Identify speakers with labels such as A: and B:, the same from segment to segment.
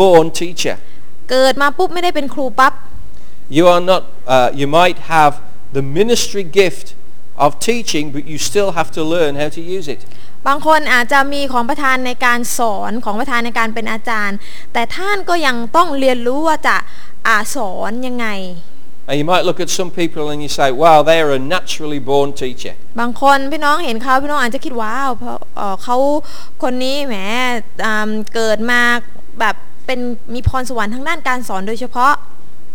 A: born teacher.
B: เกิดมาปุ๊บไม่ได้เป็นครูปั๊บ
A: You are not. Uh, you might have the ministry gift of teaching, but you still have to learn how to use it.
B: บางคนอาจจะมีของประธานในการสอนของประธานในการเป็นอาจารย์ แต่ท่านก็ยังต้องเรียนรู้ว่าจะอาสอนยังไง
A: And you might look at some people and you say, "Wow, they are a naturally born teacher."
B: บางคนพี่น้องเห็นเขาพี่น้องอาจจะคิดว้าวเพราะเอ่อเขาคนนี้แหมอ่าเกิดมาแบบเป็นมีพรสวรรค์ทางด้านการสอนโดยเฉพาะ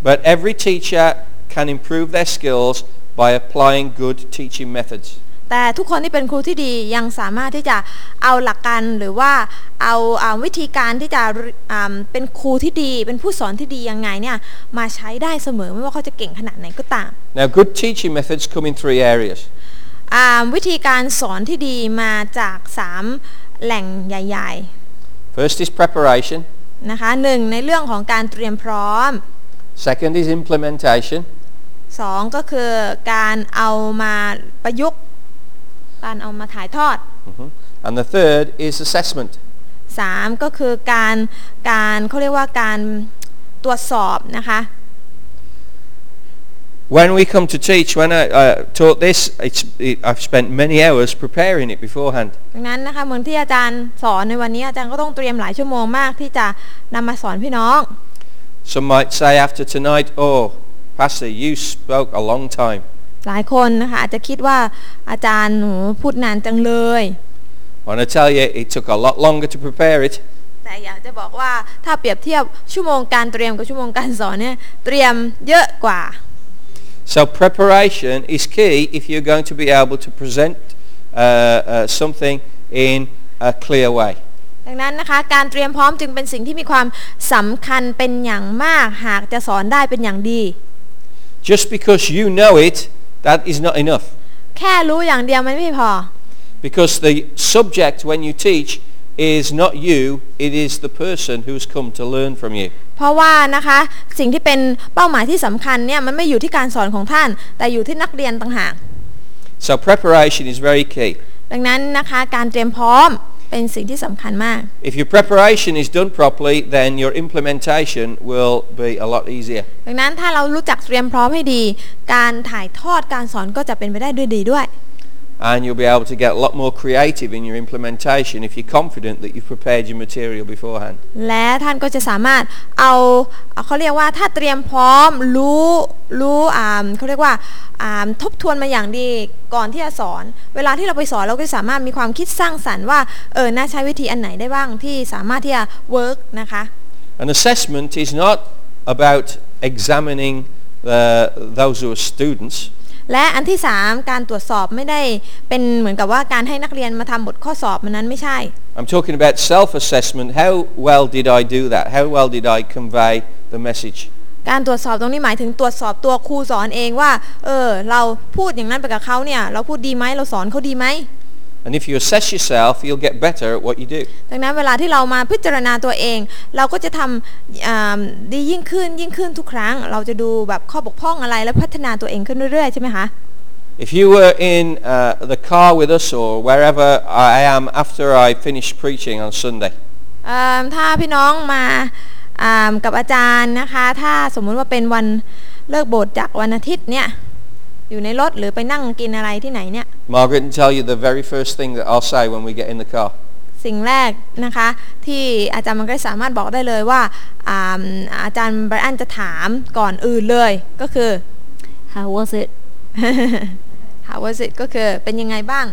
A: But every teacher can improve their skills by applying good teaching methods.
B: แต่ทุกคนที่เป็นครูที่ดียังสามารถที่จะเอาหลักการหรือว่าเอาอาวิธีการที่จะอ่าเป็นครูที่ดี เป็นผู้สอนที่ดียังไงเนี่ยมาใช้ได้เสมอไม่ว่าเขาจะเก่งขนาดไหนก็ตาม
A: Now, good teaching methods come in three areas.
B: อ่าวิธีการสอนที่ดีมาจาก 3 แหล่งใหญ่
A: First is preparation.
B: ๆนะคะ 1. ในเรื่องของการเตรียมพร้อม
A: Second is implementation.
B: 2. ก็คือการเอามาประยุกต์ การเอามาถ่ายทอด
A: Mhm. And the third is assessment.
B: 3. ก็คือการการเขาเรียกว่าการตรวจสอบนะคะ
A: When we come to teach, when I uh, taught this, it's, it, I've spent many hours preparing it beforehand.
B: ดังนั้นนะคะเหมือนที่อาจารย์สอนในวันนี้อาจารย์ก็ต้องเตรียมหลายชั่วโมงมากที่จะนำมาสอนพี่น้อง
A: Some might say after tonight, oh, Pastor, you spoke a long time.
B: หลายคนนะคะอาจจะคิดว่าอาจารย์หนูพูดนานจังเลย
A: I want to tell you, it took a lot longer to prepare it
B: แต่อยากจะบอกว่าถ้าเปรียบเทียบชั่วโมงการเตรียมกับชั่วโมงการสอนเนี่ยเตรียมเยอะกว่า
A: So preparation is key if you're going to be able to present uh, uh, something in a clear way.
B: ดังนั้นนะคะการเตรียมพร้อมจึงเป็นสิ่งที่มีความสำคัญเป็นอย่างมากหากจะสอนได้เป็นอย่างดี
A: Just because you know it, that is not enough.
B: แค่รู้อย่างเดียวมันไม่พอ
A: Because the subject when you teach is not you, it is the person who's come to learn from you.
B: เพราะว่านะคะสิ่งที่เป็นเป้าหมายที่สำคัญเนี่ยมันไม่อยู่ที่การสอนของท่าน แต่อยู่ที่นักเรียนต่างหาก
A: So preparation is very key.
B: ดังนั้นนะคะการเตรียมพร้อมเป็นสิ่งที่สำคัญมาก
A: If your preparation is done properly, then your implementation will be a lot easier.
B: ดังนั้นถ้าเรารู้จักเตรียมพร้อมให้ดี การถ่ายทอดการสอนก็จะเป็นไปได้ด้วยดีด้วย
A: And you'll be able to get a lot more creative in your implementation if you're confident that you've prepared your material beforehand.
B: และท่านก็จะสามารถเอาเอาเขาเรียกว่าถ้าเตรียมพร้อมรู้รู้อ่าเขาเรียกว่าอ่าทบทวนมาอย่างดีก่อนที่จะสอน เวลาที่เราไปสอนเราก็จะสามารถมีความคิดสร้างสรรค์ว่าเออน่าใช้วิธีอันไหนได้บ้างที่สามารถที่จะเวิร์กนะคะ
A: An assessment is not about examining the, those who are students.
B: และอันที่ 3 การตรวจสอบไม่ได้เป็นเหมือนกับว่าการให้นักเรียนมาทำบทข้อสอบมันนั้นไม่ใช่
A: I'm talking about self-assessment. How well did I do that? How well did I convey the message?
B: การตรวจสอบตรงนี้หมายถึงตรวจสอบตัวครูสอนเองว่าเออเราพูดอย่างนั้นไปกับเขาเนี่ยเราพูดดีไหมเราสอนเขาดีไหม
A: And if you assess yourself, you'll get better at what you do.
B: ดังนั้นเวลาที่เรามาพิจารณาตัวเอง เราก็จะทำอ่าดียิ่งขึ้นยิ่งขึ้นทุกครั้ง เราจะดูแบบข้อบกพร่องอะไรแล้วพัฒนาตัวเองขึ้นเรื่อยๆใช่ไหมคะ
A: If you were in uh, the car with us or wherever I am after I finish preaching on Sunday,
B: เอิ่มถ้าพี่น้องมาอ่ากับอาจารย์นะคะ ถ้าสมมุติว่าเป็นวันเลิกโบสถ์จากวันอาทิตย์เนี่ยอยู่ในรถหรือไปนั่งกินอะไรที่ไหนเนี่ย
A: Margaret will tell you the very first thing that I'll say when we get in the car.
B: สิ่งแรกนะคะที่อาจารย์มันก็สามารถบอกได้เลยว่าอ่าอาจารย์ไบรอันจะถามก่อนอื่นเลยก็คือ
C: How was it?
B: how was it ก็คือเป็นยังไงบ้าง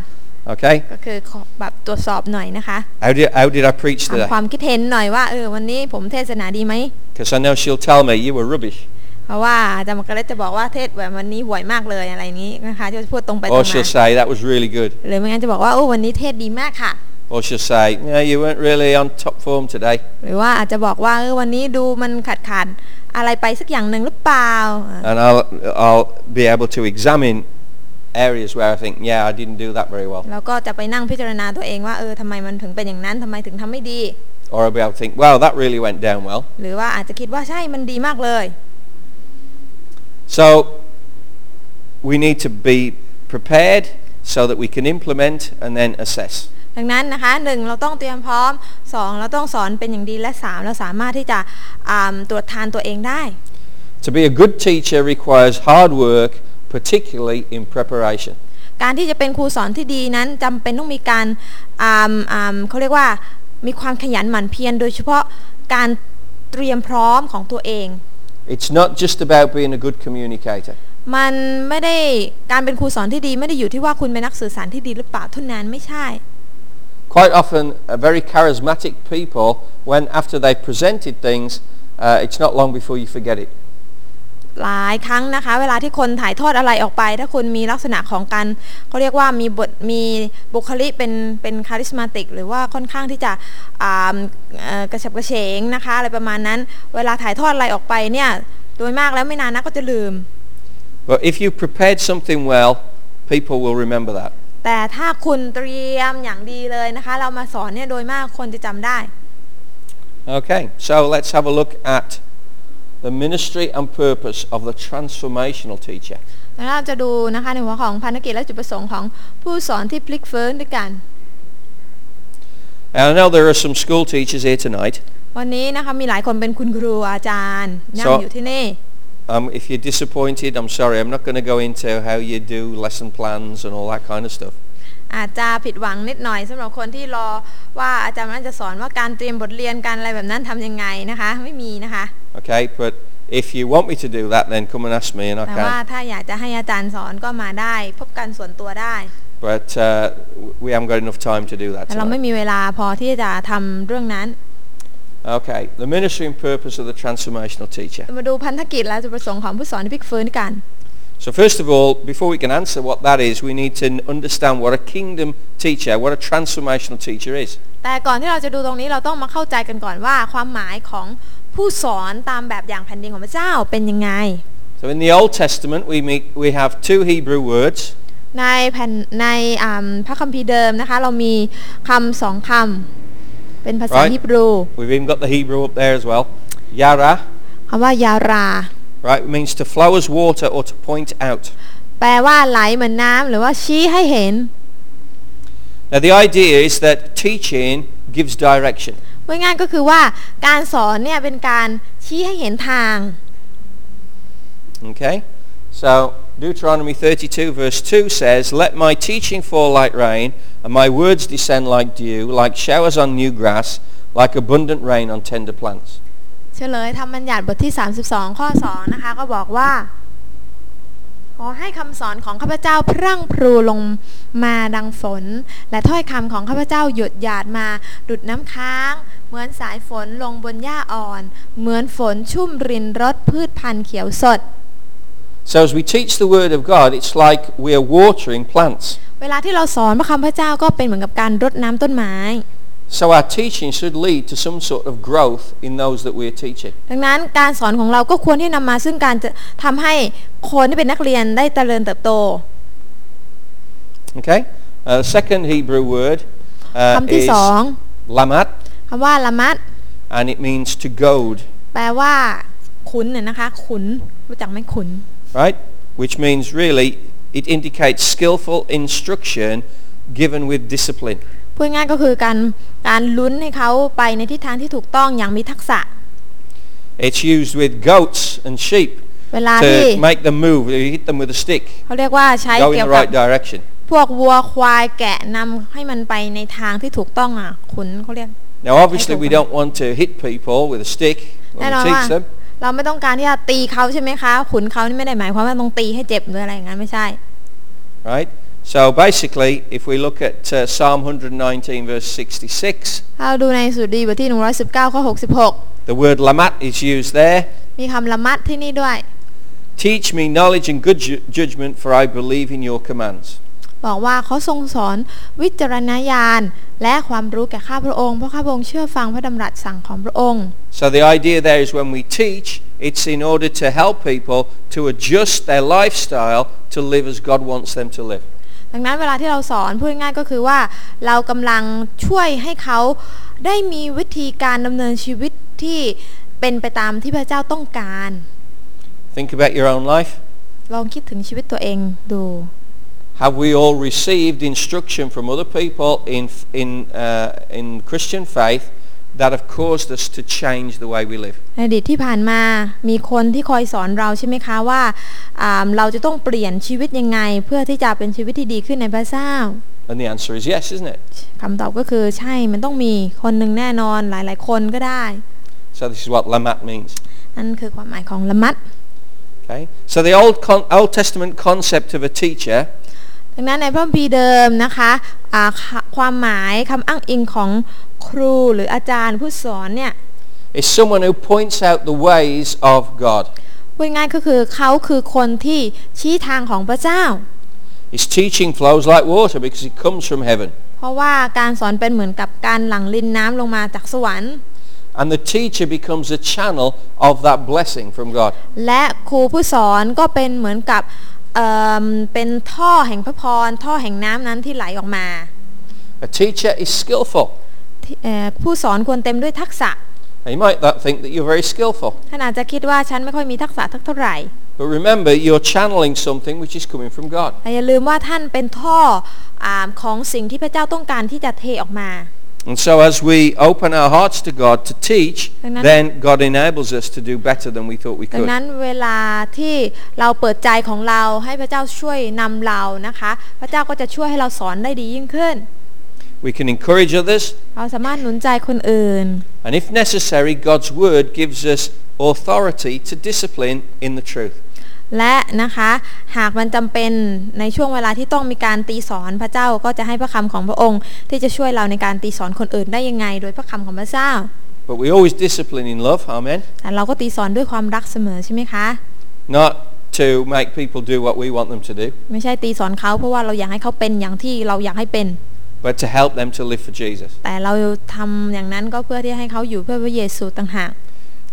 A: Okay?
B: ก็คือขอแบบตรวจสอบหน่อยนะคะ
A: How did, how did I preach
B: ถาม
A: today?
B: ความคิดเห็นหน่อยว่าเออวันนี้ผมเทศนาดีไหม
A: Because I know she'll tell me you were rubbish.
B: เพราะว่าอาจารย์มันก็เลยจะบอกว่าเทศแบบวันนี้ห่วยมากเลยอะไรนี้นะคะที่จะพูดตรงไปตร
A: Or
B: ง
A: she'll
B: มา
A: say that was really good.
B: หรือไม่งั้นจะบอกว่าโอ้วันนี้เทศดีมากค่ะ
A: Or she'll say, no, you weren't really on top form today.
B: หรือว่าอาจจะบอกว่าเออวันนี้ดูมันขาดขาดอะไรไปสักอย่างหนึ่งหรือเปล่า
A: And I'll, I'll be able to examine areas where I think, yeah, I didn't do that very well.
B: แล้วก็จะไปนั่งพิจารณาตัวเองว่าเออทำไมมันถึงเป็นอย่างนั้นทำไมถึงทำไม่ดี
A: Or I'll be able to think, wow, that really went down well.
B: หรือว่าอาจจะคิดว่าใช่มันดีมากเลย
A: So we need to be prepared so that we can implement and then assess.
B: ดังนั้นนะคะหนึ่งเราต้องเตรียมพร้อมสองเราต้องสอนเป็นอย่างดีและสามเราสามารถที่จะอ่าตรวจทานตัวเองได้
A: To be a good teacher requires hard work, particularly in preparation.
B: การที่จะเป็นครูสอนที่ดีนั้นจำเป็นต้องมีการอ่าอ่าเขาเรียกว่ามีความขยันหมั่นเพียรโดยเฉพาะการเตรียมพร้อมของตัวเอง
A: It's not just about being a good communicator.
B: มันไม่ได้การเป็นครูสอนที่ดี ไม่ได้อยู่ที่ว่าคุณเป็นนักสื่อสารที่ดีหรือเปล่าเท่านั้นไม่ใช่
A: Quite often, uh, very charismatic people, when after they've presented things, uh, it's not long before you forget it.
B: หลายครั้งนะคะ เวลาที่คนถ่ายทอดอะไรออกไป ถ้าคุณมีลักษณะของการเขาเรียกว่ามีบทมีบุคลิกเป็นเป็นคาริสมาติก หรือว่าค่อนข้างที่จะอ่าเอ่อกระฉับกระเฉงนะคะ อะไรประมาณนั้น เวลาถ่ายทอดอะไรออกไปเนี่ยโดยมากแล้วไม่นานนักก็จะลืม
A: But if you prepared something well, people will remember that.
B: แต่ถ้าคุณเตรียมอย่างดีเลยนะคะ เรามาสอนเนี่ยโดยมากคนจะจำได้
A: Okay, so let's have a look at the ministry and purpose of the transformational teacher.
B: แล้วเราจะดูนะคะในหัวของพันธกิจและจุดประสงค์ของผู้สอนที่พลิกฟื้นด้วยกัน
A: And I know there are some school teachers here tonight.
B: วันนี้นะคะมีหลายคนเป็นคุณครูอาจารย์นั่ง
A: สอน
B: อยู่ที่นี่
A: Um, if you're disappointed, I'm sorry. I'm not going to go into how you do lesson plans and all that kind of stuff.
B: อาจจะผิดหวังนิดหน่อยสำหรับคนที่รอว่าอาจารย์มันจะสอนว่าการเตรียมบทเรียนการอะไรแบบนั้นทำยังไงนะคะ ไม่มีนะคะ
A: Okay, but if you want me to do that, then come and ask me, and I
B: แต่
A: can.
B: ว่าถ้าอยากจะให้อาจารย์สอนก็มาได้ พบกันส่วนตัวได้
A: But uh, w- we haven't got enough time to do that
B: แต่เราไม่
A: tonight.
B: มีเวลาพอที่จะทำเรื่องนั้น
A: Okay, the ministry and purpose of the transformational teacher.
B: มาดูพันธกิจและจุดประสงค์ของผู้สอนที่พลิกฟื้นกัน
A: So first of all, before we can answer what that is, we need to n- understand what a kingdom teacher, what a transformational teacher is.
B: แต่ก่อนที่เราจะดูตรงนี้เราต้องมาเข้าใจกันก่อนว่า ความหมายของผู้สอนตามแบบอย่างแผ่นดินของพระเจ้าเป็นยังไง
A: So in the Old Testament, we meet, we have two Hebrew words.
B: ในแผ่นในอ่าพระคัมภีร์เดิมนะคะ เรามีคำสองคำเป็นภาษา
A: Right.
B: ฮิบรู
A: We've even got the Hebrew up there as well. Yara,
B: คำว่ายารา
A: right, means to flow as water or to point out.
B: แปลว่าไหลเหมือนน้ำหรือว่าชี้ให้เห็น
A: Now the idea is that teaching gives direction.
B: พูดง่ายๆก็คือว่าการสอนเนี่ยเป็นการชี้ให้เห็นทาง
A: Okay? So Deuteronomy 32 verse 2 says, Let my teaching fall like rain, and my words descend like dew, like showers on new grass, like abundant rain on tender plants.
B: เฉลยธรรมบัญญัติบทที่ 32 ข้อ 2 นะคะ ก็บอกว่า ขอให้คำสอนของข้าพเจ้าพรั่งพรูลงมาดังฝน และถ้อยคำของข้าพเจ้าหยดหยาดมาดุดน้ำค้าง เหมือนสายฝนลงบนหญ้าอ่อน เหมือนฝนชุ่มรินรสพืชพันธุ์เขียวสด
A: So as we teach the Word of God, it's like we are watering plants.
B: เวลาที่เราสอนพระคำพระเจ้าก็เป็นเหมือนกับการรดน้ำต้นไม้
A: So our teaching should lead to some sort of growth in those that we are teaching.
B: ดังนั้นการสอนของเราก็ควรที่นำมาซึ่งการจะทำให้คนที่เป็นนักเรียนได้เจริญเติบโต
A: Okay? Uh, the second Hebrew word
B: คำ
A: uh,
B: ที่
A: is
B: สอง
A: lamat,
B: คำว่าละมัด
A: and it means to goad,
B: แปลว่า ขุนน่ยนะคะ ขุนรู้จักไหมขุน
A: right? Which means really it indicates skillful instruction given with discipline.
B: พูดง่ายก็คือการการลุ้นให้เขาไปในทิศทางที่ถูกต้องอย่างมีทักษะ
A: It's used with goats and sheep
B: เวลาที่
A: to make them move. You hit them with a stick,
B: เขาเรียกว่าใช้
A: go in
B: เกี่ย
A: the
B: วกับ
A: right direction.
B: พวกวัวควายแกะนำให้มันไปในทางที่ถูกต้องอ่ะ ขุนเขาเรียก
A: Now obviously
B: Michael
A: we
B: Brown.
A: don't want to hit people with a stick
B: แน่
A: when
B: นอน
A: we
B: ว่า
A: teach them.
B: เราไม่ต้องการที่จะตีเขาใช่ไหมคะ ขุนเขานี่ไม่ได้หมายความว่าต้องตีให้เจ็บหรืออะไรอย่างนั้นไม่ใช่
A: Right? So basically, if we look at uh, Psalm 119 verse 66,
B: ถ้าเราดูในสุดีบทที่ 119 ข้อ
A: the word lamat is used there.
B: 66 มีคำละมัดที่นี่ด้วย
A: Teach me knowledge and good ju- judgment, for I believe in your commands.
B: บอกว่าเขาทรงสอนวิจารณญาณ และความรู้แก่ข้าพระองค์เพราะข้าพระองค์เชื่อฟังพระดำรัสสั่งของพระองค์
A: So the idea there is when we teach, it's in order to help people to adjust their lifestyle to live as God wants them to live.
B: ดังนั้นเวลาที่เราสอนพูดง่ายๆก็คือว่า เรากำลังช่วยให้เขาได้มีวิธีการดำเนินชีวิตที่เป็นไปตามที่พระเจ้าต้องการ
A: Think about your own life.
B: ลองคิดถึงชีวิตตัวเองดู
A: have we all received instruction from other people in, in, uh, in Christian faith that have caused us to change the way we live?
B: ในอดีตที่ผ่านมามีคนที่คอยสอนเราใช่ไหมคะว่าอ่าเราจะต้องเปลี่ยนชีวิตยังไง เพื่อที่จะเป็นชีวิตที่ดีขึ้นในพระเจ้า
A: And the answer is yes, isn't it?
B: คำตอบก็คือใช่มันต้องมีคนหนึ่งแน่นอนหลายๆ คนก็ได้
A: So this is what Lamat means.
B: นั่นคือความหมายของละมัด
A: Okay? So the Old, con- Old Testament concept of a teacher
B: ดังนั้นในพระคัมภีร์เดิมนะคะอ่าค่ะความหมายคำอ้างอิงของครูหรืออาจารย์ผู้สอนเนี่ย
A: is someone who points out the ways of God.
B: พูดง่ายๆก็คือเขาคือคนที่ชี้ทางของพระเจ้า
A: His teaching flows like water because it comes from heaven.
B: เพราะว่าการสอนเป็นเหมือนกับการหลั่งลินน้ำลงมาจากสวรรค์
A: And the teacher becomes a channel of that blessing from God.
B: และครูผู้สอนก็เป็นเหมือนกับเอิ่มเป็นท่อแห่งพระพร ท่อแห่งน้ำนั้นที่ไหลออกมา
A: A teacher is skillful.
B: ที่เอ่อผู้สอนควรเต็มด้วยทักษะ
A: Now you might not think that you're very skillful.
B: ท่านอาจจะคิดว่าฉันไม่ค่อยมีทักษะทักเท่าไหร่
A: But remember, you're channeling something which is coming from God.
B: แต่อย่าลืมว่าท่านเป็นท่ออาของสิ่งที่พระเจ้าต้องการที่จะเทออกมา
A: And so as we open our hearts to God to teach,
B: And then-
A: then God enables us to do better than we thought we
B: ดัง
A: could.
B: นั้นเวลาที่เราเปิดใจของเราให้พระเจ้าช่วยนำเรานะคะ พระเจ้าก็จะช่วยให้เราสอนได้ดียิ่งขึ้น
A: We can encourage others,
B: เราสามารถหนุนใจคนอื่น
A: and if necessary, God's word gives us authority to discipline in the truth.
B: และนะคะหากมันจำเป็นในช่วงเวลาที่ต้องมีการตีสอนพระเจ้าก็จะให้พระคำของพระองค์ ที่จะช่วยเราในการตีสอนคนอื่นได้ยังไง โดยพระคำของพระเจ้า
A: But we always discipline in love, amen.
B: แต่เราก็ตีสอนด้วยความรักเสมอใช่ไหมคะ
A: Not to make people do what we want them to do,
B: ไม่ใช่ตีสอนเขาเพราะว่าเราอยากให้เขาเป็นอย่างที่เราอยากให้เป็น
A: but to help them to live for Jesus.
B: แต่เราทำอย่างนั้นก็เพื่อที่ให้เขาอยู่เพื่อพระเยซูต่างหาก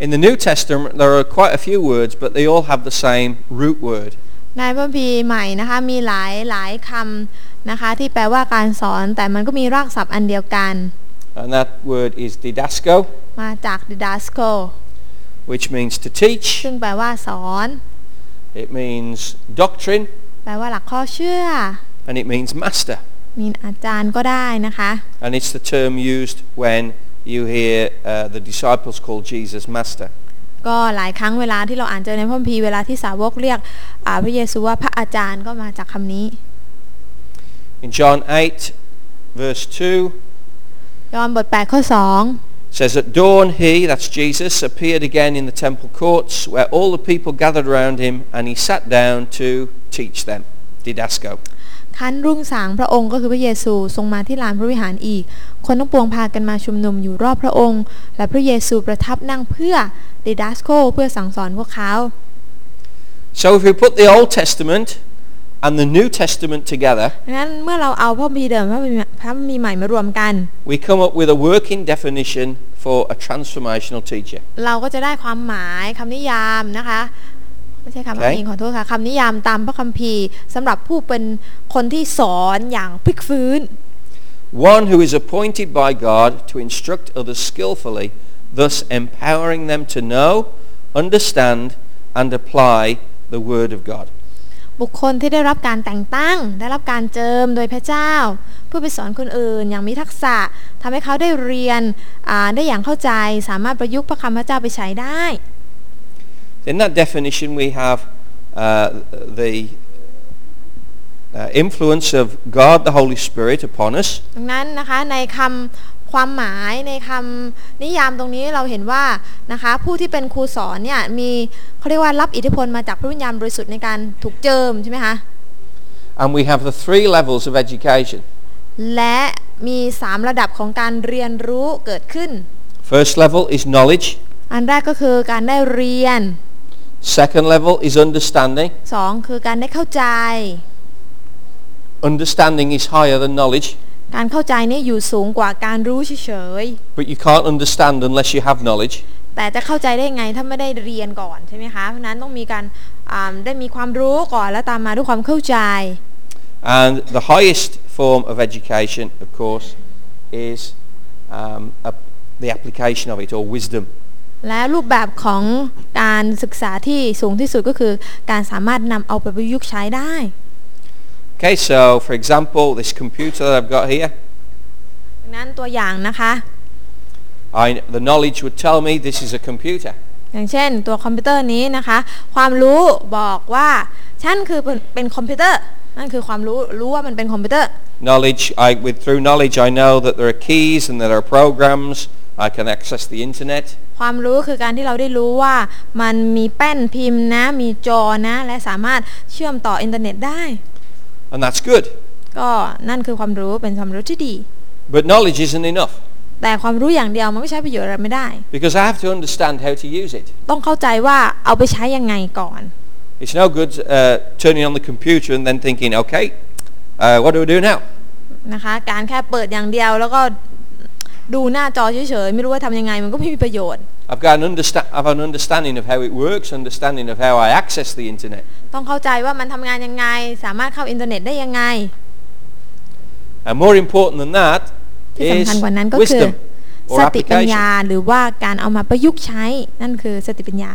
A: In the New Testament, there are quite a few words, but they all have the same root word.
B: ในพระคัมภีร์ใหม่นะคะมีหลายหลายคำนะคะ ที่แปลว่าการสอน แต่มันก็มีรากศัพท์อันเดียวกัน
A: And that word is didasco,
B: มาจาก didasco
A: which means to teach.
B: ซึ่งแปลว่าสอน
A: It means doctrine,
B: แปลว่าหลักข้อเชื่อ
A: and it means master.
B: มีอาจารย์ก็ได้นะคะ
A: And it's the term used when you hear uh, the disciples call Jesus master.
B: ก็หลายครั้งเวลาที่เราอ่านเจอในพระคัมภีร์เวลาที่สาวกเรียกอ่าพระเยซูว่าพระอาจารย์ก็มาจากคำนี้
A: In John 8, verse 2,
B: ยอห์นบท8ข้อ2
A: says at dawn he, that's Jesus, appeared again in the temple courts where all the people gathered round him and he sat down to teach them. Didasco.
B: ครั้นรุ่งสางพระองค์ก็คือพระเยซูทรงมาที่ลานพระวิหารอีก คนทั้งปวงพากันมาชุมนุมอยู่รอบพระองค์ และพระเยซูประทับนั่งเพื่อดิดัสโคเพื่อสั่งสอนพวกเขา
A: So if we put the Old Testament and the New Testament together,
B: ดังนั้นเมื่อเราเอาพระคัมภีร์เดิมพระคัมภีร์พระคัมภีร์ใหม่มารวมกัน
A: we come up with a working definition for a transformational teacher.
B: เราก็จะได้ความหมายคำนิยามนะคะไม่ใช่คำ
A: ใช่
B: อ้างอิงขอโทษค่ะคำนิยามตามพระคัมภีร์สำหรับผู้เป็นคนที่สอนอย่างพลิกฟื้น
A: One who is appointed by God to instruct others skillfully, thus empowering them to know, understand, and apply the Word of God.
B: บุคคลที่ได้รับการแต่งตั้ง ได้รับการเจิมโดยพระเจ้า เพื่อไปสอนคนอื่นอย่างมีทักษะทำให้เขาได้เรียนอ่าได้อย่างเข้าใจสามารถประยุกต์พระคำพระเจ้าไปใช้ได้
A: In that definition, we have uh, the uh, influence of God the Holy Spirit upon us,
B: ดังนั้นนะคะในคำความหมายในคำนิยามตรงนี้เราเห็นว่านะคะผู้ที่เป็นครูสอนเนี่ยมีเขาเรียกว่ารับอิทธิพลมาจากพระวิญญาณบริสุทธิ์ในการถูกเจิมใช่ไหมคะ
A: and we have the three levels of education.
B: และมีสามระดับของการเรียนรู้เกิดขึ้น
A: First level is knowledge,
B: อันแรกก็คือการได้เรียน
A: second level is understanding.
B: สองคือการได้เข้าใจ
A: Understanding is higher than knowledge,
B: การเข้าใจเนี่ยอยู่สูงกว่าการรู้เฉย
A: but you can't understand unless you have knowledge.
B: ๆ แต่จะเข้าใจได้ไงถ้าไม่ได้เรียนก่อนใช่ไหมคะ เพราะฉะนั้นต้องมีการอ่าได้มีความรู้ก่อนแล้วตามมาด้วยความเข้าใจ
A: And the highest form of education, of course, is um, a, the application of it or wisdom.
B: และรูปแบบของการศึกษาที่สูงที่สุดก็คือ การสามารถนำเอาไปประยุกต์ใช้ได้
A: Okay, so for example, this computer that I've got here,
B: ดังนั้นตัวอย่างนะคะ
A: I, the knowledge would tell me this is a computer.
B: อย่างเช่น ตัวคอมพิวเตอร์นี้นะคะ ความรู้บอกว่าฉันคือเป็นเป็นคอมพิวเตอร์นั่นคือความรู้รู้ว่ามันเป็นคอมพิวเตอร์
A: Knowledge, I, with, through knowledge, I know that there are keys and there are programs. I can access the internet.
B: ความรู้คือการที่เราได้รู้ว่ามันมีแป้นพิมพ์นะ มีจอนะ และสามารถเชื่อมต่ออินเทอร์เน็ตได้
A: And that's good.
B: ก็นั่นคือความรู้เป็นความรู้ที่ดี
A: But knowledge isn't enough
B: แต่ความรู้อย่างเดียวมันไม่ใช้ประโยชน์อะไรไม่ได้
A: because I have to understand how to use it.
B: ต้องเข้าใจว่าเอาไปใช้ยังไงก่อน
A: It's no good uh, turning on the computer and then thinking, okay, uh, what do we do now?
B: นะคะ การแค่เปิดอย่างเดียวแล้วก็ดูหน้าจอเฉยๆ ไม่รู้ว่าทำยังไงมันก็ไม่มีประโยชน์
A: I've got an, understa- I've an understanding of how it works, understanding of how I access the internet.
B: ต้องเข้าใจว่ามันทำงานยังไง สามารถเข้าอินเทอร์เน็ตได้ยังไง
A: And more important than that
B: ที่สำ
A: is
B: คัญกว่านั้นก็คือ
A: wisdom
B: ส
A: or
B: ติปัญ
A: application.
B: ญาหรือว่าการเอามาประยุกต์ใช้ นั่นคือสติปัญญา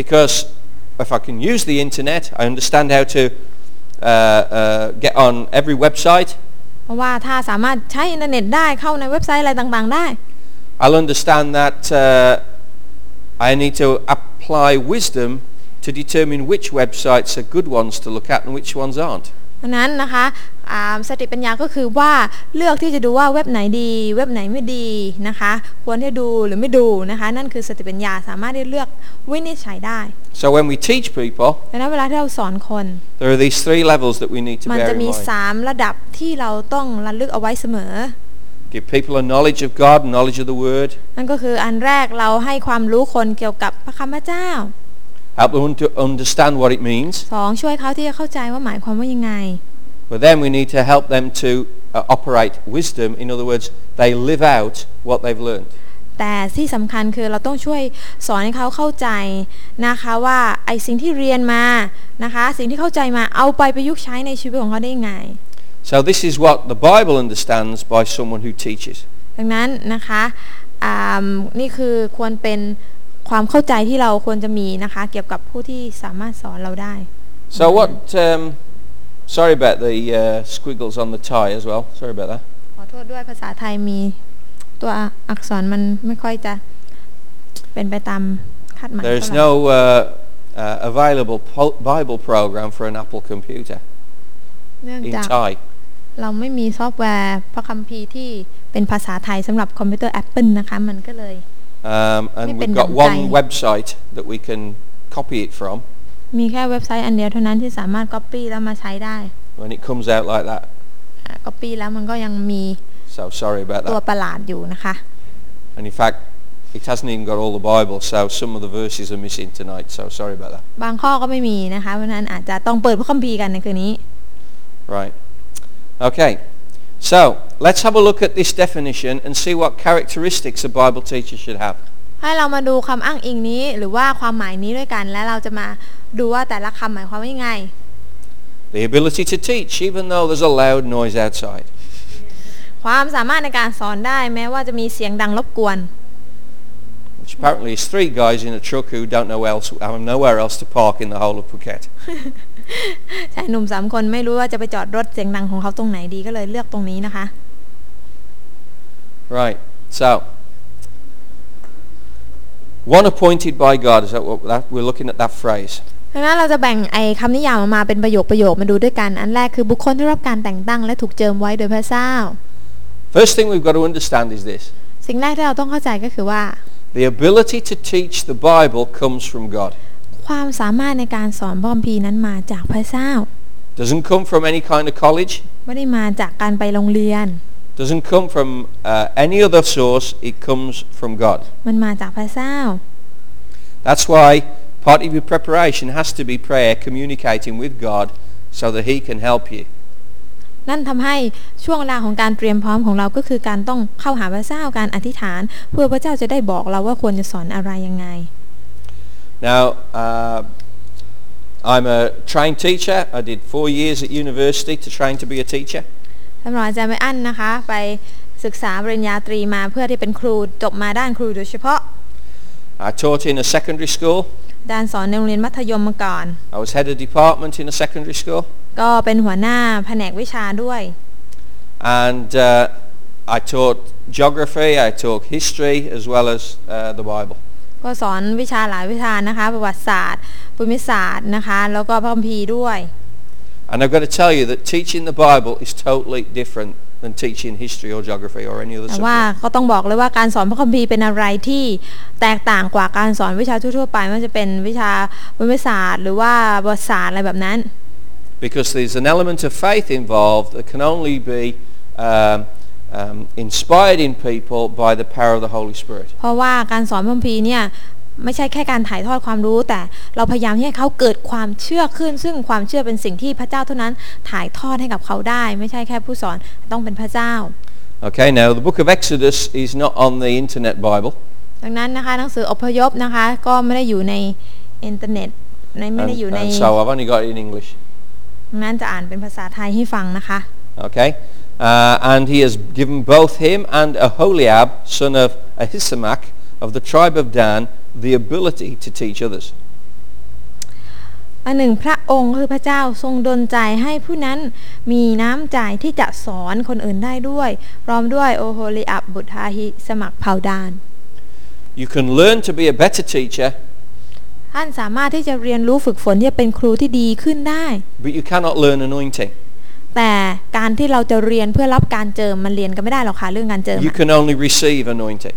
A: because if I can use the internet, I understand how to uh, uh, get on every website.
B: เพราะว่าถ้าสามารถใช้อินเทอร์เน็ตได้เข้าในเว็บไซต์อะไรต่างๆ ได้
A: I'll understand that uh, I need to apply wisdom to determine which websites are good ones to look at and which ones aren't.
B: เพราะฉะนั้นนะคะอ่าสติปัญญาก็คือว่าเลือกที่จะดูว่าเว็บไหนดี เว็บไหนไม่ดีนะคะ ควรที่จะดูหรือไม่ดูนะคะ นั่นคือสติปัญญาสามารถที่เลือกวินิจฉัยได้
A: So when we teach people,
B: ดังนั้นเวลาที่เราสอนคน
A: there are these three levels that we need to
B: มัน
A: bear
B: จะ
A: in
B: มี
A: mind.
B: 3 ระดับที่เราต้องระลึกเอาไว้เสมอ
A: Give people a knowledge of God, knowledge of the Word,
B: นั่นก็คืออันแรกเราให้ความรู้คนเกี่ยวกับพระคำพระเจ้า
A: help them to understand what it means,
B: 2 ช่วยเขาที่จะเข้าใจว่าหมายความว่ายังไง
A: but then we need to help them to uh, operate wisdom. In other words, they live out what they've learned.
B: แต่ที่สำคัญคือเราต้องช่วยสอนให้เขาเข้าใจนะคะว่าไอสิ่งที่เรียนมานะคะ สิ่งที่เข้าใจมาเอาไปประยุกต์ใช้ในชีวิตของเขาได้ยังไง
A: So this is what the Bible understands by someone who teaches.
B: ดังนั้นนะคะอ่ามนี่คือควรเป็นความเข้าใจที่เราควรจะมีนะคะ เกี่ยวกับผู้ที่สามารถสอนเราได้
A: So what? Um, sorry about the uh, squiggles on the tie as well. Sorry about that.
B: ขอโทษด้วยภาษาไทยมีตัวอักษรมันไม่ค่อยจะเป็นไปตามคาดหมาย
A: There
B: เท่า
A: is
B: ไหร่
A: no uh, uh, available po- Bible program for an Apple computer
B: เนื่อง
A: in
B: จาก
A: Thai.
B: เราไม่มีซอฟต์แวร์พระคัมภีร์ที่เป็นภาษาไทยสำหรับคอมพิวเตอร์ Apple นะคะ มันก็เลย
A: Um,
B: Ni
A: and we've
B: bên
A: got
B: đồng
A: one
B: tay.
A: website that we can copy it from
B: มีแค่เว็บไซต์อันเดียวเท่านั้นที่สามารถ Copy แล้วมาใช้ได้
A: when it comes out like that.
B: อ่า Copy แล้วมันก็ยังมี
A: So sorry about
B: ตัว
A: that.
B: ประหลาดอยู่นะคะ
A: And in fact, it hasn't even got all the Bible, so some of the verses are missing tonight. So sorry about that.
B: บางข้อก็ไม่มีนะคะเพราะฉะนั้นอาจจะต้องเปิดพระคัมภีร์กันในคืนนี้
A: Right. Okay. So let's have a look at this definition and see what characteristics a Bible teacher should have.
B: ให้เรามาดูคำอ้างอิงนี้หรือว่าความหมายนี้ด้วยกัน และเราจะมาดูว่าแต่ละคำหมายความว่ายังไง
A: The ability to teach, even though there's a loud noise outside.
B: ความสามารถในการสอนได้แม้ว่าจะมีเสียงดังรบกวน
A: Which apparently is three guys in a truck who don't know else, have nowhere else to park in the whole of Phuket.
B: ชายหนุ่มสามคนไม่รู้ว่าจะไปจอดรถเสียงดังของเขาตรงไหนดีก็เลยเลือกตรงนี้นะคะ
A: Right. So, one appointed by God. Is that what that, we're looking at that phrase?
B: ดังนั้นเราจะแบ่งไอ้คำนิยามออกมาเป็นประโยคประโยคมาดูด้วยกัน อันแรกคือบุคคลที่รับการแต่งตั้งและถูกเจิมไว้โดยพระเจ้า
A: First thing we've got to understand is this:
B: สิ่งแรกที่เราต้องเข้าใจก็คือว่า
A: the ability to teach the Bible comes from God.
B: ความสามารถในการสอนพระคัมภีร์นั้นมาจากพระเจ้า
A: Doesn't come from any kind of college.
B: ไม่ได้มาจากการไปโรงเรียน
A: doesn't come from uh, any other source. It comes from God.
B: มันมาจากพระเจ้า
A: That's why part of your preparation has to be prayer, communicating with God so that he can help you.
B: นั่นทำให้ช่วงเวลาของการเตรียมพร้อมของเราก็คือการต้องเข้าหาพระเจ้าการอธิษฐาน เพื่อพระเจ้าจะได้บอกเราว่าควรจะสอนอะไรยังไง
A: Now, uh, I'm a trained teacher. I did four years at university to train to be a teacher.
B: สำหรับอาจารย์ไม่อั้นนะคะ ไปศึกษาปริญญาตรีมาเพื่อที่เป็นครูจบมาด้านครูโดยเฉพาะ
A: I taught in a secondary school.
B: ด้านสอนในโรงเรียนมัธยมมาก่อน
A: I was head of department in a secondary school.
B: ก็เป็นหัวหน้าแผนกวิชาด้วย
A: And uh, I taught geography, I taught history, as well as uh, the Bible.
B: ก็สอนวิชาหลายวิชานะคะ ประวัติศาสตร์ ภูมิศาสตร์นะคะ แล้วก็พระคัมภีร์ด้วย
A: And I've got to tell you that teaching the Bible is totally different than teaching history or geography or any other
B: แต่
A: subject.
B: ว่าก็ต้องบอกเลยว่าการสอนพระคัมภีร์เป็นอะไรที่แตกต่างกว่าการสอนวิชาทั่วๆไปไม่ว่าจะเป็นวิชาภูมิศาสตร์ หรือว่าประวัติศาสตร์อะไรแบบนั้น
A: Because there's an element of faith involved that can only be um, um, inspired in people by the power of the Holy Spirit.
B: เพราะว่าการสอนพระคัมภีร์เนี่ยไม่ใช่แค่การถ่ายทอดความรู้ แต่เราพยายามที่ให้เขาเกิดความเชื่อขึ้น ซึ่งความเชื่อเป็นสิ่งที่พระเจ้าเท่านั้นถ่ายทอดให้กับเขาได้ ไม่ใช่แค่ผู้สอนต้องเป็นพระเจ้า
A: Okay, now the book of Exodus is not on the internet Bible.
B: ดังนั้นนะคะหนังสืออพยพนะคะก็ไม่ได้อยู่ในอินเทอร์เน็ตในไม่
A: And,
B: ได้อยู่ใน
A: and so I've only got it in English.
B: ดังนั้นจะอ่านเป็นภาษาไทยให้ฟังนะคะ
A: Okay? Uh, and he has given both him and Aholiab, son of Ahisamach, of the tribe of Dan, the ability to teach others.
B: อันหนึ่งพระองค์คือพระเจ้าทรงดลใจให้ผู้นั้นมีน้ำใจที่จะสอนคนอื่นได้ด้วยพร้อมด้วยโอโฮลิอับบุตรฮาฮิสมัครเผ่าดาน
A: You can learn to be a better teacher,
B: ท่านสามารถที่จะเรียนรู้ฝึกฝนที่จะเป็นครูที่ดีขึ้นได้
A: but you cannot learn anointing.
B: แต่การที่เราจะเรียนเพื่อรับการเจิมมันเรียนกันไม่ได้หรอกค่ะเรื่องการเจิม
A: You
B: อะ
A: can only receive anointing.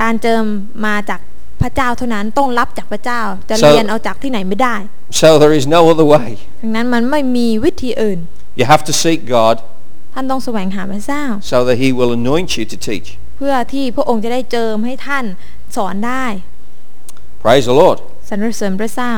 B: การเจิมมาจากพระเจ้าเท่านั้นต้องรับจากพระเจ้า จะ
A: So-
B: เรียนเอาจากที่ไหนไม่ได้
A: So there is no other way.
B: ดังนั้นมันไม่มีวิธีอื่น
A: You have to seek God
B: ท่านต้องแสวงหาพระเจ้า
A: so that he will anoint you to teach.
B: เพื่อที่พระองค์จะได้เจิมให้ท่านสอนได้
A: Praise the Lord.
B: สรรเสริญพระเจ้า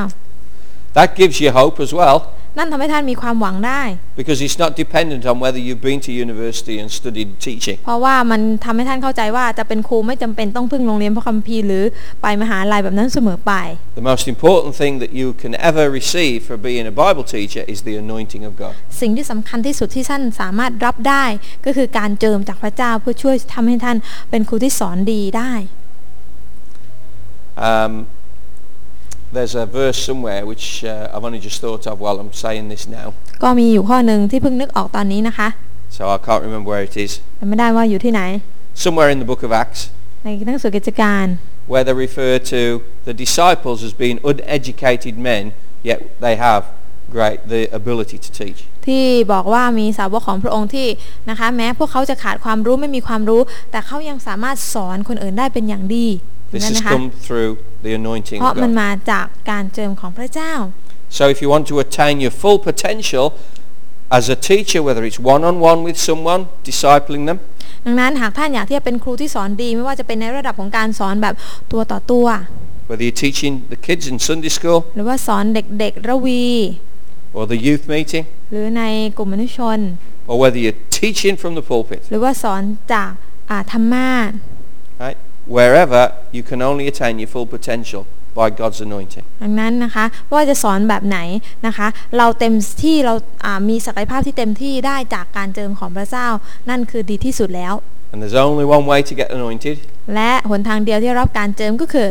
A: That gives you hope as well
B: นั่นทำให้ท่านมีความหวังได้
A: because it's not dependent on whether you've been to university and studied teaching.
B: เพราะว่ามันทำให้ท่านเข้าใจว่าจะเป็นครูไม่จำเป็นต้องพึ่งโรงเรียนพระคัมภีร์หรือไปมหาลัยแบบนั้นเสมอไป
A: The most important thing that you can ever receive for being a Bible teacher is the anointing of God.
B: สิ่งที่สำคัญที่สุดที่ท่านสามารถรับได้ ก็คือการเจิมจากพระเจ้าเพื่อช่วยทำให้ท่านเป็นครูที่สอนดีได้
A: Um, there's a verse somewhere which uh, I've only just thought of while I'm saying this now,
B: ก็มีอยู่ข้อหนึ่งที่เพิ่งนึกออกตอนนี้นะคะ
A: so I can't remember where it is.
B: แต่ไม่ได้ว่าอยู่ที่ไหน
A: Somewhere in the book of Acts,
B: ในหนังสือกิจการ
A: where they refer to the disciples as being uneducated men, yet they have great the ability to teach.
B: ที่บอกว่ามีสาวกของพระองค์ที่นะคะ แม้พวกเขาจะขาดความรู้ไม่มีความรู้ แต่เขายังสามารถสอนคนอื่นได้เป็นอย่างดีเห็
A: This
B: น
A: has
B: นะคะ
A: come through the anointing
B: เพราะ
A: of
B: มัน
A: God.
B: มาจากการเจิมของพระเจ้า
A: So if you want to attain your full potential as a teacher, whether it's one-on-one with someone, discipling them,
B: ดังนั้นหากท่านอยากที่จะเป็นครูที่สอนดี ไม่ว่าจะเป็นในระดับของการสอนแบบตัวต่อตัว
A: whether you're teaching the kids in Sunday school
B: หรือว่าสอนเด็กๆระวี
A: or the youth meeting,
B: หรือในกลุ่มมนุษยชน
A: or whether you're teaching from the pulpit,
B: หรือว่าสอนจากอ่าธรรมาส
A: right? Wherever you can only attain your full potential by God's anointing.
B: ดังนั้นนะคะไม่ว่าจะสอนแบบไหนนะคะ เราเต็มที่เราอ่ามีศักยภาพที่เต็มที่ได้จากการเจิมของพระเจ้า นั่นคือดีที่สุดแล้ว
A: And there's only one way to get anointed.
B: และหนทางเดียวที่รับการเจิมก็คือ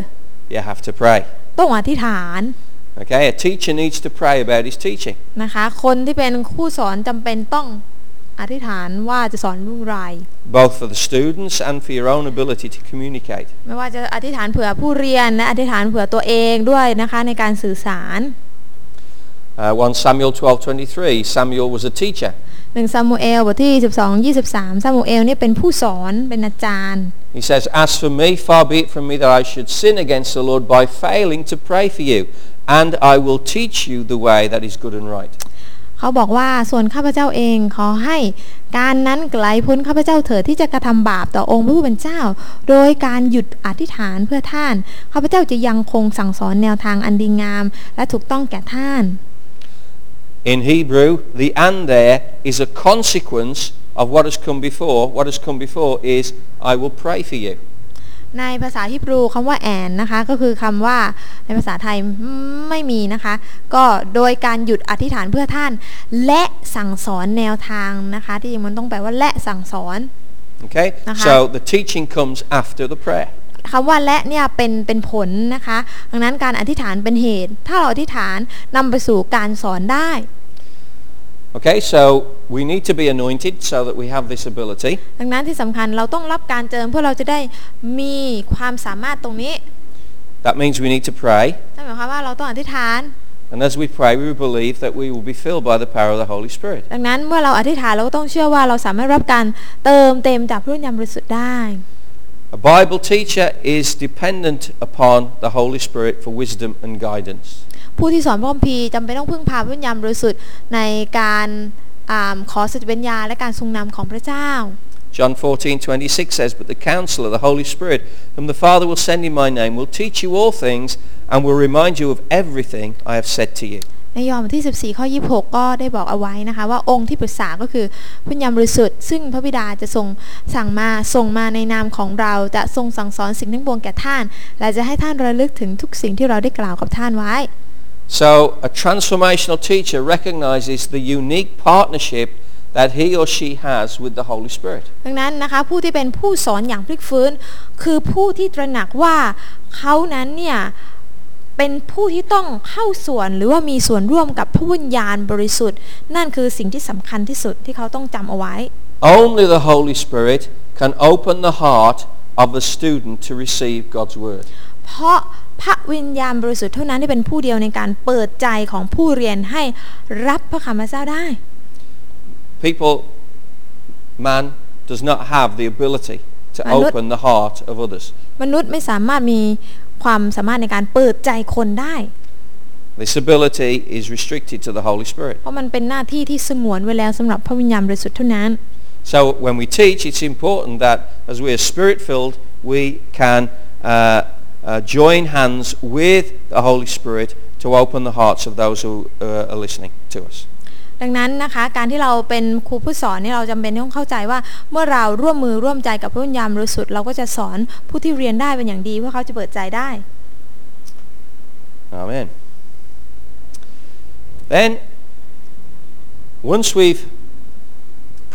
A: You have to pray.
B: ต้องอธิษฐาน
A: Okay? A teacher needs to pray about his teaching.
B: นะคะ คนที่เป็นผู้สอนจำเป็นต้องอธิษฐานว่าจะสอนลูกไร
A: both for the students and for your own ability to communicate.
B: ไม่ว่าจะอธิษฐานเผื่อผู้เรียนและอธิษฐานเผื่อตัวเองด้วยนะคะในการสื่อสาร
A: Uh, 1 Samuel 12:23, Samuel was a teacher.
B: 1ซามูเอลบทที่ 12 23ซามูเอลเนี่ยเป็นผู้สอนเป็นอาจารย์
A: He says, "As for me, far be it from me that I should sin against the Lord by failing to pray for you, and I will teach you the way that is good and right."
B: เขาบอกว่าส่วนข้าพเจ้าเองขอให้การนั้นไกลพ้นข้าพเจ้าเถิดที่จะกระทำบาปต่อองค์พระผู้เป็นเจ้า โดยการหยุดอธิษฐานเพื่อท่านข้าพเจ้าจะยังคงสั่งสอนแนวทางอันดีงาม และถูกต้องแก่ท่าน
A: In Hebrew, the "and" there is a consequence of what has come before. What has come before is, "I will pray for you."
B: ในภาษาฮิบรูคำว่าแอนนะคะ ก็คือคำว่าในภาษาไทยไม่มีนะคะ ก็โดยการหยุดอธิษฐานเพื่อท่าน และสั่งสอนแนวทางนะคะ ที่จริงมันต้องแปลว่าและสั่งสอน
A: Okay?
B: Uh-huh.
A: So the teaching comes after the prayer.
B: คำว่าและเนี่ยเป็นเป็นผลนะคะ ดังนั้นการอธิษฐานเป็นเหตุ ถ้าเราอธิษฐานนำไปสู่การสอนได้
A: Okay, so we need to be anointed so that we have this ability.
B: ดังนั้นที่สำคัญเราต้องรับการเจิมเพื่อเราจะได้มีความสามารถตรงนี้
A: That means we need to pray.
B: นั่นหมายความว่าเราต้องอธิษฐาน
A: And as we pray, we believe that we will be filled by the power of the Holy Spirit.
B: ดังนั้นเมื่อเราอธิษฐานเราก็ต้องเชื่อว่าเราสามารถรับการเติมเต็มจากพระวิญญาณบริสุทธิ์ได้
A: A Bible teacher is dependent upon the Holy Spirit for wisdom and guidance.
B: ผู้ที่สอนพระคัมภีร์จำเป็นต้องพึ่งพาพระวิญญาณบริสุทธิ์ในการอาขอสติปัญญาและการทรงนำของพระเจ้า
A: John 14, 26 says, But the counselor, the Holy Spirit, whom the Father will send in my name, will teach you all things and will remind you of everything I have said to you.
B: ในยอห์นบทที่ 14 ข้อ 26 ก็ได้บอกเอาไว้นะคะ ว่าองค์ที่ปรึกษาก็คือพระวิญญาณบริสุทธิ์ซึ่งพระบิดาจะทรงสั่งมาส่งมาในนามของเราจะทรงสั่งสอนสิ่งทั้งปวงแก่ท่าน และจะให้ท่านระลึกถึงทุกสิ่งที่เราได้กล่าวกับท่านไว้
A: So a transformational teacher recognizes the unique partnership that he or she has with the Holy Spirit.
B: ดังนั้นนะคะผู้ที่เป็นผู้สอนอย่างพลิกฟื้น คือผู้ที่ตระหนักว่าเขานั้นเนี่ยเป็นผู้ที่ต้องเข้าส่วนหรือว่ามีส่วนร่วมกับพระวิญญาณบริสุทธิ์ นั่นคือสิ่งที่สำคัญที่สุดที่เขาต้องจำเอาไว้
A: Only the Holy Spirit can open the heart of the student to receive God's word.
B: เพราะพระวิญญาณบริสุทธิ์เท่านั้นที่เป็นผู้เดียวในการเปิดใจของผู้เรียนให้รับพระคำพระเจ้าได้
A: People, man does not have the ability to
B: Manut-
A: open the heart of others.
B: มนุษย์ไม่สามารถมีความสามารถในการเปิดใจคนได้
A: This ability is restricted to the Holy Spirit.
B: เพราะมันเป็นหน้าที่ที่สงวนไว้แล้วสำหรับพระวิญญาณบริสุทธิ์เท่านั้น
A: So when we teach, it's important that as we are spirit-filled, we can uh, uh, join hands with the Holy Spirit to open the hearts of those who uh, are listening to us.
B: ดังนั้นนะคะการที่เราเป็นครูผู้สอนเนี่ยเราจำเป็นต้องเข้าใจว่า เมื่อเราร่วมมือร่วมใจกับพระวิญญาณบริสุทธิ์เราก็จะสอนผู้ที่เรียนได้เป็นอย่างดีเพื่อเขาจะเปิดใจได้
A: Amen. Then, once we've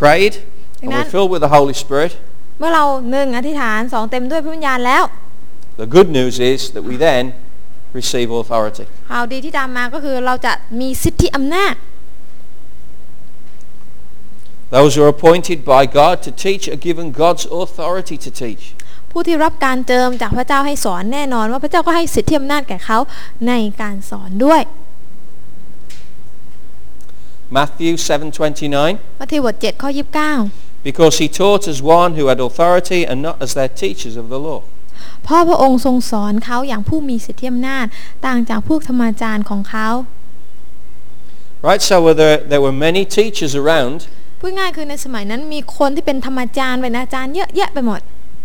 A: prayed and we're
B: Amen.
A: filled with the Holy Spirit,
B: เมื่อเราหนึ่งอธิษฐานสองเต็มด้วยพระวิญญาณแล้ว
A: the good news is that we then receive authority.
B: ข่าวดีที่ตามมาก็คือเราจะมีสิทธิอำนาจ
A: Those who are appointed by God to teach are given God's authority to teach.
B: ผู้ที่รับการเจิมจากพระเจ้าให้สอนแน่นอนว่าพระเจ้าก็ให้สิทธิอำนาจแก่เขาในการสอนด้วย
A: Matthew 7:29
B: มัทธิวบท7ข้อ
A: because he taught as one who had authority and not as their teachers of the law.
B: 29เพ่อพระองค์ทรงสอนเขาอย่างผู้มีสิทธิอำนาจ ต่างจากพวกธรรมาจารย์ของเขา
A: Right, so were there, there were many teachers around,
B: พูดง่ายคือในสมัยนั้นมีคนที่เป็นธรรมาจารย์เป็นอาจารย์เยอะแยะไปหมด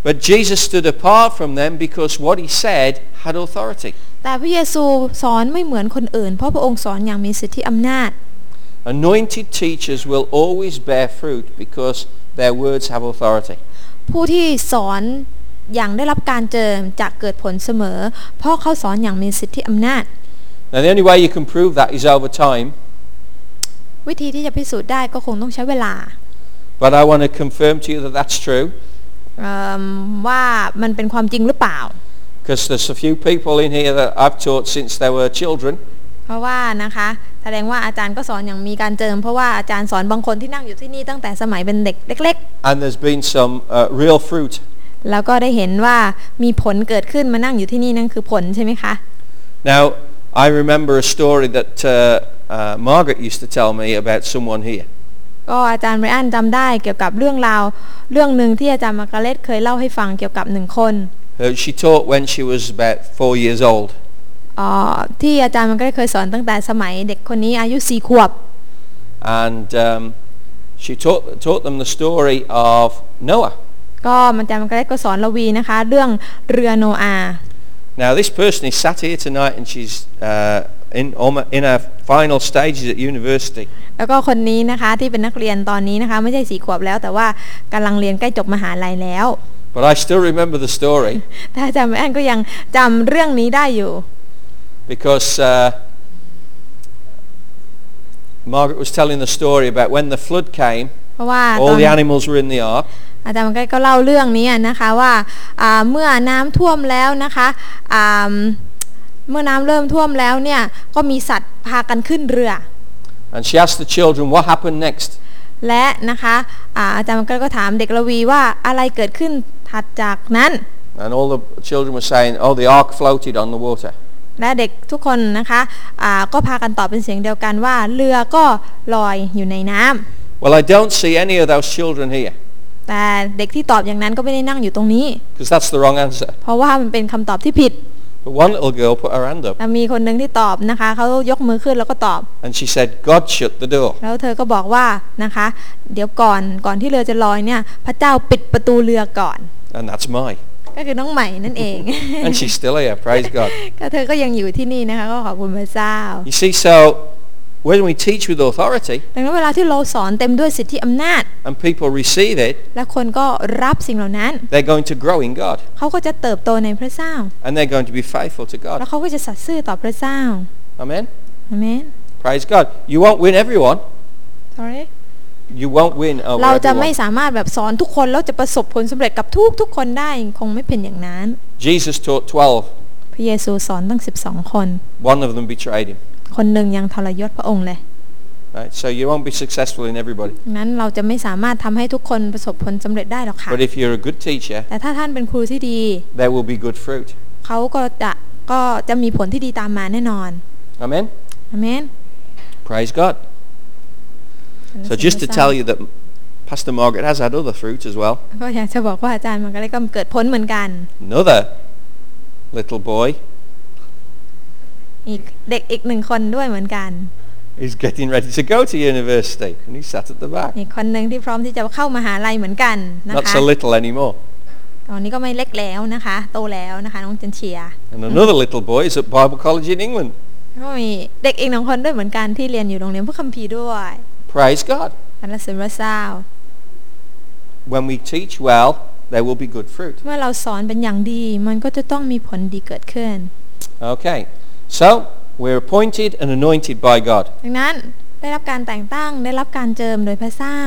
A: but Jesus stood apart from them because what he said had authority.
B: แต่พระเยซูสอนไม่เหมือนคนอื่น เพราะพระองค์สอนอย่างมีสิทธิอำนาจ
A: Anointed teachers will always bear fruit because their words have authority.
B: ผู้ที่สอนอย่างได้รับการเจิมจะเกิดผลเสมอ เพราะเขาสอนอย่างมีสิทธิอำนาจ
A: Now the only way you can prove that is over time,
B: วิธีที่จะพิสูจน์ได้ก็คงต้องใช้เวลา
A: but I want to confirm to you that that's true
B: เอิ่มว่ามันเป็นความจริงหรือเปล่า
A: because there's a few people in here that I've taught since they were children
B: เพราะว่านะคะ แสดงว่าอาจารย์ก็สอนอย่างมีการเจิม เพราะว่าอาจารย์สอนบางคนที่นั่งอยู่ที่นี่ตั้งแต่สมัยเป็นเด็กเล็ก
A: and there's been some uh, real fruit.
B: ๆ แล้วก็ได้เห็นว่ามีผลเกิดขึ้นมานั่งอยู่ที่นี่นั่นคือผลใช่ไหมคะ
A: Now, I remember a story that uh, uh, Margaret used to tell me about someone here.
B: ก็อาจารย์ไบรอันจำได้เกี่ยวกับเรื่องราว เรื่องหนึ่งที่อาจารย์มาร์กาเร็ตเคยเล่าให้ฟังเกี่ยวกับหนึ่งคน
A: Uh, she taught when she was about four years old.
B: เอ่อที่อาจารย์มาร์กาเร็ตเคยสอนตั้งแต่สมัยเด็กคนนี้อายุสี่ขวบ
A: And um, she taught, taught them the story of Noah.
B: ก็อาจารย์มาร์กาเร็ตก็สอนลวีนะคะ เรื่องเรือโนอาห์
A: Now, this person is sat here tonight and she's uh, in, almo- in her final stages at university.
B: แล้วก็คนนี้นะคะที่เป็นนักเรียนตอนนี้นะคะ ไม่ใช่สี่ขวบแล้ว แต่ว่ากำลังเรียนใกล้จบมหาลัยแล้ว
A: But I still remember the story
B: แต่อาจารย์ไบรอันก็ยังจำเรื่องนี้ได้อยู่
A: because uh, Margaret was telling the story about when the flood came,
B: เพราะว่าต
A: all
B: อน
A: the animals were in the ark.
B: อาจารย์มันก็ก็เล่าเรื่องนี้นะคะว่าอ่าเมื่อน้ำท่วมแล้วนะคะอ่าเมื่อน้ำเริ่มท่วมแล้วเนี่ยก็มีสัตว์พากันขึ้นเรือ
A: And she asked the children what happened next.
B: และนะคะอ่าอาจารย์ก็ก็ถามเด็กละวีว่าอะไรเกิดขึ้นถัดจากนั้น
A: And all the children were saying, oh, the ark floated on the water.
B: และเด็กทุกคนนะคะอ่าก็พากันตอบเป็นเสียงเดียวกันว่าเรือก็ลอยอยู่ในน้ำ
A: Well, I don't see any of those children here
B: แต่เด็กที่ตอบอย่างนั้นก็ไม่ได้นั่งอยู่ตรงนี้
A: because that's the wrong answer.
B: เพราะว่ามันเป็นคำตอบที่ผิด
A: But one little girl put her hand up
B: แต่มีคนหนึ่งที่ตอบนะคะเขายกมือขึ้นแล้วก็ตอบ
A: and she said, God shut the door.
B: แล้วเธอก็บอกว่านะคะ เดี๋ยวก่อนก่อนที่เรือจะลอยเนี่ย พระเจ้าปิดประตูเรือก่อน
A: And that's my.
B: ก็คือน้องใหม่นั่นเอง
A: And she's still here, praise God.
B: ก็เธอก็ยังอยู่ที่นี่นะคะ ก็ขอบคุณพระเจ้า
A: You see, so when we teach with authority
B: ดังนั้นเวลาที่เราสอนเต็มด้วยสิทธิอำนาจ
A: and people receive it,
B: และคนก็รับสิ่งเหล่านั้น
A: they're going to grow in God
B: เขาก็จะเติบโตในพระเจ้า
A: and they're going to be faithful to God.
B: แล้วเขาก็จะสัตย์ซื่อต่อพระเจ้า
A: Amen?
B: อาเมน
A: Praise God. You won't win everyone.
B: sorry
A: You won't win over
B: เราจะไม่
A: everyone.
B: สามารถแบบสอนทุกคนแล้วจะประสบผลสำเร็จกับทุกทุกๆคนได้คงไม่เป็นอย่างนั้น
A: Jesus taught 12.
B: พระเยซูสอนตั้ง 12 คน
A: One of them betrayed him.
B: คนหนึ่งยังทรยศพระองค์เลย
A: Right? So you won't be successful in everybody.
B: ดังนั้นเราจะไม่สามารถทำให้ทุกคนประสบผลสำเร็จได้หรอกค่ะ
A: But if you're a good teacher,
B: แต่ถ้าท่านเป็นครูที่ดี
A: there will be good fruit.
B: เขาก็จะก็จะมีผลที่ดีตามมาแน่นอน
A: Amen?
B: อาเมน
A: Praise God. So just to tell you that Pastor Margaret has had other fruit as well.
B: ก็อยากจะบอกว่าอาจารย์มันก็เลยก็เกิดผลเหมือนกัน
A: Another little boy
B: อีกเด็กอีกหนึ่งคนด้วยเหมือนกัน
A: is getting ready to go to university and he sat at the back.
B: อีกคนหนึ่งที่พร้อมที่จะเข้ามาหาลัยเหมือนกันนะ
A: Not
B: คะ
A: so little anymore.
B: ตอนนี้ก็ไม่เล็กแล้วนะคะ โตแล้วนะคะน้องจันเชีย
A: And another little boy is at Bible College in England.
B: ก็มีเด็กอีกหนึ่งคนด้วยเหมือนกันที่เรียนอยู่โรงเรียนพระคัมภีร์ด้วย
A: Praise God.
B: อันละสุนพระเจ้า
A: When we teach well, there will be good fruit.
B: เมื่อเราสอนเป็นอย่างดี มันก็จะต้องมีผลดีเกิดขึ้น
A: Okay. So we're appointed and anointed by God.
B: ดังนั้นได้รับการแต่งตั้งได้รับการเจิมโดยพระเจ้า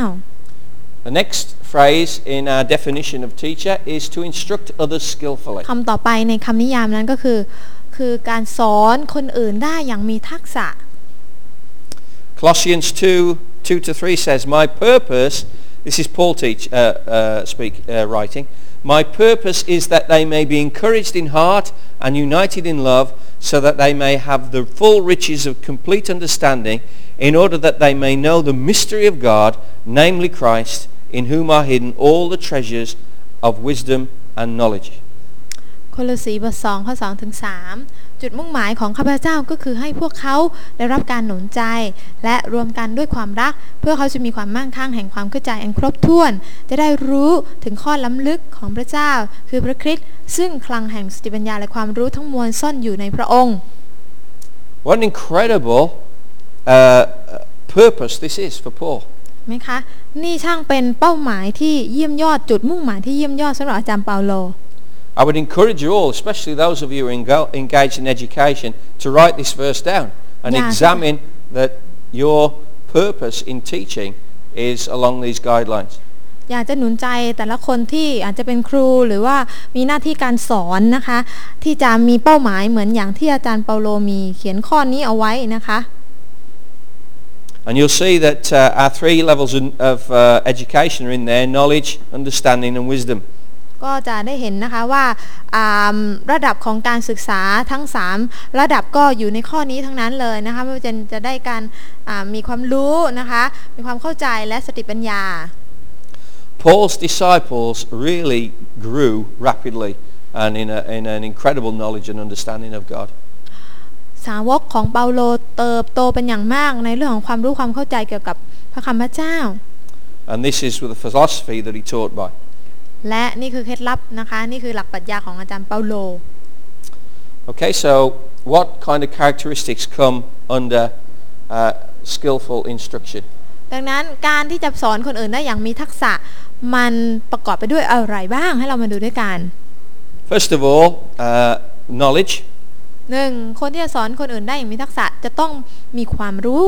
A: The next phrase in our definition of teacher is to instruct others skillfully.
B: คำต่อไปในคำนิยามนั้นก็คือ คือการสอนคนอื่นได้อย่างมีทักษะ
A: Colossians 2, 2 to 3 says, My purpose, this is Paul teach, uh, uh, speak, uh, writing, My purpose is that they may be encouraged in heart and united in love so that they may have the full riches of complete understanding in order that they may know the mystery of God, namely Christ, in whom are hidden all the treasures of wisdom and knowledge.
B: โคลสีบทสองข้อ2ถึง3จุดมุ่งหมายของข้าพเจ้าก็คือให้พวกเขาได้รับการหนุนใจ และรวมกันด้วยความรัก เพื่อเขาจะมีความมั่งคั่งแห่งความเข้าใจอันครบถ้วน จะได้รู้ถึงข้อล้ำลึกของพระเจ้า คือพระคริสต์ซึ่งคลังแห่งสติปัญญาและความรู้ทั้งมวลซ่อนอยู่ในพระองค์
A: What an incredible uh, purpose this is for Paul.
B: ไหมคะนี่ช่างเป็นเป้าหมายที่เยี่ยมยอดจุดมุ่งหมายที่เยี่ยมยอดสำหรับอาจารย์เปาโล
A: I would encourage you all, especially those of you who are engo- engaged in education, to write this verse down and
B: Yeah.
A: examine that your purpose in teaching is along these guidelines.
B: อยากจะหนุนใจแต่ละคนที่อาจจะเป็นครูหรือว่ามีหน้าที่การสอนนะคะ ที่จะมีเป้าหมายเหมือนอย่างที่อาจารย์เปาโลมีเขียนข้อนี้เอาไว้นะคะ
A: And you'll see that uh, our three levels in, of uh, education are in there, knowledge, understanding and wisdom.
B: ก็จะได้เห็นนะคะว่าอ่าระดับของการศึกษาทั้ง 3 ระดับก็อยู่ในข้อนี้ทั้งนั้นเลยนะคะไม่ว่าจะจะได้การอ่ามีความรู้นะคะ มีความเข้าใจและสติปัญญา
A: Paul's disciples really grew rapidly and in, a, in an incredible knowledge and understanding of God.
B: สาวกของเปาโลเติบโตเป็นอย่างมากในเรื่องของความรู้ความเข้าใจเกี่ยวกับพระคำพระเจ้า
A: And this is with the philosophy that he taught by.
B: และนี่คือเคล็ดลับนะคะ นี่คือหลักปรัชญาของอาจารย์เปาโล
A: Okay, so what kind of characteristics come under uh, skillful instruction?
B: ดังนั้นการที่จะสอนคนอื่นได้อย่างมีทักษะ มันประกอบไปด้วยอะไรบ้างให้เรามาดูด้วยกัน
A: First of all, uh, knowledge.
B: หนึ่งคนที่จะสอนคนอื่นได้อย่างมีทักษะจะต้องมีความรู้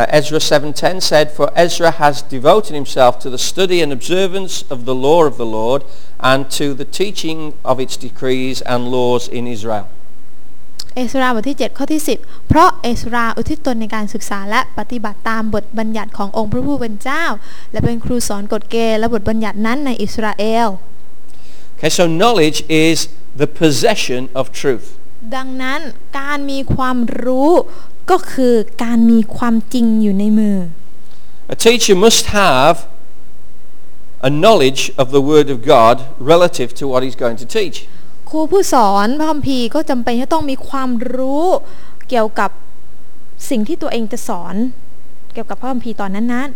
A: Uh, Ezra 7.10 said, For Ezra has devoted himself to the study and observance of the law of the Lord and to the teaching of its decrees and laws in Israel.
B: เอ เอสราบทที่ 7 ข้อที่ 10 เพราะเอสราอุทิศตนในการศึกษาและปฏิบัติตามบทบัญญัติขององค์พระผู้เป็นเจ้า และเป็นครูสอนกฎเกณฑ์และบทบัญญัตินั้นในอิสราเอล
A: Okay, so knowledge is the possession of truth.
B: ดังนั้นการมีความรู้ก็คือการมีความจริงอยู่ในมือ
A: A teacher must have a knowledge of the Word of God relative to what he's going to teach.
B: ครูผู้สอนพระคัมภีร์ก็จำเป็นจะต้องมีความรู้เกี่ยวกับสิ่งที่ตัวเองจะสอน เกี่ยวกับพระคัมภีร์ตอนนั้น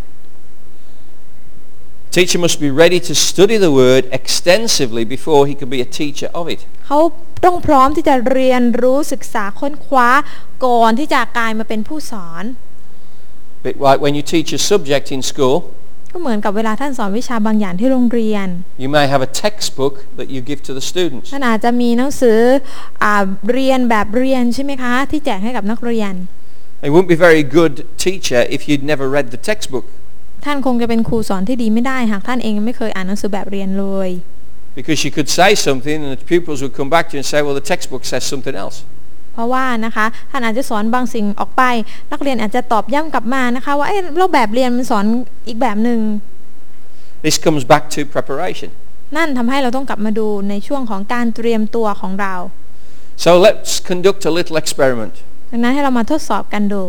A: Teacher must be ready to study the Word extensively before he can be a teacher of it.
B: ๆเขาต้องพร้อมที่จะเรียนรู้ศึกษาค้นคว้าก่อนที่จะกลายมาเป็นผู้สอน
A: Bit like when you teach a subject in school,
B: ก็เหมือนกับเวลาท่านสอนวิชาบางอย่างที่โรงเรียน
A: you may have a textbook that you give to the students.
B: ท่านอาจจะมีหนังสืออาเรียนแบบเรียนใช่ไหมคะ ที่แจกให้กับนักเรียน
A: You wouldn't be a very good teacher if you'd never read the textbook
B: ท่านคงจะเป็นครูสอนที่ดีไม่ได้หากท่านเองยังไม่เคยอ่านหนังสือแบบเรียนเลย
A: because you could say something and the pupils would come back to you and say, well, the textbook says something else.
B: เพราะว่านะคะท่านอาจจะสอนบางสิ่งออกไป นักเรียนอาจจะตอบย่ำกลับมานะคะ ว่าเอ้เราแบบเรียนมันสอนอีกแบบหนึ่ง
A: This comes back to preparation.
B: นั่นทำให้เราต้องกลับมาดูในช่วงของการเตรียมตัวของเรา
A: So let's conduct a little experiment.
B: ดังนั้นให้เรามาทดสอบกันดู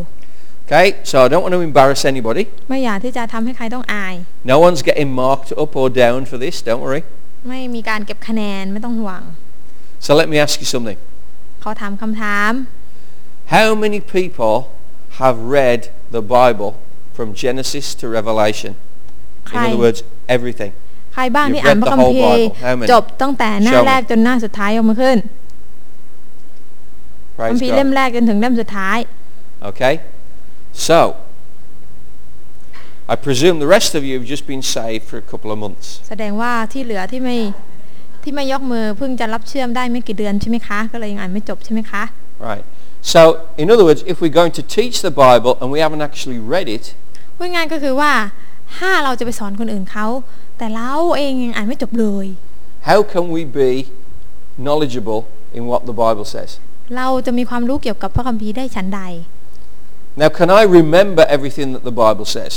A: Okay, so I don't want to embarrass anybody.
B: ไม่อยากที่จะทำให้ใครต้องอาย
A: No one's getting marked up or down for this, don't worry.
B: ไม่มีการเก็บคะแนนไม่ต้องห่วง
A: So let me ask you something.
B: ขอถามคำถาม
A: How many people have read the Bible from Genesis to Revelation? In
B: Hi.
A: other words, everything.
B: ใครบ้าง
A: You've
B: ที่อ่าน
A: read
B: พระ
A: the
B: คัม
A: whole
B: ภีร์
A: Bible. How many?
B: จบตั้งแต่หน้า
A: Show me.
B: แรกจนหน้าสุดท้ายยกมือขึ้นคัม
A: Praise
B: ภีร์
A: God.
B: เล่มแรกจนถึงเล่มสุดท้าย
A: Okay? So, I presume the rest of you have just been saved for a couple of months.
B: แสดงว่าที่เหลือที่ไม่ที่ไม่ยกมือเพิ่งจะรับเชื่อมได้ไม่กี่เดือนใช่ไหมคะ ก็เลยยังอ่านไม่จบใช่ไหมคะ
A: Right. So, in other words, if we're going to teach the Bible and we haven't actually read it,
B: พูดง่ายก็คือว่าถ้าเราจะไปสอนคนอื่นเขา แต่เราเองยังอ่านไม่จบเลย
A: how can we be knowledgeable in what the Bible says?
B: เราจะมีความรู้เกี่ยวกับพระคัมภีร์ได้ชั้นใด
A: Now, can I remember everything that the Bible says?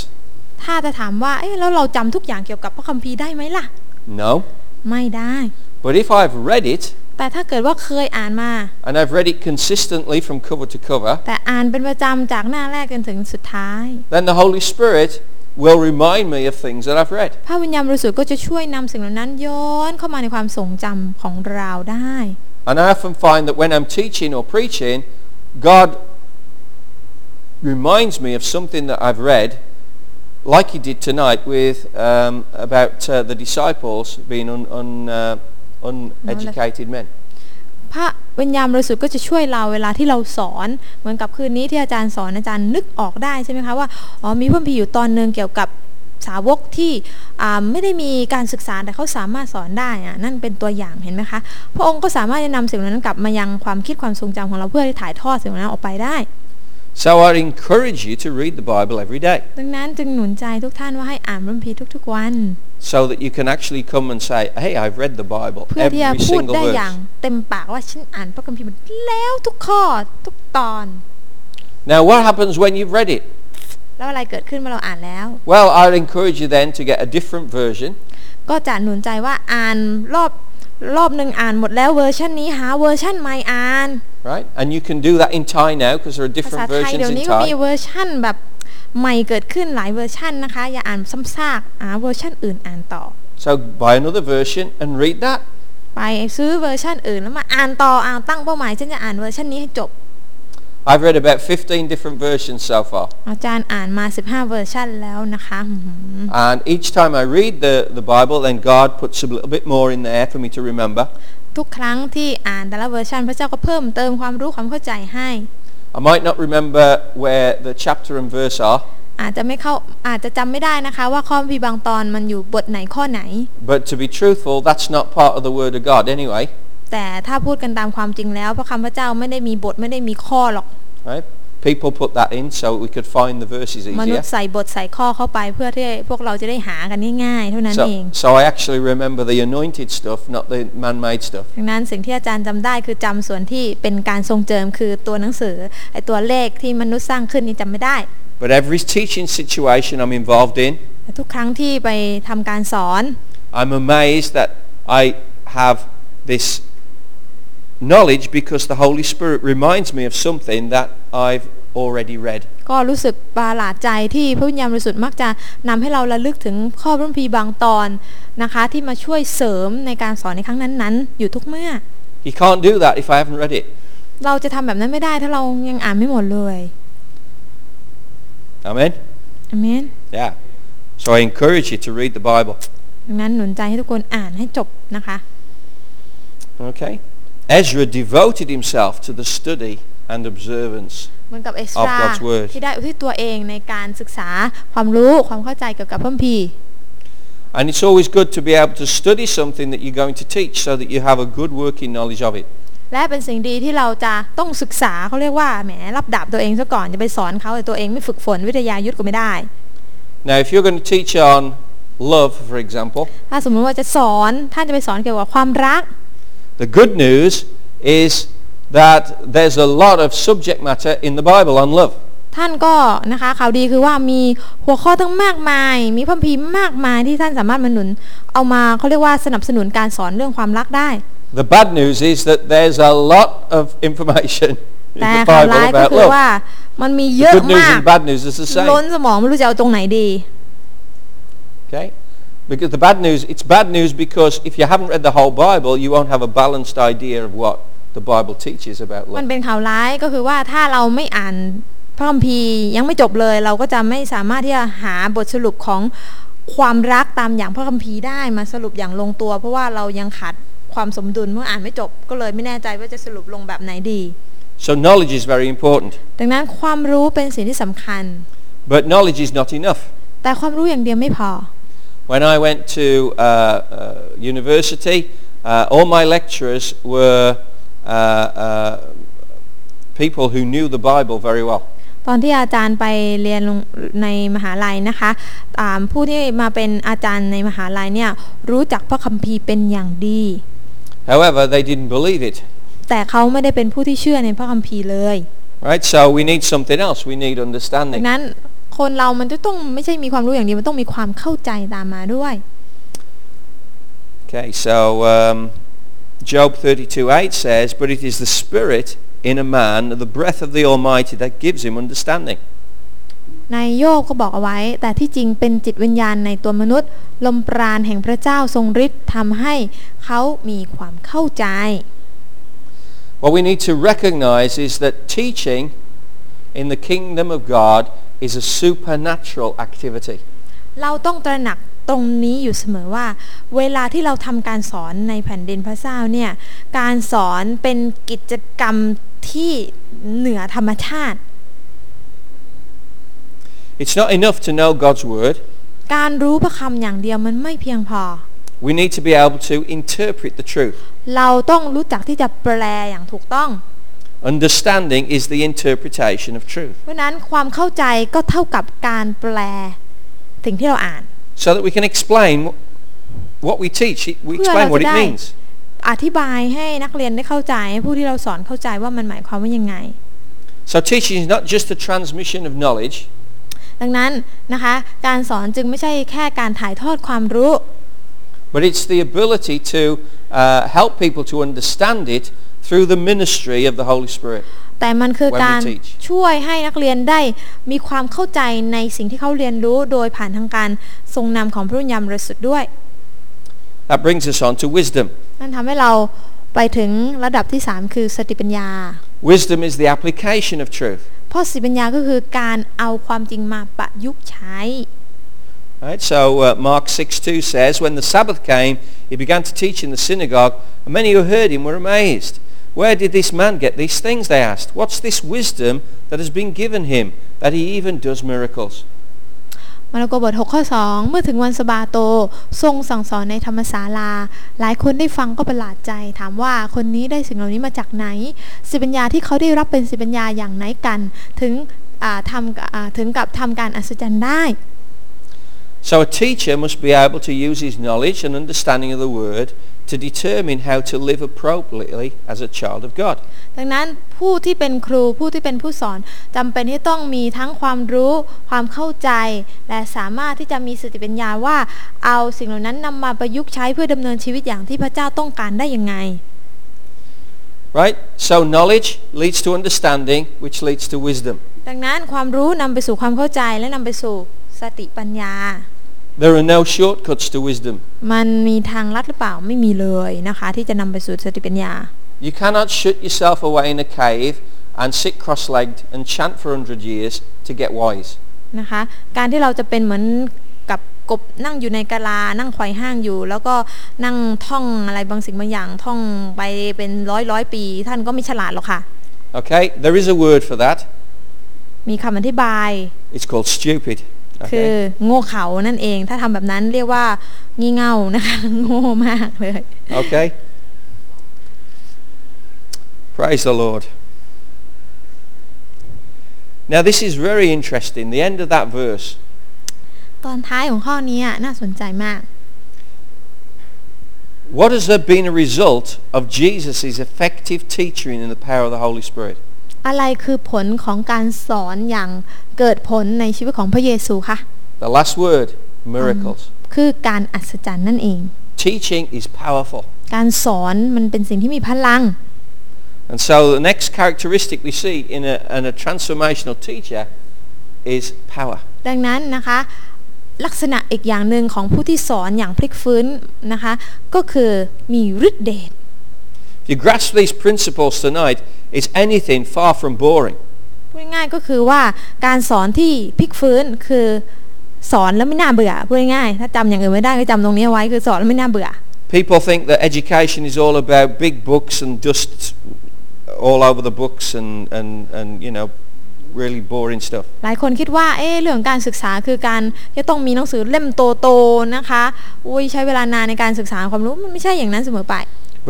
B: ถ้าจะถามว่าเอ๊ะแล้วเราจำทุกอย่างเกี่ยวกับพระคัมภีร์ได้ไหมล่ะ
A: No.
B: ไม่ได้
A: But if I've read it,
B: แต่ถ้าเกิดว่าเคยอ่านมา
A: and I've read it consistently from cover to cover,
B: แต่อ่านเป็นประจำจากหน้าแรกจนถึงสุดท้าย
A: then the Holy Spirit will remind me of things that I've read.
B: พระวิญญาณบริสุทธิ์ก็จะช่วยนำสิ่งเหล่านั้นย้อนเข้ามาในความทรงจำของเราได้
A: And I often find that when I'm teaching or preaching, God reminds me of something that I've read, like he did tonight with um, about uh, the disciples being un, un, uh, uneducated men.
B: พระวิญญาณบริสุทธิ์ก็จะช่วยเราเวลาที่เราสอนเหมือนกับคืนนี้ที่อาจารย์สอนอาจารย์นึกออกได้ใช่ไหมคะว่าอ๋อมีพระคัมภีร์อยู่ตอนหนึ่งเกี่ยวกับสาวกที่อ่าไม่ได้มีการศึกษาแต่เขาสามารถสอนได้อะนั่นเป็นตัวอย่างเห็นไหมคะพระองค์ก็สามารถจะนำสิ่งเหล่านั้นกลับมายังความคิดความทรงจำของเราเพื่อที่ถ่ายทอดสิ่งเหล่านั้นออกไปได้
A: So I encourage you to read the Bible every day
B: ดังนั้นจึงหนุนใจทุกท่านว่าให้อ่านพระคัมภีร์ทุก ๆ วัน
A: so that you can actually come and say, hey, I've read the Bible,
B: เพื่อที่จะ
A: every
B: พูด
A: single
B: ได้อย่าง
A: verse.
B: เต็มปากว่าฉันอ่านพระคัมภีร์หมดแล้วทุกข้อทุกตอน
A: Now what happens when you've read it?
B: แล้วอะไรเกิดขึ้นเมื่อเราอ่านแล้ว
A: Well, I'd encourage you then to get a different version
B: ก็จะหนุนใจว่าอ่านรอบรอบหนึ่งอ่านหมดแล้วเวอร์ชันนี้หาเวอร์ชันใหม่อ่าน
A: Right? And you can do that in Thai now because there are
B: ภาษา
A: different
B: ไทย
A: versions
B: เดี๋ยว
A: in
B: นี้ก็มี
A: Thai.
B: เวอร์ชันแบบใหม่เกิดขึ้นหลายเวอร์ชันนะคะ อย่าอ่านซ้ำซากหาเวอร์ชันอื่นอ่านต่อ
A: So buy another version and read that.
B: ไปซื้อเวอร์ชันอื่นแล้วมาอ่านต่ออ่านตั้งเป้าหมายฉันจะอ่านเวอร์ชันนี้ให้จบ
A: I've read about 15 different versions so far.
B: อาจารย์อ่านมา 15 เวอร์ชันแล้วนะคะอื้อหือ
A: And each time I read the, the Bible, then God puts a little bit more in there for me to remember.
B: ทุกครั้งที่อ่านแต่ละเวอร์ชันพระเจ้าก็เพิ่มเติมความรู้ความเข้าใจให้
A: I might not remember where the chapter and verse are,
B: อาจจะไม่เข้าอาจจะจำไม่ได้นะคะ ว่าข้อพิบางตอนมันอยู่บทไหนข้อไหน
A: but to be truthful, that's not part of the Word of God anyway.
B: แต่ถ้าพูดกันตามความจริงแล้วพระคำพระเจ้าไม่ได้มีบทไม่ได้มีข้อหรอก
A: Right? People put that in so we could find the verses
B: มนุ
A: easier.
B: ษย์ใส่บทใส่ข้อเข้าไปเพื่อที่พวกเราจะได้หากันง่ายๆ เท่านั้นเอง
A: So, so I actually remember the anointed stuff, not the man-made stuff.
B: ดังนั้นสิ่งที่อาจารย์จำได้คือจำส่วนที่เป็นการทรงเจิมคือตัวหนังสือไอตัวเลขที่มนุษย์สร้างขึ้นนี่จำไม่ได้
A: But every teaching situation I'm involved in,
B: แต่ทุกครั้งที่ไปทำการสอน
A: I'm amazed that I have this knowledge because the Holy Spirit reminds me of something that I've already read.
B: ก็รู้สึกประหลาดใจที่พระวิญญาณบริสุทธิ์มักจะนำให้เราระลึกถึงข้อพระคัมภีร์บางตอนนะคะ ที่มาช่วยเสริมในการสอนในครั้งนั้นๆ อยู่ทุกเมื่อ
A: He can't do that if I haven't read it.
B: เราจะทำแบบนั้นไม่ได้ถ้าเรายังอ่านไม่หมดเลย
A: Amen?
B: อเมน
A: Yeah. So I encourage you to read the Bible.
B: ดังนั้นหนุนใจให้ทุกคนอ่านให้จบนะคะ
A: Okay? Ezra devoted himself to the study and observance.
B: เหมือนกับเอส
A: Of
B: รา
A: God's Word
B: ที่ได้อุทิศตัวเองในการศึกษาความรู้ความเข้าใจเกี่ยวกับพระคัมภีร์
A: And it's always good to be able to study something that you're going to teach so that you have a good working knowledge of it.
B: และเป็นสิ่งดีที่เราจะต้องศึกษาเขาเรียกว่าแหมรับดาบตัวเองซะก่อนจะไปสอนเขาแต่ตัวเองไม่ฝึกฝนวิทยายุทธก็ไม่ได้
A: Now, if you're going to teach on love, for example,
B: ถ้าสมมุติว่าจะสอนท่านจะไปสอนเกี่ยวกับความรัก
A: the good news is that there's a lot of subject matter in the Bible on love.
B: ท่านก็นะคะข่าวดีคือว่ามีหัวข้อตั้งมากมาย มีพระคัมภีร์มากมายที่ท่านสามารถมาหนุน เอามาเขาเรียกว่าสนับสนุนการสอนเรื่องความรักได้
A: The bad news is that there's a lot of information in
B: แต่
A: the
B: ข่าว
A: Bible
B: ร้ายก็
A: about
B: คือ
A: love.
B: ว่ามันมีเย
A: The
B: อะ
A: good news
B: มา
A: and
B: ก
A: the bad news is the
B: ล้น
A: same.
B: สมองไม่รู้จะเอาตรงไหนดี
A: Okay? Because the bad news, it's bad news because if you haven't read the whole Bible, you won't have a balanced idea of what the Bible teaches about
B: มัน
A: love.
B: เป็นข่าวร้ายก็คือว่าถ้าเราไม่อ่านพระคัมภีร์ยังไม่จบเลย เราก็จะไม่สามารถที่จะหาบทสรุปของความรักตามอย่างพระคัมภีร์ได้มาสรุปอย่างลงตัว เพราะว่าเรายังขาดความสมดุลเมื่ออ่านไม่จบก็เลยไม่แน่ใจว่าจะสรุปลงแบบไหนดี
A: So knowledge is very important.
B: ดังนั้นความรู้เป็นสิ่งที่สำคัญ
A: But knowledge is not enough.
B: แต่ความรู้อย่างเดียวไม่พอ
A: When I went to uh, uh, university, uh, all my lecturers were uh, uh, people who knew the Bible very well.
B: ตอนที่อาจารย์ไปเรียนโรงในมหาลัยนะคะอ่าผู้ที่มาเป็นอาจารย์ในมหาลัยเนี่ยรู้จักพระคัมภีร์เป็นอย่างดี
A: However, they didn't believe it.
B: แต่เขาไม่ได้เป็นผู้ที่เชื่อในพระคัมภีร์เลย
A: Right? So we need something else. We need
B: ดั
A: understanding.
B: งนั้นคนเรามันจะต้องไม่ใช่มีความรู้อย่างเดียวมันต้องมีความเข้าใจตามมาด้วย
A: Okay, so um, Job 32.8 says, But it is the spirit in a man, the breath of the Almighty, that gives him understanding.
B: ในโยบก็บอกเอาไว้ แต่ที่จริงเป็นจิตวิญญาณในตัวมนุษย์ ลมปราณแห่งพระเจ้าทรงฤทธิ์ทำให้เขามีความเข้าใจ
A: What we need to recognize is that teaching in the kingdom of God is a supernatural activity.
B: เราต้องตระหนักตรงนี้อยู่เสมอว่า เวลาที่เราทำการสอนในแผ่นดินพระเจ้าเนี่ยการสอนเป็นกิจกรรมที่เหนือธรรมชาติ
A: It's not enough to know God's word.
B: การรู้พระคำอย่างเดียวมันไม่เพียงพอ
A: We need to be able to interpret the truth.
B: เราต้องรู้จักที่จะแปลอย่างถูกต้อง
A: Understanding is the interpretation of truth
B: เพราะฉะนั้นความเข้าใจก็เท่ากับการแปลสิ่งที่เราอ่าน
A: so that we can explain wh- what we teach. It- We
B: Well,
A: explain what it
B: today-
A: means.
B: อธิบายให้นักเรียนได้เข้าใจให้ผู้ที่เราสอนเข้าใจว่ามันหมายความว่ายังไง
A: So teaching is not just the transmission of knowledge,
B: ดังนั้นนะคะ การสอนจึงไม่ใช่แค่การถ่ายทอดความรู้
A: but it's the ability to uh, help people to understand it through the ministry of the Holy Spirit.
B: แต่มันคือ
A: When we
B: การ
A: teach
B: ช่วยให้นักเรียนได้มีความเข้าใจในสิ่งที่เขาเรียนรู้โดยผ่านทางการทรงนำของพระวิญญาณบริสุทธิ์ด้วย
A: That brings us on to wisdom.
B: นั่นทำให้เราไปถึงระดับที่ 3 คือสติปัญญา
A: Wisdom is the application of truth.
B: เพราะสติปัญญาก็คือการเอาความจริงมาประยุกต์ใช้
A: Right? So uh, Mark 6.2 says, When the Sabbath came, he began to teach in the synagogue, and many who heard him were amazed. Where did this man get these things, they asked. What's this wisdom that has been given him, that he even does miracles?
B: มาระโกบท 6 ข้อ 2 เมื่อถึงวันสะบาโต ทรงสั่งสอนในธรรมศาลา หลายคนได้ฟังก็ประหลาดใจ ถามว่าคนนี้ได้สิ่งเหล่านี้มาจากไหน สิบัญญาที่เขาได้รับเป็นสิบัญญาอย่างไหนกัน ถึงอ่าทำอ่าถึงกับทำการอัศจรรย์ได้
A: So a teacher must be able to use his knowledge and understanding of the word to determine how to live appropriately as a child of God.
B: ดังนั้นผู้ที่เป็นครูผู้ที่เป็นผู้สอนจำเป็นที่ต้องมีทั้งความรู้ ความเข้าใจ และสามารถที่จะมีสติปัญญาว่า เอาสิ่งเหล่านั้นนำมาประยุกต์ใช้เพื่อดำเนินชีวิตอย่างที่พระเจ้าต้องการได้ยังไง
A: Right? So knowledge leads to understanding, which leads to wisdom.
B: ดังนั้นความรู้นำไปสู่ความเข้าใจและนำไปสู่สติปัญญา
A: There are no shortcuts to wisdom.
B: มันมีทางลัดหรือเปล่าไม่มีเลยนะคะ ที่จะนำไปสู่สติปัญญา
A: You cannot shut yourself away in a cave and sit cross-legged and chant for 100 years to get wise.
B: นะคะ การที่เราจะเป็นเหมือนกับกบนั่งอยู่ในกะลา นั่งไขว่ห้างอยู่ แล้วก็นั่งท่องอะไรบางสิ่งบางอย่างท่องไปเป็นร้อยร้อยปี ท่านก็ไม่ฉลาดหรอกค่ะ
A: Okay? There is a word for that.
B: มีคำอธิบาย
A: It's called stupid.
B: คือ
A: Okay?
B: โง่เขลานั่นเอง ถ้าทำแบบนั้นเรียกว่างี่เง่านะคะ โง่มากเลย
A: Okay? Praise the Lord. Now this is very interesting. The end of that verse.
B: ตอนท้ายของข้อนี้อะน่าสนใจมาก
A: What has there been a result of Jesus' effective teaching in the power of the Holy Spirit?
B: อะไรคือผลของการสอนอย่างเกิดผลในชีวิตของพระเยซูคะ
A: The last word, miracles.
B: คือการอัศจรรย์นั่นเอง
A: Teaching is powerful.
B: การสอนมันเป็นสิ่งที่มีพลัง
A: And so the next characteristic we see in a, in a transformational teacher is power.
B: ดังนั้นนะคะ ลักษณะอีกอย่างหนึ่งของผู้ที่สอนอย่างพลิกฟื้นนะคะ ก็คือมีฤทธิเดช
A: If you grasp these principles tonight, it's anything far from boring.
B: พูดง่ายๆก็คือว่าการสอนที่พลิกฟื้นคือสอนแล้วไม่น่าเบื่อพูดง่ายๆถ้าจำอย่างอื่นไม่ได้ก็จำตรงนี้ไว้คือสอนแล้วไม่น่าเบื่อ
A: People think that education is all about big books and dust all over the books and, and, and you know, really boring stuff.
B: หลายคนคิดว่าเอ๊ะเรื่องการศึกษาคือการจะต้องมีหนังสือเล่มโตๆนะคะอุ้ยใช้เวลานานในการศึกษาความรู้มันไม่ใช่อย่างนั้นเสมอไป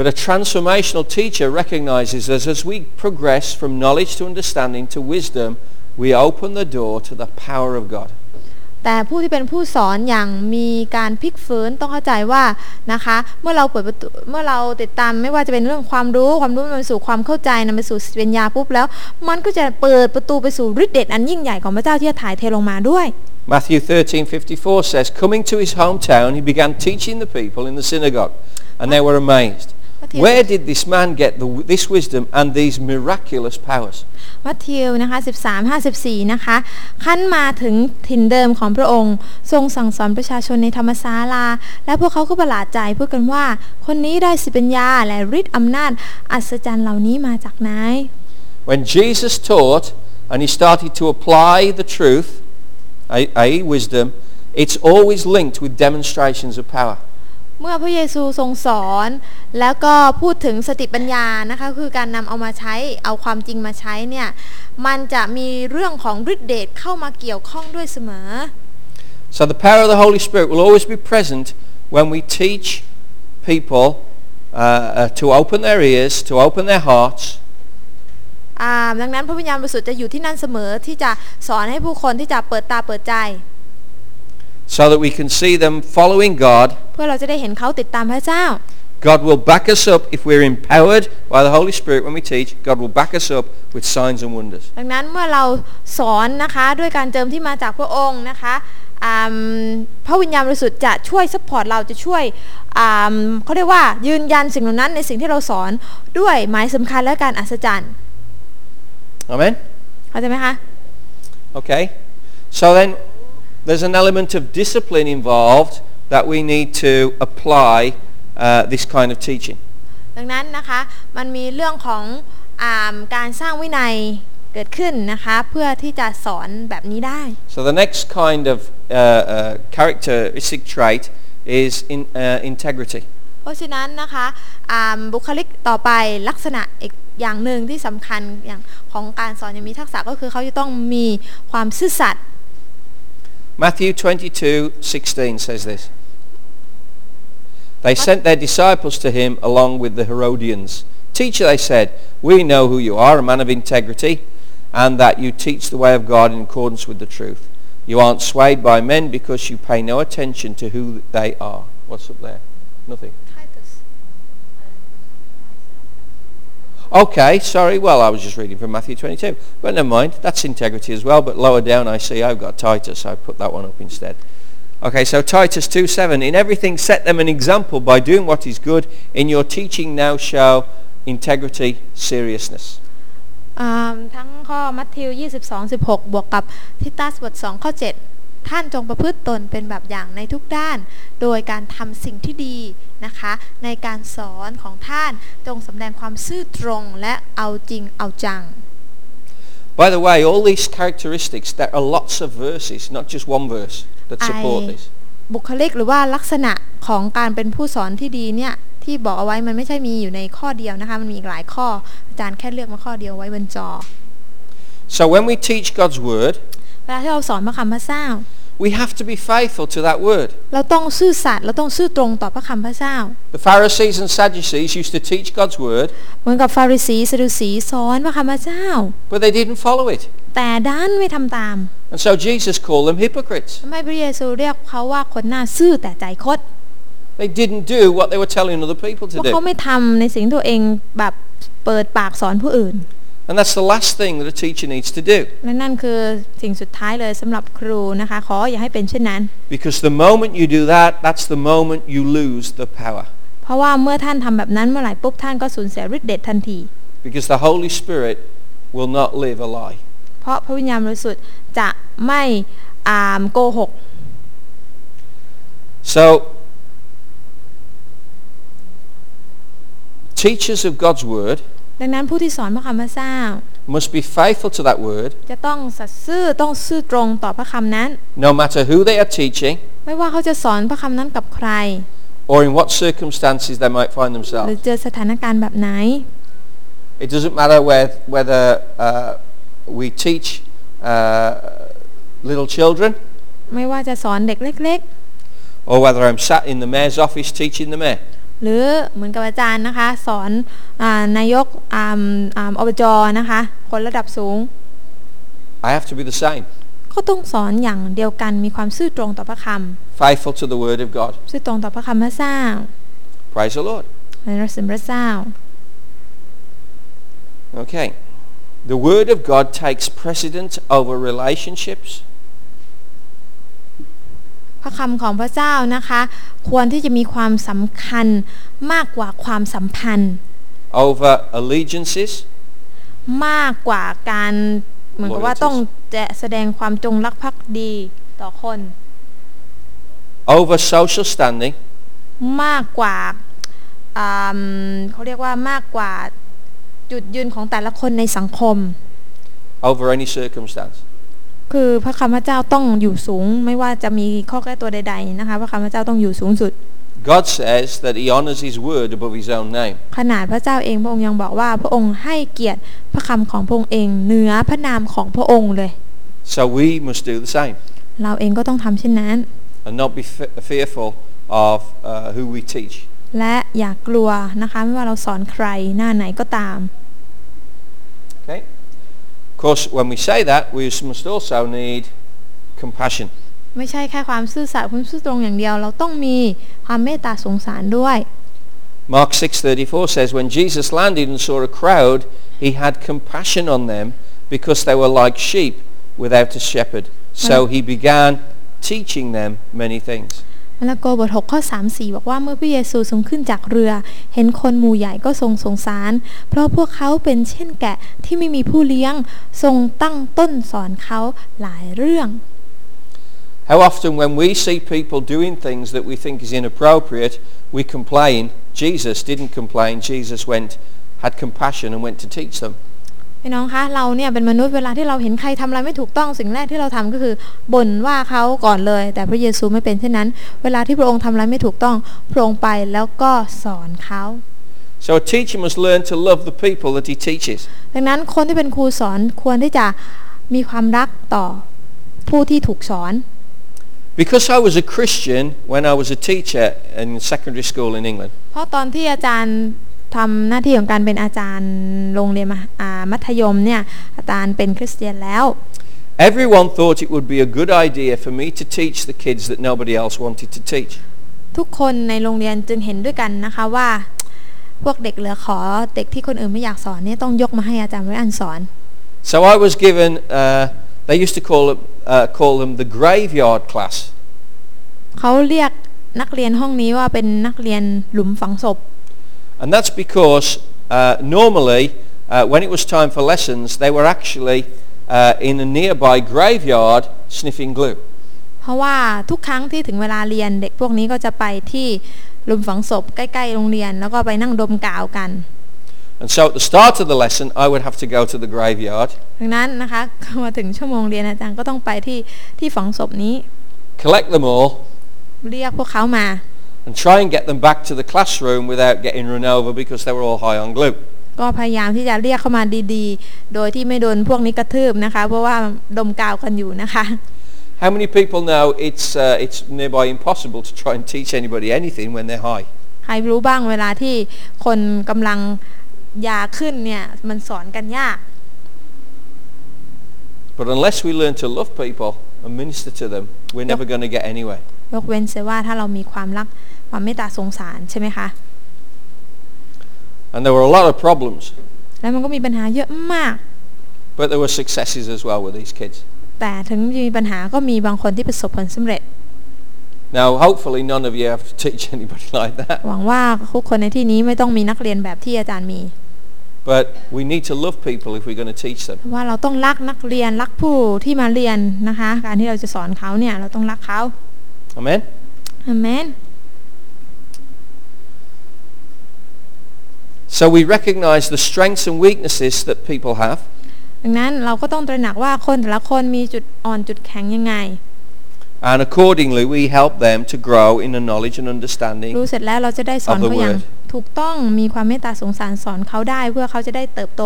A: But a transformational teacher recognizes that as we progress from knowledge to understanding to wisdom, we open the door to the power of God.
B: แต่ผู้ที่เป็นผู้สอนอย่างมีการพลิกฟื้นต้องเข้าใจว่านะคะ เมื่อเราเปิดประตูเมื่อเราติดตามไม่ว่าจะเป็นเรื่องความรู้ ความรู้นำไปสู่ความเข้าใจนำไปสู่ปัญญาปุ๊บแล้ว มันก็จะเปิดประตูไปสู่ฤทธิ์เดชอันยิ่งใหญ่ของพระเจ้าที่จะถ่ายเทลงมาด้วย
A: Matthew 13:54 says, coming to his hometown, he began teaching the people in the synagogue, and they were amazed.
B: Matthew-
A: Where did this man get the, this wisdom and these miraculous powers?
B: มัทธิวนะคะ13 54 นะคะ ขั้นมาถึงถิ่นเดิมของพระองค์ ทรงสั่งสอนประชาชนในธรรมศาลา และพวกเขาก็ประหลาดใจพูดกันว่า คนนี้ได้สิปัญญาและฤทธิ์อำนาจอัศจรรย์เหล่านี้มาจากไหน
A: When Jesus taught and he started to apply the truth, i- i.e. wisdom, it's always linked with demonstrations of power.
B: เมื่อพระเยซูทรงสอนแล้วก็พูดถึงสติปัญญานะคะคือการนำเอามาใช้เอาความจริงมาใช้เนี่ยมันจะมีเรื่องของฤทธิเดชเข้ามาเกี่ยวข้องด้วยเสมอ
A: So the power of the Holy Spirit will always be present when we teach people uh, uh, to open their ears, to open their hearts,
B: อ่าดังนั้นพระวิญญาณบริสุทธิ์จะอยู่ที่นั่นเสมอที่จะสอนให้ผู้คนที่จะเปิดตาเปิดใจ
A: so that we can see them following God.
B: เพื่อเราจะได้เห็นเขาติดตามพระเจ้า
A: God will back us up if we're empowered by the Holy Spirit when we teach. God will back us up with signs and wonders.
B: ดังนั้นเมื่อเราสอนนะคะด้วยการเจิมที่มาจากพระองค์นะคะอ่าพระวิญญาณบริสุทธิ์จะช่วยซัพพอร์ตเราจะช่วยอ่าเขาเรียกว่ายืนยันสิ่งเหล่านั้นในสิ่งที่เราสอนด้วยหมายสำคัญและการอัศจรรย์
A: Amen?
B: เข้าใจไหมคะ
A: Okay? So then there's an element of discipline involved that we need to apply uh, this kind of teaching.
B: ดังนั้นนะคะมันมีเรื่องของอาการสร้างวินัยเกิดขึ้นนะคะเพื่อที่จะสอนแบบนี้ได้
A: So the next kind of uh, uh, characteristic trait is in, uh, integrity.
B: เพราะฉะนั้นนะคะอ่าบุคลิกต่อไปลักษณะอีกอย่างหนึ่งที่สำคัญอย่างของการสอนอย่างมีทักษะก็คือเขาจะต้องมีความซื่อสัตย์
A: Matthew 22:16 says this. They sent their disciples to him along with the Herodians. Teacher, they said, we know who you are, a man of integrity, and that you teach the way of God in accordance with the truth. You aren't swayed by men because you pay no attention to who they are. What's up there? Nothing. Okay, sorry. Well, I was just reading from Matthew 22. But never mind. That's integrity as well. But lower down, I see I've got Titus. I put that one up instead. Okay, so Titus 2.7. In everything set them an example by doing what is good. In your teaching now show integrity, seriousness.
B: อ่าทั้งข้อมัทธิว 22 16 บวกกับทิตัสบท 2 ข้อ 7 ท่านจงประพฤติตนเป็นแบบอย่างในทุกด้าน โดยการทำสิ่งที่ดีนะคะ ในการสอนของท่านจงสำแดงความซื่อตรงและเอาจริงเอาจัง
A: By the way, all these characteristics, there are lots of verses, not just one verse, that support
B: I-
A: this.
B: บุคลิกหรือว่าลักษณะของการเป็นผู้สอนที่ดีเนี่ย ที่บอกเอาไว้มันไม่ใช่มีอยู่ในข้อเดียวนะคะ มันมีอีกหลายข้อ อาจารย์แค่เลือกมาข้อเดียวไว้บนจอ
A: So when we teach God's word,
B: เวลาที่เราสอนพระคำพระเจ้า
A: we have to be faithful to that word.
B: เราต้องซื่อสัตย์เราต้องซื่อตรงต่อพระคำพระเจ้า
A: The Pharisees and Sadducees used to teach God's word,
B: เหมือนกับฟาริสีสะดุสีสอนพระคำพระเจ้า
A: but they didn't follow it.
B: แต่ด้านไม่ทำตาม
A: And so Jesus called them hypocrites.
B: ทำไมพระเยซูเรียกเขาว่าคนหน้าซื่อแต่ใจคด
A: They didn't do what they were telling other people
B: เพ
A: to
B: ราะเขา
A: do.
B: ไม่ทำในสิ่งที่ตัวเองแบบเปิดปากสอนผู้อื่น
A: And that's the last thing that a teacher needs to do.
B: และนั่นคือสิ่งสุดท้ายเลยสำหรับครูนะคะ ขออย่าให้เป็นเช่นนั้น
A: Because the moment you do that, that's the moment you lose the power.
B: เพราะว่าเมื่อท่านทำแบบนั้นเมื่อไหร่ปุ๊บท่านก็สูญเสียฤทธิ์เดชทันที
A: Because the Holy Spirit will not live a lie.
B: เพราะพระวิญญาณบริสุทธิ์จะไม่อ่าโกหก
A: So, teachers of God's word
B: ดังนั้นผู้ที่สอนพระคำพระเจ้า
A: must be faithful to that word,
B: จะต้องสัตย์ซื่อต้องซื่อตรงต่อพระคำนั้น
A: no matter who they are teaching
B: ไม่ว่าเขาจะสอนพระคำนั้นกับใคร
A: or in what circumstances they might find
B: หรือ
A: themselves.
B: เจอสถานการณ์แบบไหน
A: It doesn't matter whe- whether uh, we teach uh, little children
B: ไม่ว่าจะสอนเด็กเล็ก
A: or whether I'm sat in the mayor's office teaching the mayor.
B: ๆ หรือเหมือนกับอาจารย์นะคะ สอนอานายกอ่าอ่าอบจนะคะ คนระดับสูง
A: I have to be the same,
B: ก็ต้องสอนอย่างเดียวกันมีความซื่อตรงต่อพระค
A: faithful to the word of God.
B: ำซื่อตรงต่อพระคำพระเจ้า
A: Praise the Lord.
B: ในรัศมีพระเจ้า
A: Okay. The word of God takes precedent over relationships,
B: พระคำของพระเจ้านะคะ ควรที่จะมีความสำคัญมากกว่าความสัมพันธ์
A: over allegiances,
B: มากกว่าการเหมือนกับว่า
A: Loyalties
B: ต้องจะแสดงความจงรักภักดีต่อคน
A: over social standing,
B: มากกว่าอืมเขาเรียกว่ามากกว่าจุดยืนของแต่ละคนในสังคม
A: over any circumstance.
B: คือพระคำพระเจ้าต้องอยู่สูง ไม่ว่าจะมีข้อแก้ตัวใด ๆนะคะ พระคำพระเจ้าต้องอยู่สูงสุด
A: God says that he honors his word above his own name.
B: ขนาดพระเจ้าเองพระองค์ยังบอกว่าพระองค์ให้เกียรติพระคำของพระองค์เองเหนือพระนามของพระองค์เลย
A: So we must do the same
B: เราเองก็ต้องทำเช่นนั้น
A: and not be fe- fearful of uh, who we teach.
B: และอย่ากลัวนะคะ ไม่ว่าเราสอนใครหน้าไหนก็ตาม
A: Okay? Of course, when we say that, we must also need compassion.
B: ไม่ใช่แค่ความซื่อสัตย์ความซื่อตรงอย่างเดียว เราต้องมีความเมตตาสงสารด้วย
A: Mark 6:34 says when Jesus landed and saw a crowd he had compassion on them because they were like sheep without a shepherd so he began teaching them many things
B: มาระโกบท 6 ข้อ 3 4 บอกว่าเมื่อพระเยซูทรงขึ้นจากเรือ เห็นคนหมู่ใหญ่ก็ทรงสงสาร เพราะพวกเขาเป็นเช่นแกะที่ไม่มีผู้เลี้ยง ทรงตั้งต้นสอนเขาหลายเรื่อง
A: how often when we see people doing things that we think is inappropriate we complain Jesus didn't complain Jesus went had compassion and went to teach them
B: พี่น้องคะเราเนี่ยเป็นมนุษย์เวลาที่เราเห็นใครทำอะไรไม่ถูกต้องสิ่งแรกที่เราทำก็คือบ่นว่าเขาก่อนเลย แต่พระเยซูไม่เป็นเช่นนั้น เวลาที่พระองค์ทำอะไรไม่ถูกต้องพระองค์ไปแล้วก็สอนเขา
A: so a teacher must learn to love the people that he teaches
B: ดังนั้นคนที่เป็นครูสอนควรที่จะมีความรักต่อผู้ที่ถูกสอน
A: Because I was a Christian when I was a teacher in secondary school in England,
B: เพราะตอนที่อาจารย์ทำหน้าที่ของการเป็นอาจารย์โรงเรียนมหาอ่ามัธยมเนี่ยอาจารย์เป็นคริสเตียนแล้ว
A: everyone thought it would be a good idea for me to teach the kids that nobody else wanted to teach.
B: ทุกคนในโรงเรียนจึงเห็นด้วยกันนะคะว่า พวกเด็กเหลือขอเด็กที่คนอื่นไม่อยากสอนเนี่ยต้องยกมาให้อาจารย์ไว้อันสอน
A: So I was given, uh, they used to call, it, uh, call them the graveyard class.
B: เขาเรียกนักเรียนห้องนี้ว่าเป็นนักเรียนหลุมฝังศพ
A: And that's because uh, normally uh, when it was time for lessons, they were actually uh, in a nearby graveyard sniffing glue.
B: เพราะว่าทุกครั้งที่ถึงเวลาเรียนเด็กพวกนี้ก็จะไปที่หลุมฝังศพใกล้ๆโรงเรียน แล้วก็ไปนั่งดมกาวกัน
A: And so at the start of the lesson, I would have to go to the graveyard,
B: ดังนั้นนะคะ มาถึงชั่วโมงเรียนอาจารย์ก็ต้องไปที่ที่ฝังศพนี้
A: collect them all,
B: เรียกพวกเขามา
A: and try and get them back to the classroom without getting run over because they were all high on glue.
B: ก็พยายามที่จะเรียกเข้ามาดีๆ โดยที่ไม่โดนพวกนี้กระทืบนะคะ เพราะว่าดมกาวกันอยู่นะคะ
A: How many people know it's, uh, it's nearby impossible to try and teach anybody anything when they're high?
B: ใครรู้บ้างเวลาที่คนกำลังยาขึ้นเนี่ยมันสอนกันยาก
A: But unless we learn to love people and minister to them, we're never going to get anywhere.
B: ยกเว้นเสียว่าถ้าเรามีความรักความเมตตาสงสารใช่ไหมคะ
A: And there were a lot of problems,
B: แล้วมันก็มีปัญหาเยอะมาก
A: but there were successes as well with these kids.
B: แต่ถึงมีปัญหาก็มีบางคนที่ประสบผลสำเร็จ
A: Now, hopefully none of you have to teach anybody like that,
B: หวังว่าทุกคนในที่นี้ไม่ต้องมีนักเรียนแบบที่อาจารย์มี
A: but we need to love people if we're going to teach them.
B: ว่าเราต้องรักนักเรียนรักผู้ที่มาเรียนนะคะ การที่เราจะสอนเขาเนี่ยเราต้องรักเขา
A: Amen?
B: อเมน
A: So we recognize the strengths and weaknesses that people have.
B: ดังนั้นเราก็ต้องตระหนักว่าคนแต่ละคนมีจุดอ่อนจุดแข็งยังไง
A: And accordingly, we help them to grow in the knowledge and
B: รู้
A: understanding.
B: เสร็จแล้วเราจะได้สอน
A: Of the
B: เขาอย่าง
A: word
B: ถูกต้องมีความเมตตาสงสารสอนเขาได้ เพื่อเขาจะได้เติบโต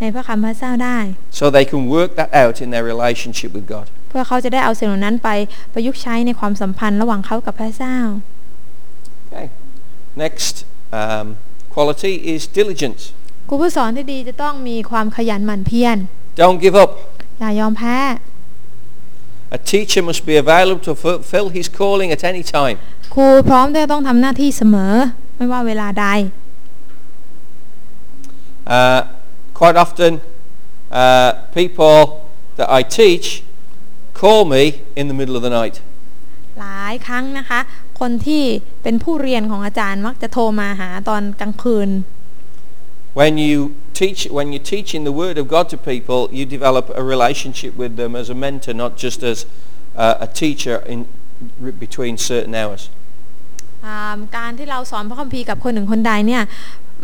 B: ในพระคำพระเจ้าได้
A: So they can work that out in their relationship with God.
B: เพื่อเขาจะได้เอาสิ่งเหล่านั้นไปประยุกต์ใช้ในความสัมพันธ์ระหว่างเขากับพระเจ้า
A: Okay. Next um, quality is diligence.
B: ครูผู้สอนที่ดีจะต้องมีความขยันหมั่นเพียร
A: Don't give up.
B: อย่ายอมแพ้
A: A teacher must be available to fulfill his calling at any time.
B: ครูพร้อมที่จะต้องทำหน้าที่เสมอ ไม่ว่าเวลาใด
A: Uh, quite often, uh, people that I teach call me in the middle of the night.
B: หลายครั้งนะคะ คนที่เป็นผู้เรียนของอาจารย์มักจะโทรมาหาตอนกลางคืน
A: When you teach, when you're teaching the Word of God to people, you develop a relationship with them as a mentor, not just as uh, a teacher in r- between certain hours.
B: อ่าการที่เราสอนพระคัมภีร์กับคนหนึ่งคนใดเนี่ย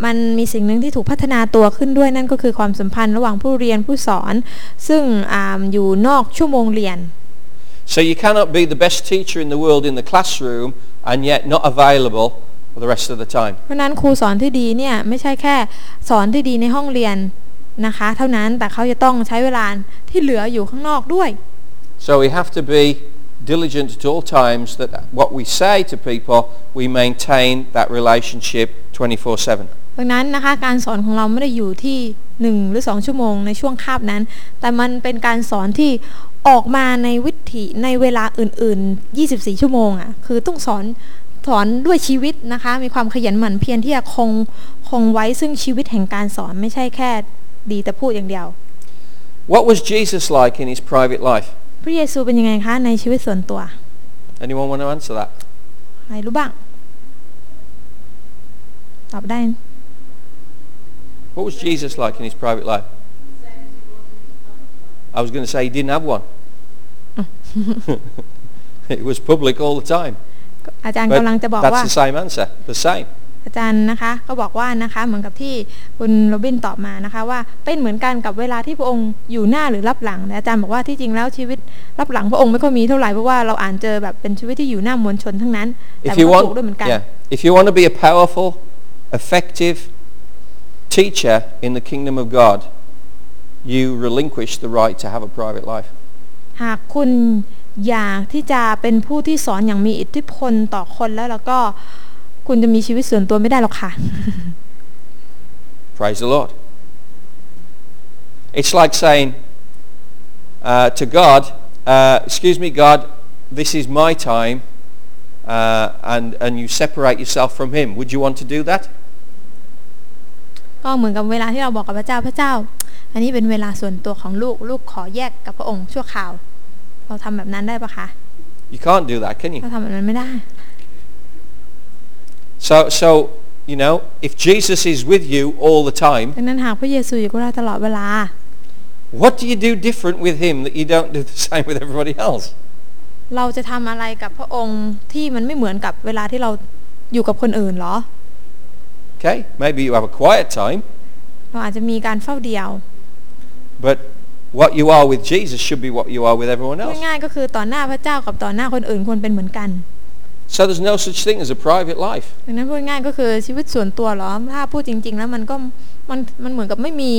B: มันมีสิ่งหนึ่งที่ถูกพัฒนาตัวขึ้นด้วยนั่นก็คือความสัมพันธ์ระหว่างผู้เรียนผู้สอน ซึ่งอาอยู่นอกชั่วโมงเรียน
A: So you cannot be the best teacher in the world in the classroom and yet not available for the rest of the time.
B: เพราะฉะนั้นครูสอนที่ดีเนี่ยไม่ใช่แค่สอนที่ดีในห้องเรียนนะคะ เท่านั้นแต่เขาจะต้องใช้เวลาที่เหลืออยู่ข้างนอกด้วย
A: So we have to be diligent at all times that what we say to people, we maintain that relationship 24-7.
B: ดังนั้นนะคะการสอนของเราไม่ได้อยู่ที่ 1 หรือ 2 ชั่วโมงในช่วงคาบนั้น แต่มันเป็นการสอนที่ออกมาในวิถีในเวลาอื่น ๆ 24 ชั่วโมงอะ่ะคือต้องสอนสอนด้วยชีวิตนะคะ มีความขยันหมั่นเพียรที่จะคงคงไว้ซึ่งชีวิตแห่งการสอนไม่ใช่แค่ดีแต่พูดอย่างเดียว
A: What was Jesus like in his private life?
B: พระเยซูเป็นยังไงคะในชีวิตส่วนตัว
A: Anyone want to answer that?
B: ใครรู้บ้าง ตอบได้
A: What was Jesus like in his private life? I was going to say he didn't have one. it was public all the time.
B: อาจารย์
A: But
B: กำลังจะบอก
A: that's
B: ว่า
A: the same answer. The same.
B: อาจารย์นะคะก็บอกว่านะคะเหมือนกับที่คุณโรบินตอบมานะคะว่าเป็นเหมือนกันกับเวลาที่พระองค์อยู่หน้าหรือรับหลังแต่อาจารย์บอกว่าที่จริงแล้วชีวิตรับหลังพระองค์ไม่ค่อยมีเท่าไหร่เพราะว่าเราอ่านเจอแบบเป็นชีวิตที่อยู่หน้ามวลชนทั้งนั้นแต่
A: If
B: มั
A: you
B: นก็ถูกด้วยเหมื
A: want,
B: อนกัน
A: yeah, if you want to be a powerful, effective teacher in the kingdom of God, you relinquish the right to have a private life.
B: หากคุณ อยากที่จะเป็นผู้ที่สอนอย่างมีอิทธิพลต่อคนแล้วแล้วก็คุณจะมีชีวิตส่วนตัวไม่ได้หรอกค่ะ
A: Praise the Lord. It's like saying uh, to God, uh, excuse me, God, this is my time, uh, and, and you separate yourself from him. Would you want to do that?
B: ก็เหมือนกับเวลาที่เราบอกกับพระเจ้าพระเจ้า อันนี้เป็นเวลาส่วนตัวของลูกลูกขอแยกกับพระองค์ชั่วคราว เราทำแบบนั้นได้ปะคะ
A: You can't do that, can
B: เรา
A: you?
B: ทำแบบนั้นไม่ได้
A: So, so you know, if Jesus is with you all the time,
B: ดังนั้นหากพระเยซูอยู่กับเราตลอดเวลา
A: what do you do different with him that you don't do the same with everybody else?
B: เราจะทำอะไรกับพระองค์ที่มันไม่เหมือนกับเวลาที่เราอยู่กับคนอื่นเหรอ
A: Okay, maybe you have a quiet time,
B: เราอาจจะมีการเฝ้าเดียว
A: but what you are with Jesus should be what you are with everyone
B: พูด
A: else.
B: ง่ายๆก็คือต่อหน้าพระเจ้ากับต่อหน้าคนอื่นควรเป็นเหมือนกัน
A: So there's no such thing as a private life.
B: ดังนั้นพูดง่ายๆก็คือชีวิตส่วนตัวเหรอ ถ้าพูดจริง ๆ แล้วมันก็มันมันเหมือนกับไม่มี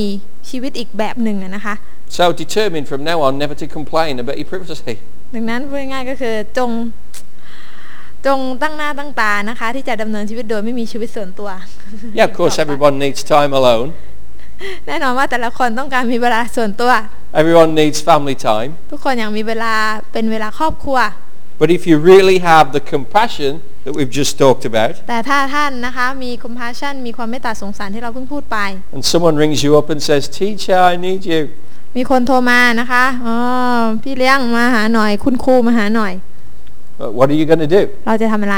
B: ชีวิตอีกแบบหนึ่งอะนะคะ
A: So determine from now on never to complain about your privacy.
B: ดังนั้นพูดง่ายๆก็คือจงจงตั้งหน้าตั้งตานะคะ ที่จะดำเนินชีวิตโดยไม่มีชีวิตส่วนตัว
A: Yeah, of course, everyone needs time alone.
B: แน่นอนว่าแต่ละคนต้องการมีเวลาส่วนตัว
A: Everyone needs family time.
B: ทุกคนอยากมีเวลาเป็นเวลาครอบครัว
A: But if you really have the compassion that we've just talked about,
B: แต่ถ้าท่านนะคะมี compassion มีความเมตตาสงสารที่เราเพิ่งพูดไป
A: and someone rings you up and says, "Teacher, I need you,"
B: มีคนโทรมานะคะอ๋อพี่เลี้ยงมาหาหน่อย คุณครูมาหาหน่อย
A: uh, what are you going to do?
B: เราจะทำอะไร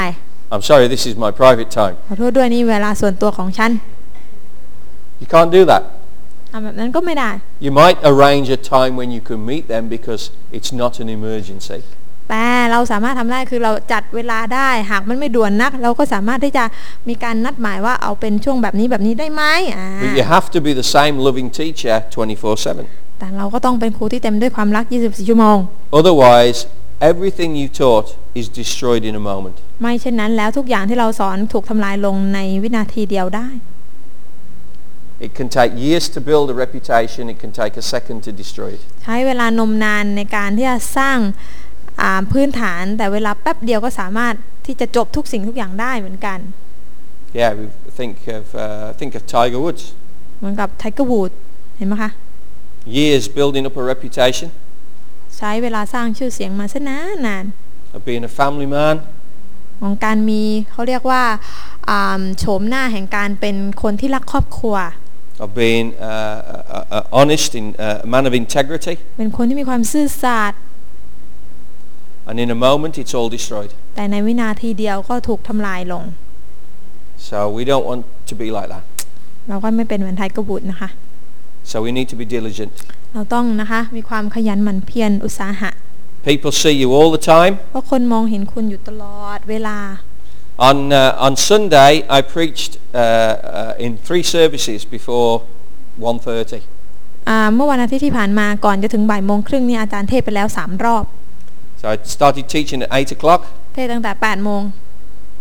A: I'm sorry, this is my private time.
B: ขอโทษด้วยนี่เวลาส่วนตัวของฉัน
A: You can't do that.
B: ทำแบบนั้นก็ไม่ได้
A: You might arrange a time when you can meet them because it's not an emergency.
B: แต่เราสามารถทำได้คือเราจัดเวลาได้หากมันไม่ด่วนนัก เราก็สามารถที่จะมีการนัดหมายว่าเอาเป็นช่วงแบบนี้แบบนี้ได้ไหมอ่า
A: But you have to be the same loving teacher 24-7.
B: แต่เราก็ต้องเป็นครูที่เต็มด้วยความรัก 24 ชั่วโมง
A: Otherwise, everything you taught is destroyed in a moment.
B: ไม่เช่นนั้นแล้วทุกอย่างที่เราสอนถูกทำลายลงในวินาทีเดียวได้
A: It can take years to build a reputation. It can take a second to destroy it.
B: ใช้เวลานมนานในการที่จะสร้างอ่าพื้นฐาน แต่เวลาแป๊บเดียวก็สามารถที่จะจบทุกสิ่งทุกอย่างได้เหมือนกัน
A: Yeah, we think of uh, think of Tiger Woods.
B: เหมือนกับไทเกอร์วูดเห็นไหมคะ
A: Years building up a reputation
B: ใช้เวลาสร้างชื่อเสียงมาซะนานนาน
A: of being a family man,
B: ของการมีเขาเรียกว่าอ่าโฉมหน้าแห่งการเป็นคนที่รักครอบครัว
A: of being uh, uh, uh, honest, in, uh, a man of integrity,
B: เป็นคนที่มีความซื่อสัตย์
A: and in a moment it's all destroyed.
B: แต่ในวินาทีเดียวก็ถูกทำลายลง
A: So we don't want to be like that.
B: เราก็ไม่เป็นเหมือนไทเกอร์วูดนะคะ
A: So we need to be diligent.
B: เราต้องนะคะมีความขยันหมั่นเพียรอุตสาหะ
A: People see you all the time.
B: เพราะคนมองเห็นคุณอยู่ตลอดเวลา
A: On uh, on Sunday, I preached uh, uh, in three services before 1:30.
B: อ่าเมื่อวันอาทิตย์ที่ผ่านมาก่อนจะถึงบ่ายโมงครึ่งนี่อาจารย์เทศไปแล้ว 3 รอบ
A: So I started teaching at 8 o'clock,
B: เทศตั้งแต่8โมง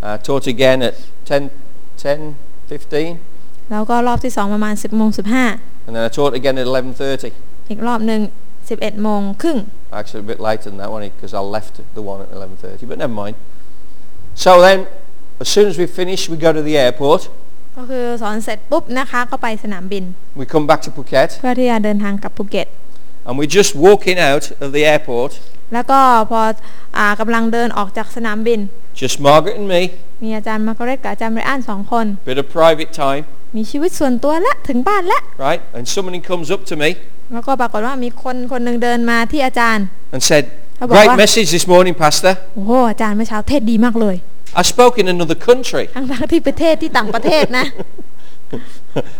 A: uh, taught again at 10, 10, 15,
B: แล้วก็รอบที่ 2 ประมาณ 10โมง
A: and then I taught again at 11.30.
B: 15 อีกรอบหนึ่ง11โมงครึ่ง
A: Actually, a bit later than that one because I left the one at 11.30, but never mind. So then, as soon as we finish, we go to the airport.
B: ก็คือสอนเสร็จปุ๊บนะคะก็ไปสนามบิน
A: We come back to Phuket,
B: เพื่อที่จะเดินทางกลับภูเก็ต
A: and we're just walking out of the airport,
B: แล้วก็พออากำลังเดินออกจากสนามบิน
A: just Margaret and me,
B: มีอาจารย์มาร์กาเร็ตกับอาจารย์ไรอันสองคน
A: bit of private time,
B: มีชีวิตส่วนตัวละถึงบ้านละ
A: right? And somebody comes up to me
B: แล้วก็ปรากฏว่ามีคนคนหนึ่งเดินมาที่อาจารย์
A: and said,
B: How about
A: great
B: that?
A: message this morning, Pastor.
B: โอ้โหอาจารย์เมื่อเช้าเทศดีมากเลย
A: I spoke in another country,
B: ทั้งทั้งที่ประเทศที่ต่างประเทศนะ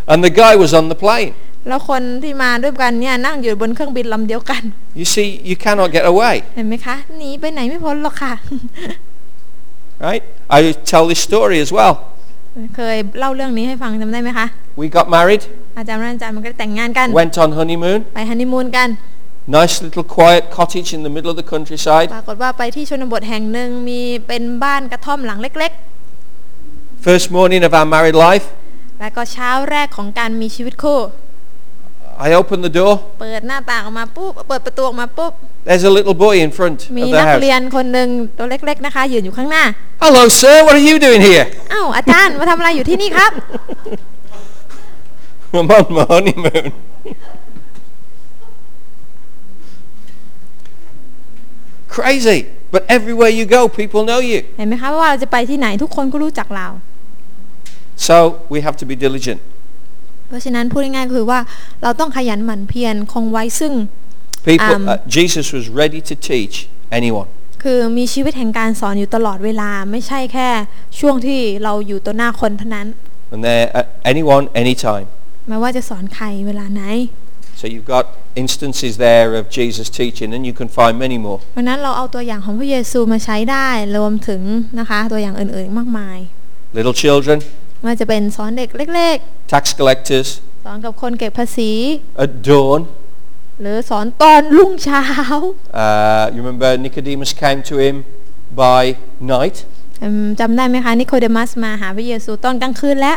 A: and the guy was on the plane.
B: แล้วคนที่มาด้วยกันเนี่ยนั่งอยู่บนเครื่องบินลำเดียวกัน
A: You see, you cannot get away.
B: เห็นไหมคะหนีไปไหนไม่พ้นหรอกค่ะ
A: right? I tell this story as well.
B: เคยเล่าเรื่องนี้ให้ฟังจำได้ไหมคะ
A: We got married,
B: อาจารย์ไรอันอาจารย์มันก็แต่งงานกัน
A: went on honeymoon,
B: ไปฮันนีมูนกัน
A: nice little quiet cottage in the middle of the countryside.
B: ปรากฏว่าไปที่ชนบทแห่งหนึ่งมีเป็นบ้านกระท่อมหลังเล็ก
A: First morning of our married life,
B: ๆ แล้วก็เช้าแรกของการมีชีวิตคู่
A: I open the door.
B: เปิดหน้าต่างออกมาปุ๊บเปิดประตูออกมาปุ๊บ
A: There's a little boy in front
B: มี
A: of
B: นั
A: the
B: กเรีย
A: house.
B: นคนหนึ่งตัวเล็ก ๆนะคะ ยืนอยู่ข้างหน้า
A: Hello, sir. What are you doing here?
B: อ้าวอาจารย์ มาทำอะไรอยู่ที่นี่ครับ
A: I'm on my honeymoon. Crazy. But everywhere you go, people know you.
B: เห็นไหมคะว่าเราจะไปที่ไหนทุกคนก็รู้จักเรา
A: So we have to be diligent.
B: เพราะฉะนั้นพูดง่ายๆก็คือว่าเราต้องขยันหมั่นเพียรคงไว้ซึ่ง
A: People,
B: Um,
A: uh, Jesus was ready to teach anyone.
B: คือมีชีวิตแห่งการสอนอยู่ตลอดเวลาไม่ใช่แค่ช่วงที่เราอยู่ต่อหน้าคนเท่านั้น
A: And they're uh, anyone, anytime.
B: ไม่ว่าจะสอนใครเวลาไหน
A: So you've got instances there of Jesus teaching, and you can find many more.
B: วันนั้นเราเอาตัวอย่างของพระเยซูมาใช้ได้รวมถึงนะคะตัวอย่างอื่นๆอีกมากมาย
A: Little children,
B: ไมันจะเป็นสอนเด็กเล็ก
A: tax collectors,
B: ๆ สอนกับคนเก็บภาษี
A: at dawn.
B: หรือสอนตอนรุ่งเช้า
A: Uh, you remember Nicodemus came to him by night
B: อืมจำได้ไหมคะนิโคเดมัสมาหาพระเยซูตอนกลางคืนและ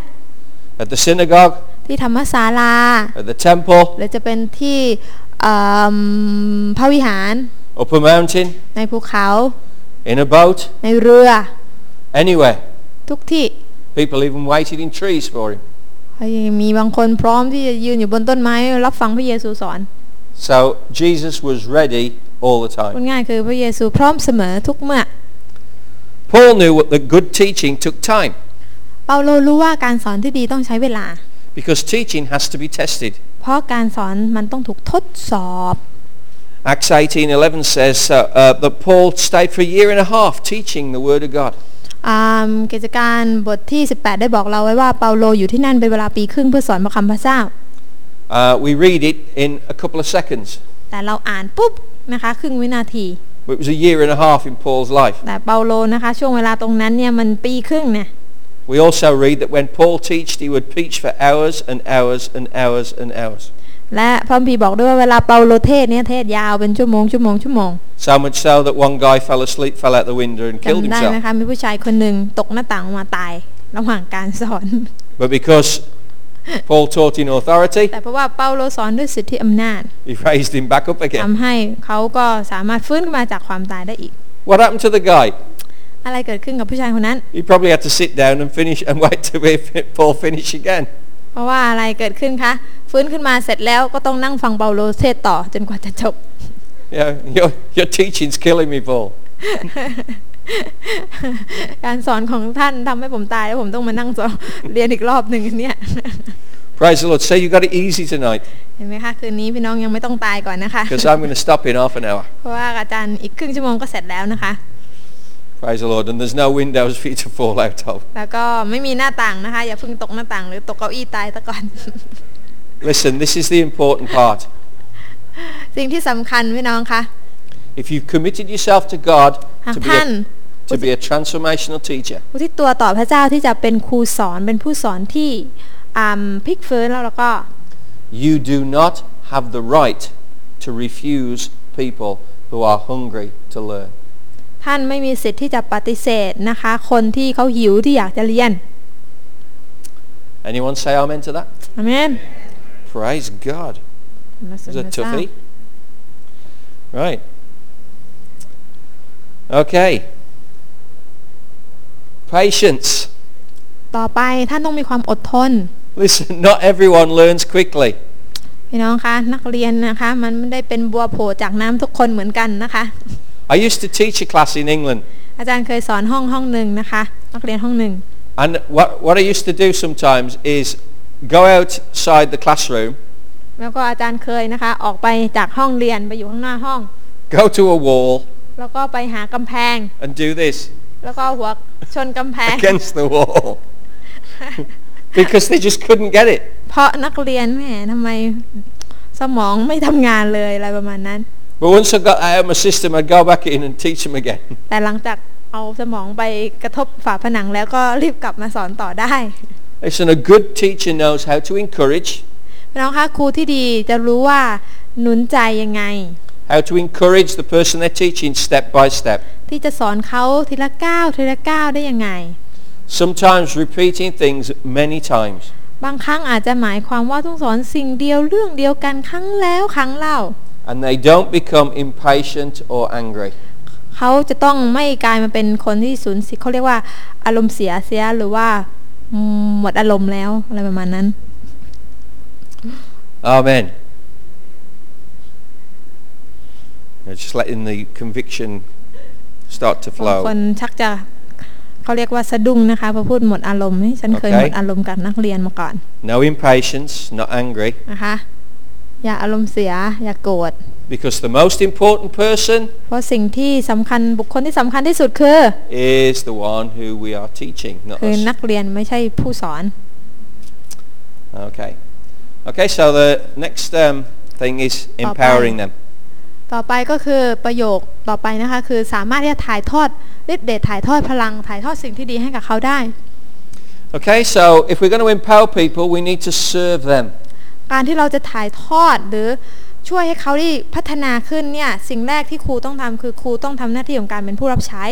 A: at the synagogue,
B: ที่ธรรมศาลา
A: at the temple,
B: หรือจะเป็นที่เอิ่มพระวิหาร
A: up a mountain,
B: ในภูเขา
A: in a boat,
B: ในเรือ
A: anywhere.
B: ทุกที่
A: People even waited in trees for him.
B: มีบางคนพร้อมที่จะยืนอยู่บนต้นไม้ รับฟังพระเยซูสอน
A: So Jesus was ready all the
B: พูด
A: time.
B: ง่ายคือพระเยซูพร้อมเสมอทุกเมื่อ
A: Paul knew that good teaching took time
B: เปาโลรู้ว่าการสอนที่ดีต้องใช้เวลา
A: because teaching has to be tested.
B: เพราะการสอนมันต้องถูกทดสอบ
A: Acts 18:11 says uh, uh, that Paul stayed for a year and a half teaching the Word of God.
B: อ่ากิจการบทที่ 18 ได้บอกเราไว้ว่าเปาโลอยู่ที่นั่นเป็นเวลาปีครึ่งเพื่อสอนพระคำพระเจ้า
A: Uh, we read it in a couple of seconds,
B: แต่เราอ่านปุ๊บนะคะครึ่งวินาที
A: but it was a year and a half in Paul's life.
B: แต่เปาโลนะคะช่วงเวลาตรงนั้นเนี่ยมันปีครึ่งเนี่ย
A: We also read that when Paul taught, he would preach for hours and hours and hours and hours.
B: และพระคัมพีร์บอกด้วยว่าเวลาเปาโลเทศน์เนี่ยเทศน์ยาวเป็นชั่วโมงชั่วโมงชั่วโมง
A: So much so that one guy fell asleep, fell out the window, and killed
B: จำได้ไหม
A: himself.
B: คะมีผู้ชายคนหนึ่งตกหน้าต่างออกมาตาย ระหว่างการสอน
A: But because Paul taught in authority,
B: แต่เพราะว่าเปาโลสอนด้วยสิทธิอำนาจ
A: he raised him back up
B: ทำ
A: again.
B: ให้เขาก็สามารถฟื้นขึ้นมาจากความตายได้อีก
A: What happened to the guy?
B: อะไรเกิดขึ้นกับผู้ชายคนนั้น
A: He probably had to sit down and finish and wait to hear Paul finish again.
B: เพราะว่าอะไรเกิดขึ้นคะฟื้นขึ้นมาเสร็จแล้วก็ต้องนั่งฟังเปาโลเทศน์ต่อจนกว่าจะจบ
A: You know, your, your teaching's killing me, Paul.
B: การสอนของท่านทำให้ผมตายแล้วผมต้องมานั่งสอน เรียนอีกรอบ หนึ่งเนี่ย
A: Praise the Lord. So you got it easy tonight
B: เห็นไหมคะคืนนี้พี่น้องยังไม่ต้องตายก่อน นะคะ
A: because I'm going to stop in half an hour.
B: เพราะว่าอาจารย์อีกครึ่งชั่วโมงก็เสร็จแล้วนะคะ
A: Praise the Lord. And there's no windows for you to fall out of.
B: แล้วก็ไม่มีหน้าต่างนะคะ อย่าเพิ่งตกหน้าต่างหรือตกเก้าอี้ตายซะก่อน
A: Listen, this is the important part.
B: สิ่งที่สำคัญพี่น้องคะ
A: If you've committed yourself to God
B: หาก
A: to be
B: ท่าน
A: a, to be a transformational teacher,
B: อุทิศตัวต่อพระเจ้าที่จะเป็นครูสอนเป็นผู้สอนที่อ่ำพลิกฟื้นแล้วแล้วก็
A: you do not have the right to refuse people who are hungry to learn.
B: ท่านไม่มีสิทธิ์ที่จะปฏิเสธนะคะ คนที่เขาหิวที่อยากจะเรียน
A: Anyone say amen to that?
B: อาเมน
A: Praise God.
B: มาสู่
A: Is that
B: พระเจ้า
A: toughy? Right. Okay. Patience.
B: ต่อไปท่านต้องมีความอดทน
A: Listen, not everyone learns quickly.
B: พี่น้องคะนักเรียนนะคะ มันไม่ได้เป็นบัวโผล่จากน้ำทุกคนเหมือนกันนะคะ
A: I used to teach a class in England,
B: อาจารย์เคยสอนห้องห้องหนึ่งนะคะ นักเรียนห้องหนึ่ง
A: and what, what I used to do sometimes is go outside the classroom,
B: แล้วก็อาจารย์เคยนะคะ ออกไปจากห้องเรียนไปอยู่ข้างหน้าห้อง
A: go to a wall,
B: แล้วก็ไปหากำแพง
A: and do this
B: แล้วก็เอาหัวชนกำแพง
A: against the wall because they just couldn't get it.
B: เพราะนักเรียนแหมทำไมสมองไม่ทำงานเลยอะไรประมาณนั้น
A: But once I got that out of my system, I'd go back in and teach them again.
B: แต่หลังจากเอาสมองไปกระทบฝาผนังแล้วก็รีบกลับมาสอนต่อได้
A: Listen, a good teacher knows how to encourage,
B: พี่น้องคะครูที่ดีจะรู้ว่าหนุนใจยังไง
A: how to encourage the person they're teaching step by step.
B: ที่จะสอนเขาทีละก้าวทีละก้าวได้ยังไง
A: Sometimes repeating things many times.
B: บางครั้งอาจจะหมายความว่าต้องสอนสิ่งเดียวเรื่องเดียวกันครั้งแล้วครั้งเล่า
A: and they don't become impatient or angry.
B: เขาจะต้องไม่กลายมาเป็นคนที่สูญเสียเขาเรียกว่า อารมณ์เสียเสียหรือว่าอืมหมดอารมณ์แล้วอะไรประมาณนั้น
A: Amen. Now Just letting the conviction start to
B: บางคน
A: flow.
B: ชักจะเขาเรียกว่าสะดุ้งนะคะพอพูดหมดอารมณ์เฮ้ยฉันเคย
A: โอเค
B: หมดอารมณ์กับนักเรียนมาก่อน
A: No impatience, not angry.
B: นะคะ อย่าอารมณ์เสียอย่ากโกรธ
A: Because the most important person
B: เพราะสิ่งที่สำคัญบุคคลที่สำคัญที่สุดคือ
A: is the one who we are teaching, not
B: คือ
A: us.
B: นักเรียนไม่ใช่ผู้สอน
A: Okay. Okay, so the next um, thing is empowering them.
B: ต่อไปก็คือประโยคต่อไปนะคะ คือสามารถที่จะถ่ายทอดฤทธิ์เดชถ่ายทอดพลังถ่ายทอดสิ่งที่ดีให้กับเขาได้
A: Okay, so if we're going to empower people, we need to serve them.
B: การที่เราจะถ่ายทอดหรือช่วยให้เขาได้พัฒนาขึ้นเนี่ยสิ่งแรกที่ครูต้องทำคือครูต้องทำหน้าที่ของการเป็นผู้รับใช้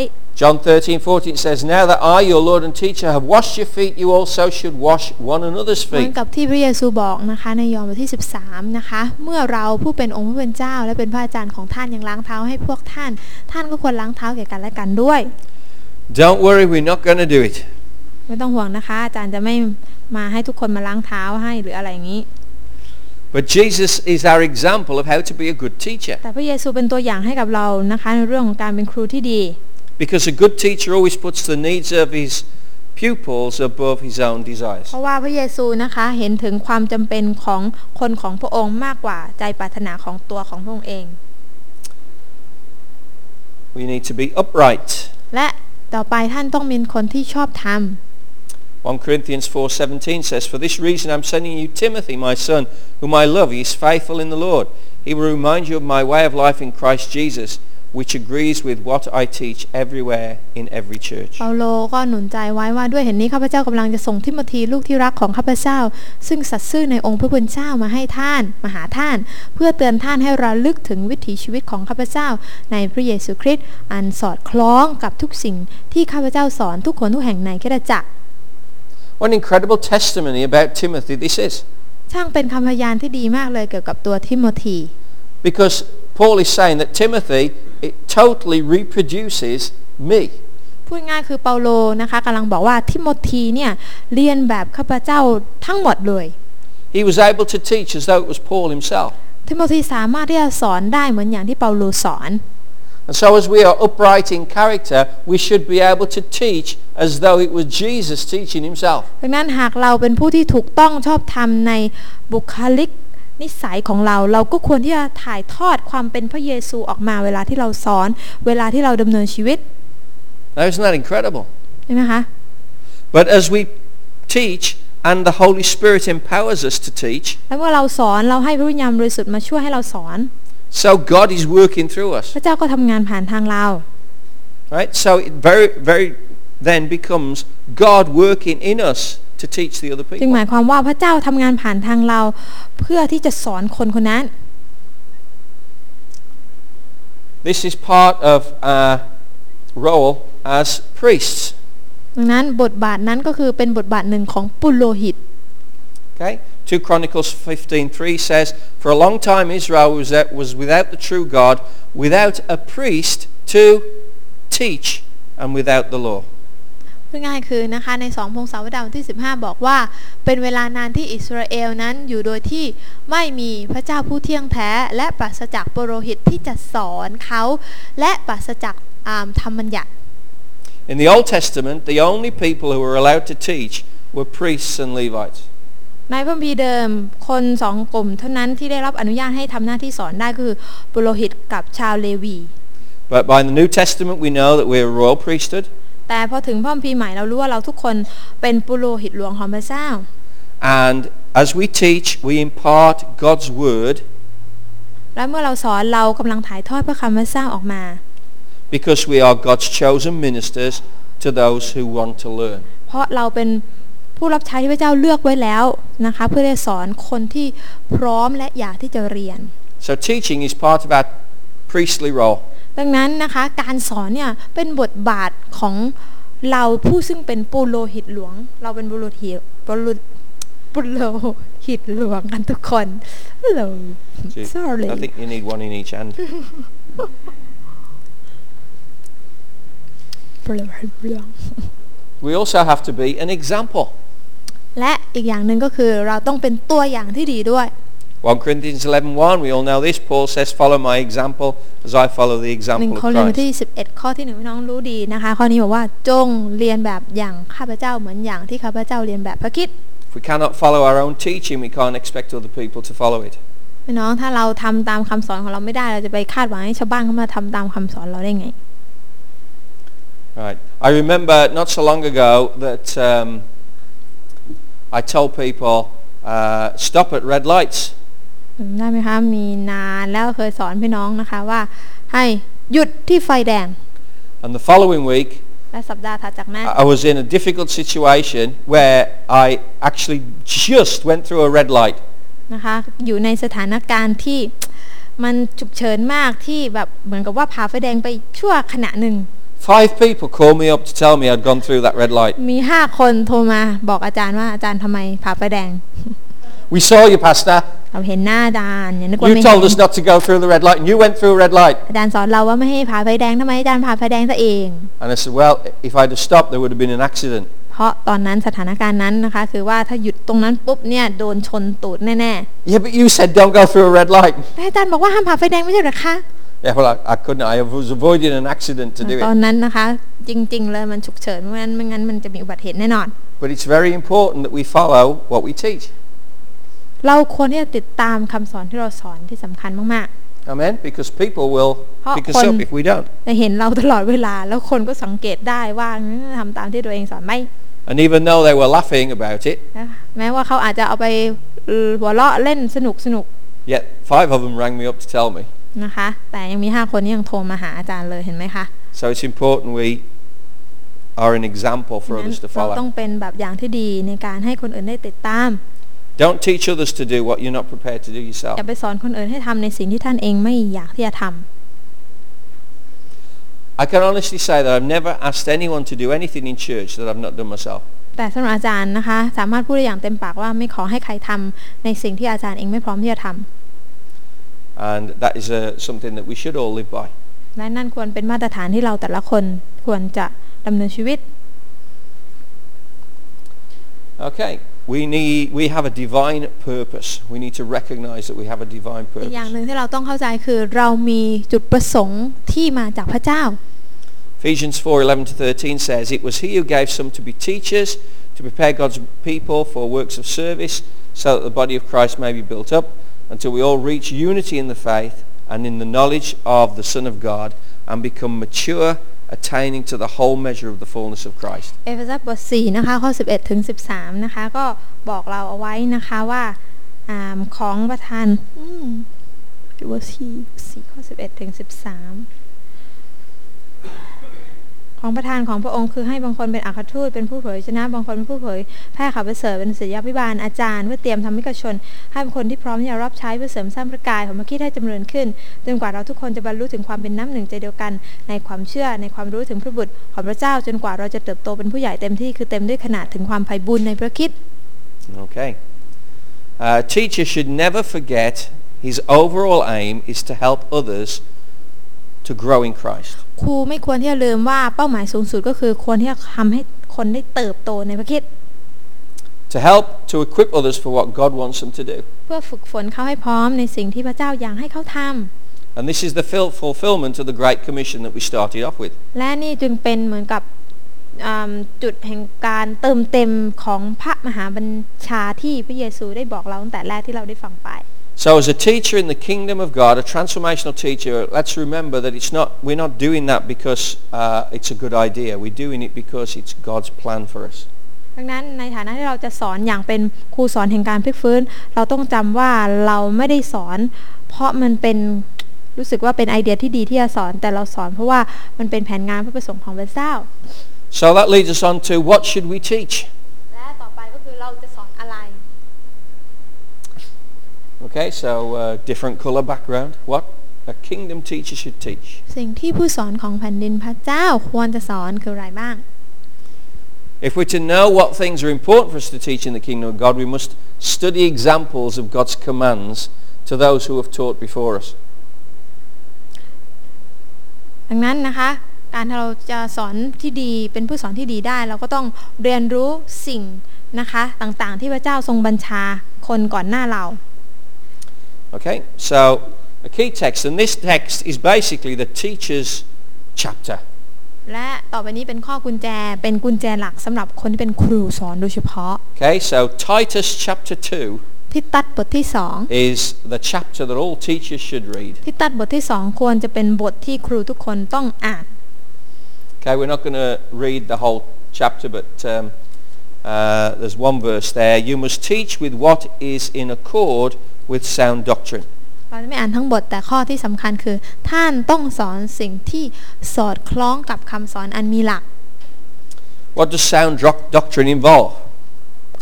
A: John 13, 14 says, Now that I, your Lord and teacher, have washed your feet, you also should wash one another's
B: เหมือน
A: feet.
B: กับที่พระเยซูบอกนะคะในยอห์นบทที่ 13 นะคะ เมื่อเราผู้เป็นองค์พระผู้เป็นเจ้า และเป็นพระอาจารย์ของท่านยังล้างเท้าให้พวกท่าน ท่านก็ควรล้างเท้าแก่กันและกันด้วย
A: Don't worry, we're not going to do it.
B: ไม่ต้องห่วงนะคะ อาจารย์จะไม่มาให้ทุกคนมาล้างเท้าให้หรืออะไรอย่างนี้
A: But Jesus is our example of how to be a good teacher.
B: แต่พระเยซูเป็นตัวอย่างให้กับเรานะคะในเรื่องของการเป็นครูที่ดี
A: Because a good teacher always puts the needs of his pupils above his own
B: เพ
A: desires.
B: ราะว่าพระเยซูนะคะเห็นถึงความจำเป็นของคนของพระองค์มากกว่าใจปรารถนาของตัวของพระองค์เอง
A: We need to be upright.
B: และต่อไปท่านต้องเป็นคนที่ชอบธรรม
A: 1 Corinthians 4:17 says, "For this reason I'm sending you Timothy, my son, whom I love. He is faithful in the Lord. He will remind you of my way of life in Christ Jesus, which agrees with what I teach everywhere in every church."
B: เปาโลก็หนุนใจไว้ว่าด้วยเห็นนี้ข้าพเจ้ากำลังจะส่งทิโมธีลูกที่รักของข้าพเจ้า ซึ่งสัตย์ซื่อในองค์พระผู้เป็นเจ้ามาให้ท่าน มาหาท่าน เพื่อเตือนท่านให้ระลึกถึงวิถีชีวิตของข้าพเจ้า ในพระเยซูคริสต์อันสอดคล้องกับทุกสิ่งที่ข้าพเจ้าสอนทุกคนทุกแห่งในคริสตจักร
A: What an incredible testimony about Timothy this is.
B: ช่างเป็นคำพยานที่ดีมากเลยเกี่ยวกับตัวทิโมธี
A: Because Paul is saying that Timothy it totally reproduces me.
B: พูดง่ายคือเปาโลนะคะกำลังบอกว่าทิโมธีเนี่ยเรียนแบบข้าพเจ้าทั้งหมดเลย
A: He was able to teach as though it was Paul himself.
B: ทิโมธีสามารถที่จะสอนได้เหมือนอย่างที่เปาโลสอน
A: And so as we are upright in character, we should be able to teach as though it was Jesus teaching himself.
B: ดังนั้นหากเราเป็นผู้ที่ถูกต้องชอบธรรมในบุคลิกนิสัยของเรา เราก็ควรที่จะถ่ายทอดความเป็นพระเยซูออกมาเวลาที่เราสอน เวลาที่เราดำเนินชีวิต
A: Now isn't that incredible?
B: ใช่ไหมคะ
A: But as we teach and the Holy Spirit empowers us to teach,
B: แล้วเมื่อเราสอนเราให้พระวิญญาณบริสุทธิ์มาช่วยให้เราสอน
A: so God is working through
B: พ
A: us,
B: ระเจ้าก็ทำงานผ่านทางเรา
A: right? So it very, very then becomes God working in us to teach the other
B: จึง
A: people.
B: หมายความว่าพระเจ้าทำงานผ่านทางเรา เพื่อที่จะสอนคนคนนั้น
A: This is part of our role as priests,
B: ดังนั้นบทบาทนั้นก็คือเป็นบทบาทหนึ่งของปุโรหิต
A: okay? 2 Chronicles 15.3 says, For a long time Israel was, out- was without the true God, without a priest to teach, and without the law.
B: พูดง่ายคือนะคะใน2พงศาวดารบทที่ 15 บอกว่า เป็นเวลานานที่อิสราเอลนั้นอยู่โดยที่ไม่มีพระเจ้าผู้เที่ยงแท้ และปราศจากปุโรหิตที่จะสอนเขาและปราศจากอ่าธรรมบัญญัติ
A: In the Old Testament, the only people who were allowed to teach were priests and Levites.
B: ในพระคัมภีร์เดิมคนสองกลุ่มเท่านั้นที่ได้รับอนุญาตให้ทำหน้าที่สอนได้คือปุโรหิตกับชาวเลวี
A: But by the New Testament, we know that we're a royal priesthood
B: แต่พอถึงพระคัมภีร์ใหม่เรารู้ว่าเราทุกคนเป็นปุโรหิตหลวงของพระเจ้า
A: and as we teach, we impart God's word
B: และเมื่อเราสอนเรากำลังถ่ายทอดพระคำพระเจ้าออกมา
A: because we are God's chosen ministers to those who want to learn.
B: เพราะเราเป็นผู้รับใช้ที่พระเจ้าเลือกไว้แล้วนะคะ เพื่อได้สอนคนที่พร้อมและอยากที่จะเรียน
A: So teaching is part of our priestly role.
B: ดังนั้นนะคะ การสอนเนี่ยเป็นบทบาทของเราผู้ซึ่งเป็นปุโรหิตหลวง เราเป็นบุรุษหิวบุรุษ บุโลหิตหลวงกันทุกคนโล
A: Gee,
B: sorry
A: I think you need one in each hand.
B: บุโลหิตหลวง
A: We also have to be an example.
B: และอีกอย่างหนึ่งก็คือเราต้องเป็นตัวอย่างที่ดีด้วย
A: 1 Corinthians 11.1, we all know this. Paul says, follow my example as I follow the
B: หนึ่ง
A: example
B: โค
A: of
B: รินธ์
A: Christ.
B: ที่ 11 ข้อที่หนึ่งพี่น้องรู้ดีนะคะ ข้อนี้บอกว่าจงเรียนแบบอย่างข้าพเจ้าเหมือนอย่างที่ข้าพเจ้าเรียนแบบพระคริด
A: If we cannot follow our own teaching, we can't expect other people to follow it.
B: พี่น้องถ้าเราทำตามคำสอนของเราไม่ได้เราจะไปคาดหวังให้ชาวบ้านเขามาทำตามคำสอนเราได้ไง
A: Right. I remember not so long ago that um, I told people, uh, stop at red lights.
B: จำได้ไหมคะมีนานแล้วเคยสอนพี่น้องนะคะว่า ให้หยุดที่ไฟแดง
A: And the following week,
B: และสัปดาห์ถัดจากนั้น
A: I I was in a difficult situation where I actually just went through a red light.
B: นะคะอยู่ในสถานการณ์ที่ มันฉุกเฉินมากที่แบบเหมือนกับว่าผ่าไฟแดงไปชั่วขณะหนึ่ง
A: Five people called me up to tell me I'd gone through that red light.
B: มีห้าคนโทรมาบอกอาจารย์ว่าอาจารย์ทำไมผ่าไฟแดง
A: We saw you, Pastor.
B: เราเห็นหน้าอาจารย์อย่านึกว่า
A: You
B: ไม่เห็
A: told us
B: น
A: not to go through the red light, and you went through a red light.
B: อาจารย์สอนเราว่าไม่ให้ผ่าไฟแดงทำไมอาจารย์ผ่าไฟแดงซะเอง
A: And I said, well, if I'd have stopped, there would have been an accident.
B: เพราะตอนนั้นสถานการณ์นั้นนะคะ คือว่าถ้าหยุดตรงนั้นปุ๊บเนี่ยโดนชนตูดแน่
A: Yeah, but you said don't go through a red light.
B: ๆแต่อาจารย์บอกว่าห้ามผ่าไฟแดงไม่ใช่เหรอคะ
A: Yeah, well, I, I couldn't. I was avoiding an accident to do
B: ตอ
A: it.
B: นนั้นนะคะ จริง ๆ เลยมันฉุกเฉินไม่งั้นไม่งั้นมันจะมีอุบัติเหตุแน่นอน
A: But it's very important that we follow what we teach.
B: เราควรที่จะติดตามคำสอนที่เราสอนที่สำคัญมาก
A: Amen? Because people will
B: Oh,
A: pick us up
B: on-
A: if we don't.
B: ๆจะเห็นเราตลอดเวลา แล้วคนก็สังเกตได้ว่าเอ้อทำตามที่ตัวเองสอนไหม
A: And even though they were laughing about it,
B: นะแม้ว่าเขาอาจจะเอาไปเอ่อหัวเราะเล่นสนุกสนุก
A: yet five of them rang me up to tell me.
B: นะคะ แต่ยังมี 5 คนที่ยังโทรมาหาอาจารย์เลยเห็นไหมคะ
A: So it's important we are an example for
B: งั้น
A: others to
B: เราต้อ
A: follow.
B: งเป็นแบบอย่างที่ดีในการให้คนอื่นได้ติดตาม
A: Don't teach others to do what you're not prepared to do
B: อ
A: yourself.
B: ย่าไปสอนคนอื่นให้ทำในสิ่งที่ท่านเองไม่อยากที่จะทำ
A: I can honestly say that I've never asked anyone to do anything in church that I've not done myself.
B: แต่สำหรับอาจารย์นะคะ สามารถพูดได้อย่างเต็มปากว่าไม่ขอให้ใครทำในสิ่งที่อาจารย์เองไม่พร้อมที่จะทำ
A: And that is uh, something that we should all live by.
B: และนั่นควรเป็นมาตรฐานที่เราแต่ละคนควรจะดำเนินชีวิต
A: Okay. We need we have a divine purpose. We need to recognize that we have a divine
B: อี
A: purpose.
B: กอย่างหนึ่งที่เราต้องเข้าใจคือเรามีจุดประสงค์ที่มาจากพระเจ้า
A: Ephesians 4:11 to 13 says, "It was he who gave some to be teachers, to prepare God's people for works of service, so that the body of Christ may be built up until we all reach unity in the faith and in the knowledge of the Son of God and become mature, attaining to the whole measure of the fullness of Christ."
B: เอเฟซัสบท4นะคะข้อ 11 ถึง 13 นะคะ ก็บอกเราเอาไว้นะคะว่าอ่าของประธานอืมบทที่4ข้อ 11 ถึง 13 ของประธานของพระองค์คือให้บางคนเป็นอัครทูตเป็นผู้เผยชนะ บางคนเป็นผู้เผยแพร่ข่าวประเสริฐเป็นศิษยาภิบาลอาจารย์เพื่อเตรียมทำให้กชน ให้เป็นคนที่พร้อมที่จะรับใช้เพื่อเสริมสร้างพระกายของพระคริดให้จำเริญขึ้นจนกว่าเราทุกคนจะบรรลุถึงความเป็นน้ำหนึ่งใจเดียวกัน ในความเชื่อในความรู้ถึงพระบุตรของพระเจ้าจนกว่าเราจะเติบโตเป็นผู้ใหญ่เต็มที่คือเต็มด้วยขนาดถึงความไพ่บุญในพระคริด
A: Okay. Uh, A teacher should never forget his overall aim is to help others to grow in Christ.
B: ครูไม่ควรที่จะลืมว่าเป้าหมายสูงสุดก็คือควรที่จะทำให้คนได้เติบโตในพระคริด
A: To help to equip others for what God wants them to do.
B: เพื่อฝึกฝนเขาให้พร้อมในสิ่งที่พระเจ้าอยากให้เขาทำ
A: And this is the fil- fulfillment of the Great Commission that we started off with.
B: และนี่จึงเป็นเหมือนกับอืมจุดแห่งการเติมเต็มของพระมหาบัญชาที่พระเยซูได้บอกเราตั้งแต่แรกที่เราได้ฟังไป
A: So as a teacher in the kingdom of God, a transformational teacher, let's remember that it's not, we're not doing that because uh, it's a good idea. We're doing it because it's God's plan for us.
B: ดังนั้นในฐานะที่เราจะสอนอย่างเป็นครูสอนแห่งการพลิกฟื้น เราต้องจำว่าเราไม่ได้สอน เพราะมันเป็นรู้สึกว่าเป็นไอเดียที่ดีที่จะสอน แต่เราสอนเพราะว่ามันเป็นแผนงานพระประสงค์ของพระเจ้า
A: So that leads us on to what should we teach?
B: และต่อไปก็คือเราจะสอนอะไร
A: Okay, so uh, different colour background. What a kingdom teacher should teach.
B: สิ่งที่ผู้สอนของแผ่นดินพระเจ้าควรจะสอนคืออะไรบ้าง
A: If we're to know what things are important for us to teach in the kingdom of God, we must study examples of God's commands to those who have taught before us.
B: ดังนั้นนะคะ การที่เราจะสอนที่ดีเป็นผู้สอนที่ดีได้ เราก็ต้องเรียนรู้สิ่งนะคะต่างๆ ที่พระเจ้าทรงบัญชาคนก่อนหน้าเรา
A: Okay, so a key text, and this text is basically the teacher's chapter.
B: และต่อไปนี้เป็นข้อกุญแจเป็นกุญแจหลักสำหรับคนที่เป็นครูสอนโดยเฉพาะ
A: Okay, so Titus chapter 2
B: ที่ตัดบทที่ 2
A: is the chapter that all teachers should read.
B: ที่ตัดบทที่ 2 ควรจะเป็นบทที่ครูทุกคนต้องอ่าน
A: Okay, we're not going to read the whole chapter, but um, uh, there's one verse there. You must teach with what is in accord with sound doctrine.
B: เราจะไม่อ่านทั้งบทแต่ข้อที่สำคัญคือ ท่านต้องสอนสิ่งที่สอดคล้องกับคำสอนอันมีหลัก
A: What does sound doc- doctrine involve?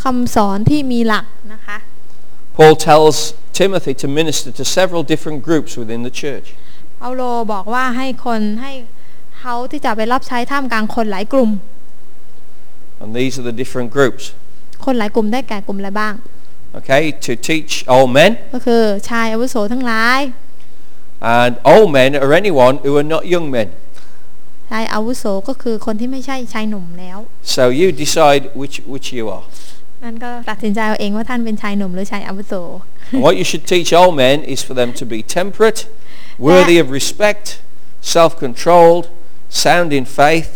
B: คำสอนที่มีหลักนะคะ
A: Paul tells Timothy to minister to several different groups within the church.
B: เปาโลบอกว่าให้คนให้เขาที่จะไปรับใช้ท่ามกลางคนหลายกลุ่ม
A: And these are the different groups.
B: คนหลายกลุ่มได้แก่กลุ่มอะไรบ้าง
A: Okay, to teach all men.
B: ก็คือชายอาวุโสทั้งหลาย
A: And all men are anyone who are not young men.
B: ชายอาวุโสก็คือคนที่ไม่ใช่ชายหนุ่มแล้ว
A: So you decide which, which you are.
B: นั่นก็ตัดสินใจเอาเองว่าท่านเป็นชายหนุ่มหรือชายอาวุโส
A: And what you should teach all men is for them to be temperate, worthy of respect, self-controlled, sound in faith,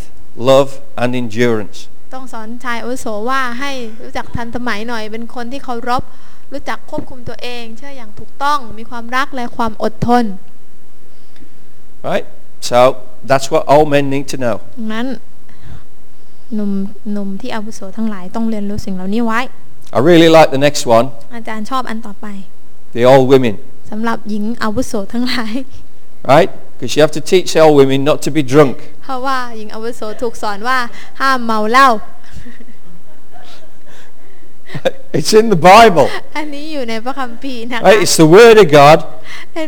A: love and endurance.
B: ต้องสอนชายอาวุโสว่าให้รู้จักทันสมัยหน่อย เป็นคนที่เคารพรู้จักควบคุมตัวเอง เชื่ออย่างถูกต้องมีความรักและความอดทน
A: Right? So that's what all men need to know.
B: ดังนั้นหนุ่มหนุ่มที่อาวุโสทั้งหลายต้องเรียนรู้สิ่งเหล่านี้ไว้
A: I really like the next one,
B: อาจารย์ชอบอันต่อไป
A: the all women.
B: สำหรับหญิงอาวุโสทั้งหลาย
A: Right? Because you have to teach all women not to be drunk.
B: เพราะว่าหญิงอาวุโสถูกสอนว่าห้ามเมาเหล้า
A: It's in the Bible.
B: อันนี้อยู่ในพระคัมภีร์นะคะ
A: Right? It's the word of God.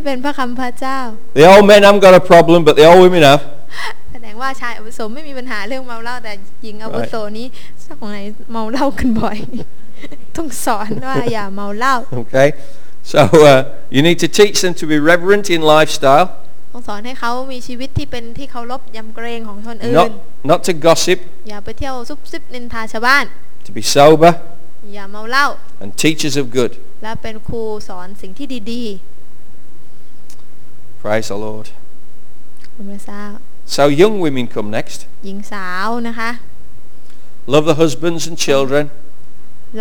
B: เป็นพระคำพระเจ้า
A: The old men haven't got a problem, but the old women have.
B: แสดงว่าชายอาวุโสไม่มีปัญหาเรื่องเมาเหล้าแต่หญิงอาวุโสนี้สักของไหนเมาเหล้ากันบ่อย ต้องสอนว่าอย่าเมาเหล้า
A: Okay? So uh, you need to teach them to be reverent in lifestyle.
B: ต้องสอนให้เขามีชีวิตที่เป็นที่เคารพยำเกรงของคนอื่น
A: not, not to gossip,
B: อย่าไปเที่ยวซุบซิบนินทาชาวบ้าน
A: to be sober
B: อย่าเมาเหล้า
A: and teachers of good.
B: และเป็นครูสอนสิ่งที่ดีๆ
A: Praise the Lord.
B: คุณพระเจ้า
A: So young women come next.
B: หญิงสาวนะคะ
A: Love the husbands and children.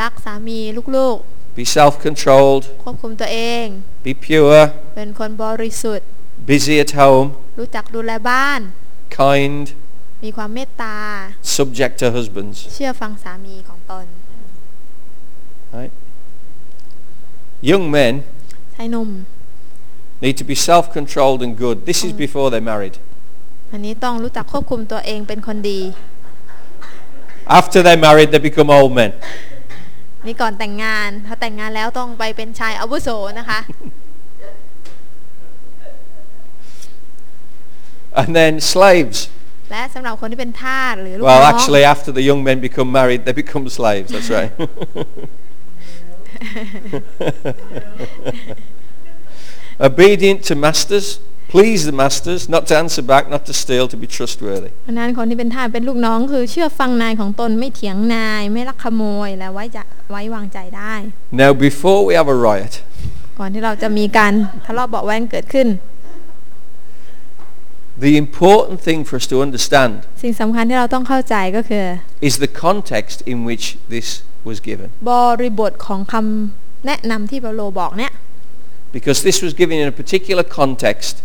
B: รักสามีลูก
A: Be self-controlled.
B: ๆ ควบคุมตัวเอง
A: Be pure.
B: เป็นคนบริสุทธิ์
A: Busy at home.
B: รู้จักดูแลบ้าน
A: Kind.
B: มีความเมตตา
A: Subject to husbands.
B: เชื่อฟังสามีของตน
A: Right? Young men
B: ชายหนุ่ม
A: need to be self-controlled and good. This is before they're married.
B: อันนี้ต้องรู้จักควบคุมตัวเองเป็นคนดี
A: After they're married, they become old men.
B: นี่ก่อนแต่งงานถ้าแต่งงานแล้วต้องไปเป็นชายอาวุโสนะคะ
A: And then slaves.
B: และสำหรับคนที่เป็นทาสหรือลูก
A: Well,
B: น้อง
A: actually, after the young men become married, they become slaves. That's right. Obedient to masters, please the masters, not to answer back, not to steal, to be trustworthy.
B: เพราะฉะนั้นคนที่เป็นทาสเป็นลูกน้องคือเชื่อฟังนายของตนไม่เถียงนายไม่ลักขโมยและไว้จะไว้วางใจได้
A: Now, before we have a riot,
B: ก่อนที่เราจะมีการทะเลาะเบาะแว้งเกิดขึ้น
A: the important thing for us to understand
B: สิ่งสำคัญที่เราต้องเข้าใจก็คือ
A: is the context in which this was given,
B: บริบทของคำแนะนำที่เปาโลบอกเนี่ย
A: because this was given in a particular context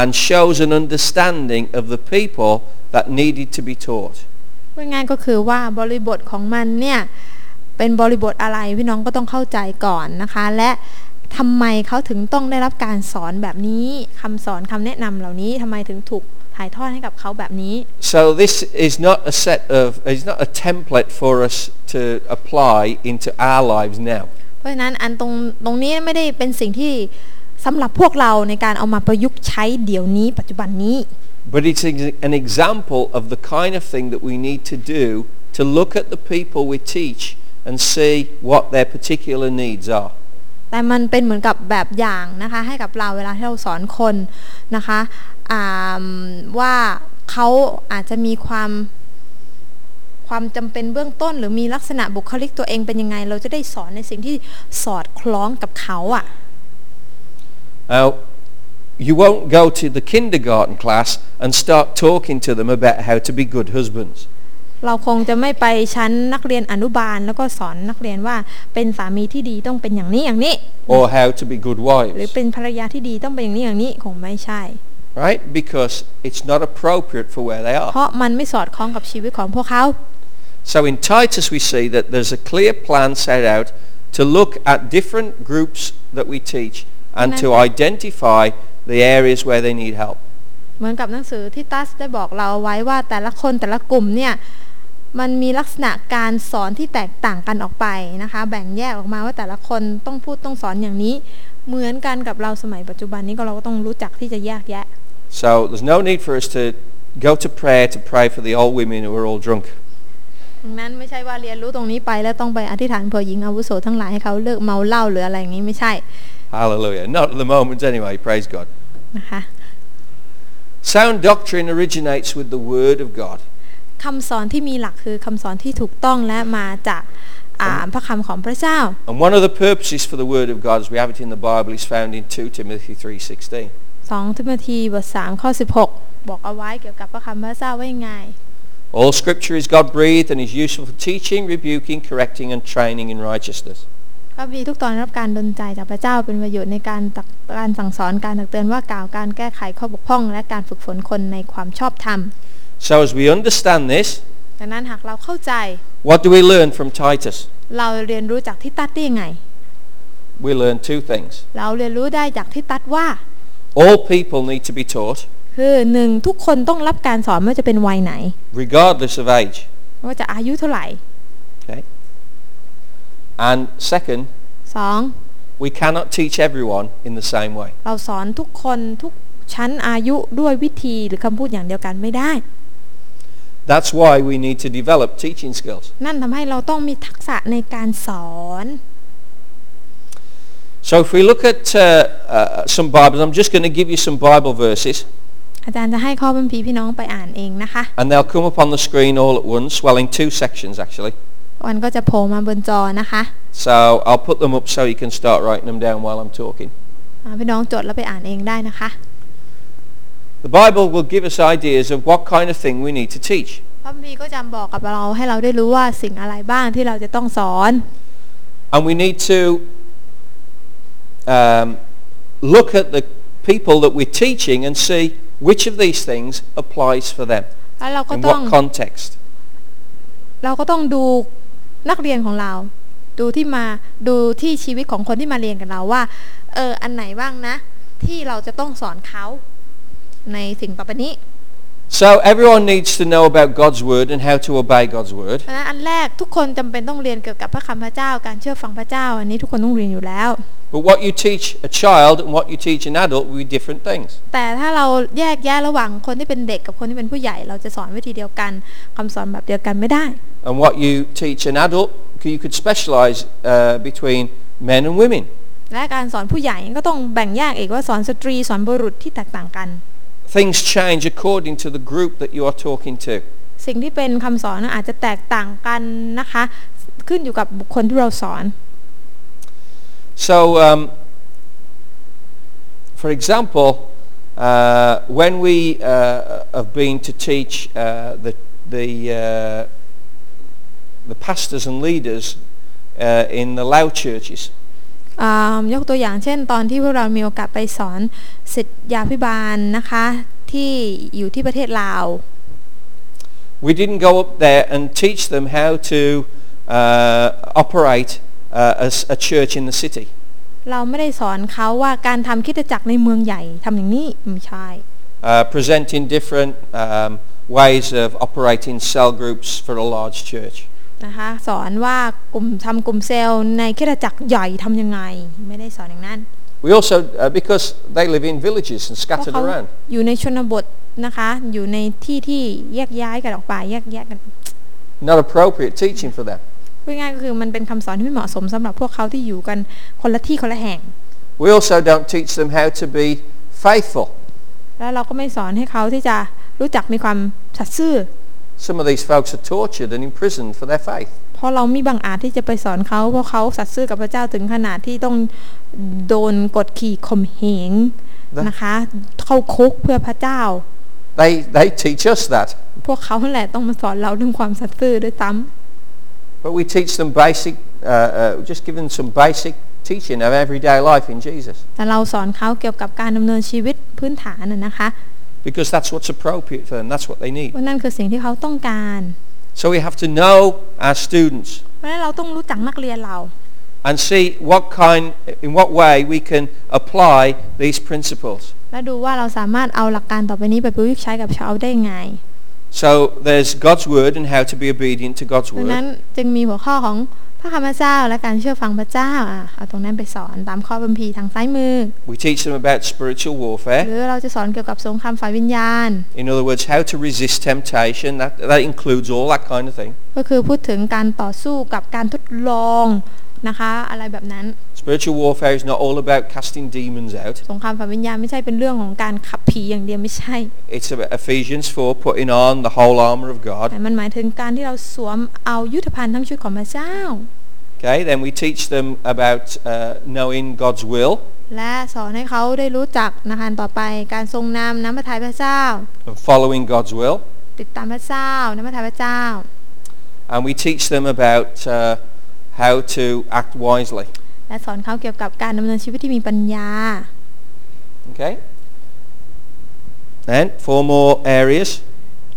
A: and shows an understanding of the people that needed to be taught.
B: พูดง่ายๆก็คือว่าบริบทของมันเนี่ยเป็นบริบทอะไรพี่น้องก็ต้องเข้าใจก่อนนะคะ และทำไมเขาถึงต้องได้รับการสอนแบบนี้คำสอนคำแนะนำเหล่านี้ทำไมถึงถูกถ่ายทอดให้กับเขาแบบนี้
A: So this is not a set of, it's not a template for us to apply into our lives now.
B: เพราะฉะนั้นอันตรงตรงนี้ไม่ได้เป็นสิ่งที่สำหรับพวกเราในการเอามาประยุกต์ใช้เดี๋ยวนี้ ปัจจุบันนี้
A: But it's ex- an example of the kind of thing that we need to do to look at the people we teach and see what their particular needs are.
B: แต่มันเป็นเหมือนกับแบบอย่างนะคะ ให้กับเราเวลาที่เราสอนคนนะคะอ่ามว่าเขาอาจจะมีความความจำเป็นเบื้องต้น หรือมีลักษณะบุคลิกตัวเองเป็นยังไง เราจะได้สอนในสิ่งที่สอดคล้องกับเขาอะ
A: Now, you won't go to the kindergarten class and start talking to them about how to be good husbands.
B: เราคงจะไม่ไปชั้นนักเรียนอนุบาล แล้วก็สอนนักเรียนว่าเป็นสามีที่ดีต้องเป็นอย่างนี้อย่างนี้
A: or how to be good
B: หรือ
A: wives,
B: เป็นภรรยาที่ดีต้องเป็นอย่างนี้อย่างนี้คงไม่ใช่
A: right? Because it's not appropriate for where they
B: เพ
A: are.
B: ราะมันไม่สอดคล้องกับชีวิตของพวกเขา
A: So in Titus we see that there's a clear plan set out to look at different groups that we teach and to identify the areas where they need help.
B: เหมือนกับหนังสือที่ตัสได้บอกเราเอาไว้ว่าแต่ละคนแต่ละกลุ่มเนี่ยมันมีลักษณะการสอนที่แตกต่างกันออกไปนะคะ แบ่งแยกออกมาว่าแต่ละคนต้องพูดต้องสอนอย่างนี้ เหมือนกันกับเราสมัยปัจจุบันนี้ก็เราก็ต้องรู้จักที่จะแยกแยะ
A: So there's no need for us to go to prayer to pray for the old women who are all drunk.
B: ดังนั้นไม่ใช่ว่าเรียนรู้ตรงนี้ไปแล้วต้องไปอธิษฐานเผื่อหญิงอาวุโสทั้งหลายให้เขาเลิกเมาเหล้าหรืออะไรอย่างนี้ไม่ใช่
A: Hallelujah. Not at the moment anyway, praise God.
B: นะคะ
A: Sound doctrine originates with the Word of God.
B: คำสอนที่มีหลักคือคำสอนที่ถูกต้องและมาจากอ่าพระคำของพระเจ้า
A: And one of the purposes for the Word of God as we have it in the Bible is found in 2 Timothy 3.16.
B: 2ทิโมธีบท3ข้อ16 บอกเอาไว้เกี่ยวกับพระคำพระเจ้าว่ายังไง
A: All scripture is God-breathed and is useful for teaching, rebuking, correcting and training in righteousness.
B: พระบีทุกตอนรับการดลใจจากพระเจ้าเป็นประโยชน์ในการตักการสั่งสอนการตักเตือนว่ากล่าวการแก้ไขข้อบกพร่อง และการฝึกฝนคนในความชอบธรรม
A: So as we understand this,
B: ดังนั้นหากเราเข้าใจ
A: what do we learn from Titus?
B: เราเรียนรู้จากที่ตัดได้ยังไง
A: We learn two things.
B: เราเรียนรู้ได้จากที่ตัดว่า
A: All people need to be taught,
B: คือหนึ่งทุกคนต้องรับการสอนไม่ว่าจะเป็นวัยไหน
A: regardless of age.
B: ไม่ว่าจะอายุเท่าไหร่
A: Okay? And second,
B: สอง
A: we cannot teach everyone in the same way.
B: เราสอนทุกคนทุกชั้นอายุด้วยวิธีหรือคำพูดอย่างเดียวกันไม่ได้
A: That's why we need to develop teaching skills.
B: นั่นทำให้เราต้องมีทักษะในการสอน
A: So if we look at uh, uh, some Bibles, I'm just going to give you some Bible verses.
B: อาจารย์จะให้ข้อบัมภีร์พี่น้องไปอ่านเองนะคะ
A: And they'll come up on the screen all at once, well in two sections actually.
B: วันก็จะโผล่มาบนจอนะคะ
A: So I'll put them up so you can start writing them down while I'm talking.
B: อ่าพี่น้องจดแล้วไปอ่านเองได้นะคะ
A: The Bible will give us ideas of what kind of thing we need to teach.
B: พระบัมภีร์ก็จะบอกกับเราให้เราได้รู้ว่าสิ่งอะไรบ้างที่เราจะต้องสอน
A: And we need to um, look at the people that we're teaching and see which of these things applies for them
B: แล้วเราก็
A: in
B: ต้อง
A: what context.
B: เราก็ต้องดูนักเรียนของเรา ดูที่มาดูที่ชีวิตของคนที่มาเรียนกับเราว่า เอออันไหนบ้างนะ ที่เราจะต้องสอนเขา ในสิ่งต่อไปนี้
A: So everyone needs to know about God's word and how to obey God's word.
B: เพราะฉะนั้นอันแรกทุกคนจำเป็นต้องเรียนเกี่ยวกับพระคำพระเจ้าการเชื่อฟังพระเจ้า อันนี้ทุกคนต้องเรียนอยู่แล้ว
A: But what you teach a child and what you teach an adult will be different things.
B: แต่ถ้าเราแยกแยะระหว่างคนที่เป็นเด็กกับคนที่เป็นผู้ใหญ่ เราจะสอนวิธีเดียวกันคำสอนแบบเดียวกันไม่ได้
A: And what you teach an adult, you could specialize uh, between men and women.
B: และการสอนผู้ใหญ่ก็ต้องแบ่งแยกอีกว่าสอนสตรีสอนบุรุษที่แตกต่างกัน
A: Things change according to the group that you are talking to.
B: สิ่งที่เป็นคำสอนน่ะอาจจะแตกต่างกันนะคะ ขึ้นอยู่กับบุคคลที่เราสอน
A: So, um, for example, uh, when we uh, have been to teach uh, the, the, uh, the pastors and leaders uh, in the Lao churches,
B: อ่ายกตัวอย่างเช่น ตอนที่พวกเรามีโอกาสไปสอนศิษยาพิบาลนะคะ ที่อยู่ที่ประเทศลาว
A: we didn't go up there and teach them how to uh, operate uh, as a church in the city.
B: เราไม่ได้สอนเขาว่าการทำคริดจักรในเมืองใหญ่ทำอย่างนี้ไม่ใช่
A: uh, presenting different um, ways of operating cell groups for a large church.
B: นะคะ สอนว่ากลุ่มทำกลุ่มเซลล์ในคริดจักรใหญ่ทำยังไง ไม่ได้สอนอย่างนั้น
A: We also, uh, because they live in villages and
B: เพราะ
A: scattered
B: เขา
A: around,
B: อยู่ในชนบทนะคะ อยู่ในที่ที่แยกย้ายกันออกไปแยกแยะกัน
A: not appropriate teaching for them.
B: พูดง่ายๆก็คือมันเป็นคำสอนที่ไม่เหมาะสมสำหรับพวกเขาที่อยู่กันคนละที่คนละแห่ง
A: We also don't teach them how to be faithful.
B: แล้วเราก็ไม่สอนให้เขาที่จะรู้จักมีความสัตย์ซื่อ
A: Some of these folks are tortured and imprisoned for their faith.
B: เพราะเราไม่บังอาจที่จะไปสอนเขาเพราะเขาสัตย์ซื่อกับพระเจ้าถึงขนาดที่ต้องโดนกดขี่ข่มเหง
A: นะ
B: นะคะ เข้าคุกเพื่อพระเจ้า
A: They, they teach us that,
B: พวกเขาแหละต้องมาสอนเราเรื่องความสัตย์ซื่อด้วยซ้ำ
A: but we teach them basic, uh, uh, just give them some basic teaching of everyday life in Jesus
B: แต่เราสอนเขาเกี่ยวกับการดำเนินชีวิตพื้นฐานนะนะคะ
A: because that's what's appropriate for them. That's what they need.
B: ว่านั่นคือสิ่งที่เขาต้องการ
A: So we have to know our students
B: เพราะฉะนั้นเราต้องรู้จักนักเรียนเรา
A: and see what kind, in what way we can apply these principles.
B: และดูว่าเราสามารถเอาหลักการต่อไปนี้ไปประยุกต์ใช้กับชาวได้ยังไง
A: So there's God's word and how to be obedient to God's
B: ดัง
A: word.
B: นั้นจึงมีหัวข้อของพระคำพระเจ้าและการเชื่อฟังพระเจ้าอ่ะเอาตรงนั้นไปสอนตามข้อบัมพีร์ทางซ้ายมือ
A: We teach them about spiritual
B: ห
A: warfare.
B: รือเราจะสอนเกี่ยวกับสงครามฝ่ายวิญญาณ
A: In other words, how to resist temptation. That, that includes all that kind of thing.
B: ก็คือพูดถึงการต่อสู้กับการทดลองนะคะ อะไรแบบนั้น
A: Spiritual warfare is not all about casting demons out.
B: สงครามฝ่ายวิญญาณไม่ใช่เป็นเรื่องของการขับผีอย่างเดียวไม่ใช่
A: It's about Ephesians 4, putting on the whole armour of God.
B: แต่มันหมายถึงการที่เราสวมเอายุทธภัณฑ์ทั้งชุดของพระเจ้า
A: Okay, then we teach them about uh, knowing God's will
B: และสอนให้เขาได้รู้จักนะคะต่อไปการทรงนำน้ำพระทัยพระเจ้า
A: and following God's will.
B: ติดตามพระเจ้าน้ำพระทัยพระเจ้า
A: And we teach them about uh, how to act wisely.
B: และสอนเขาเกี่ยวกับการดำเนินชีวิตที่มีปัญญา
A: Okay? Then, four more areas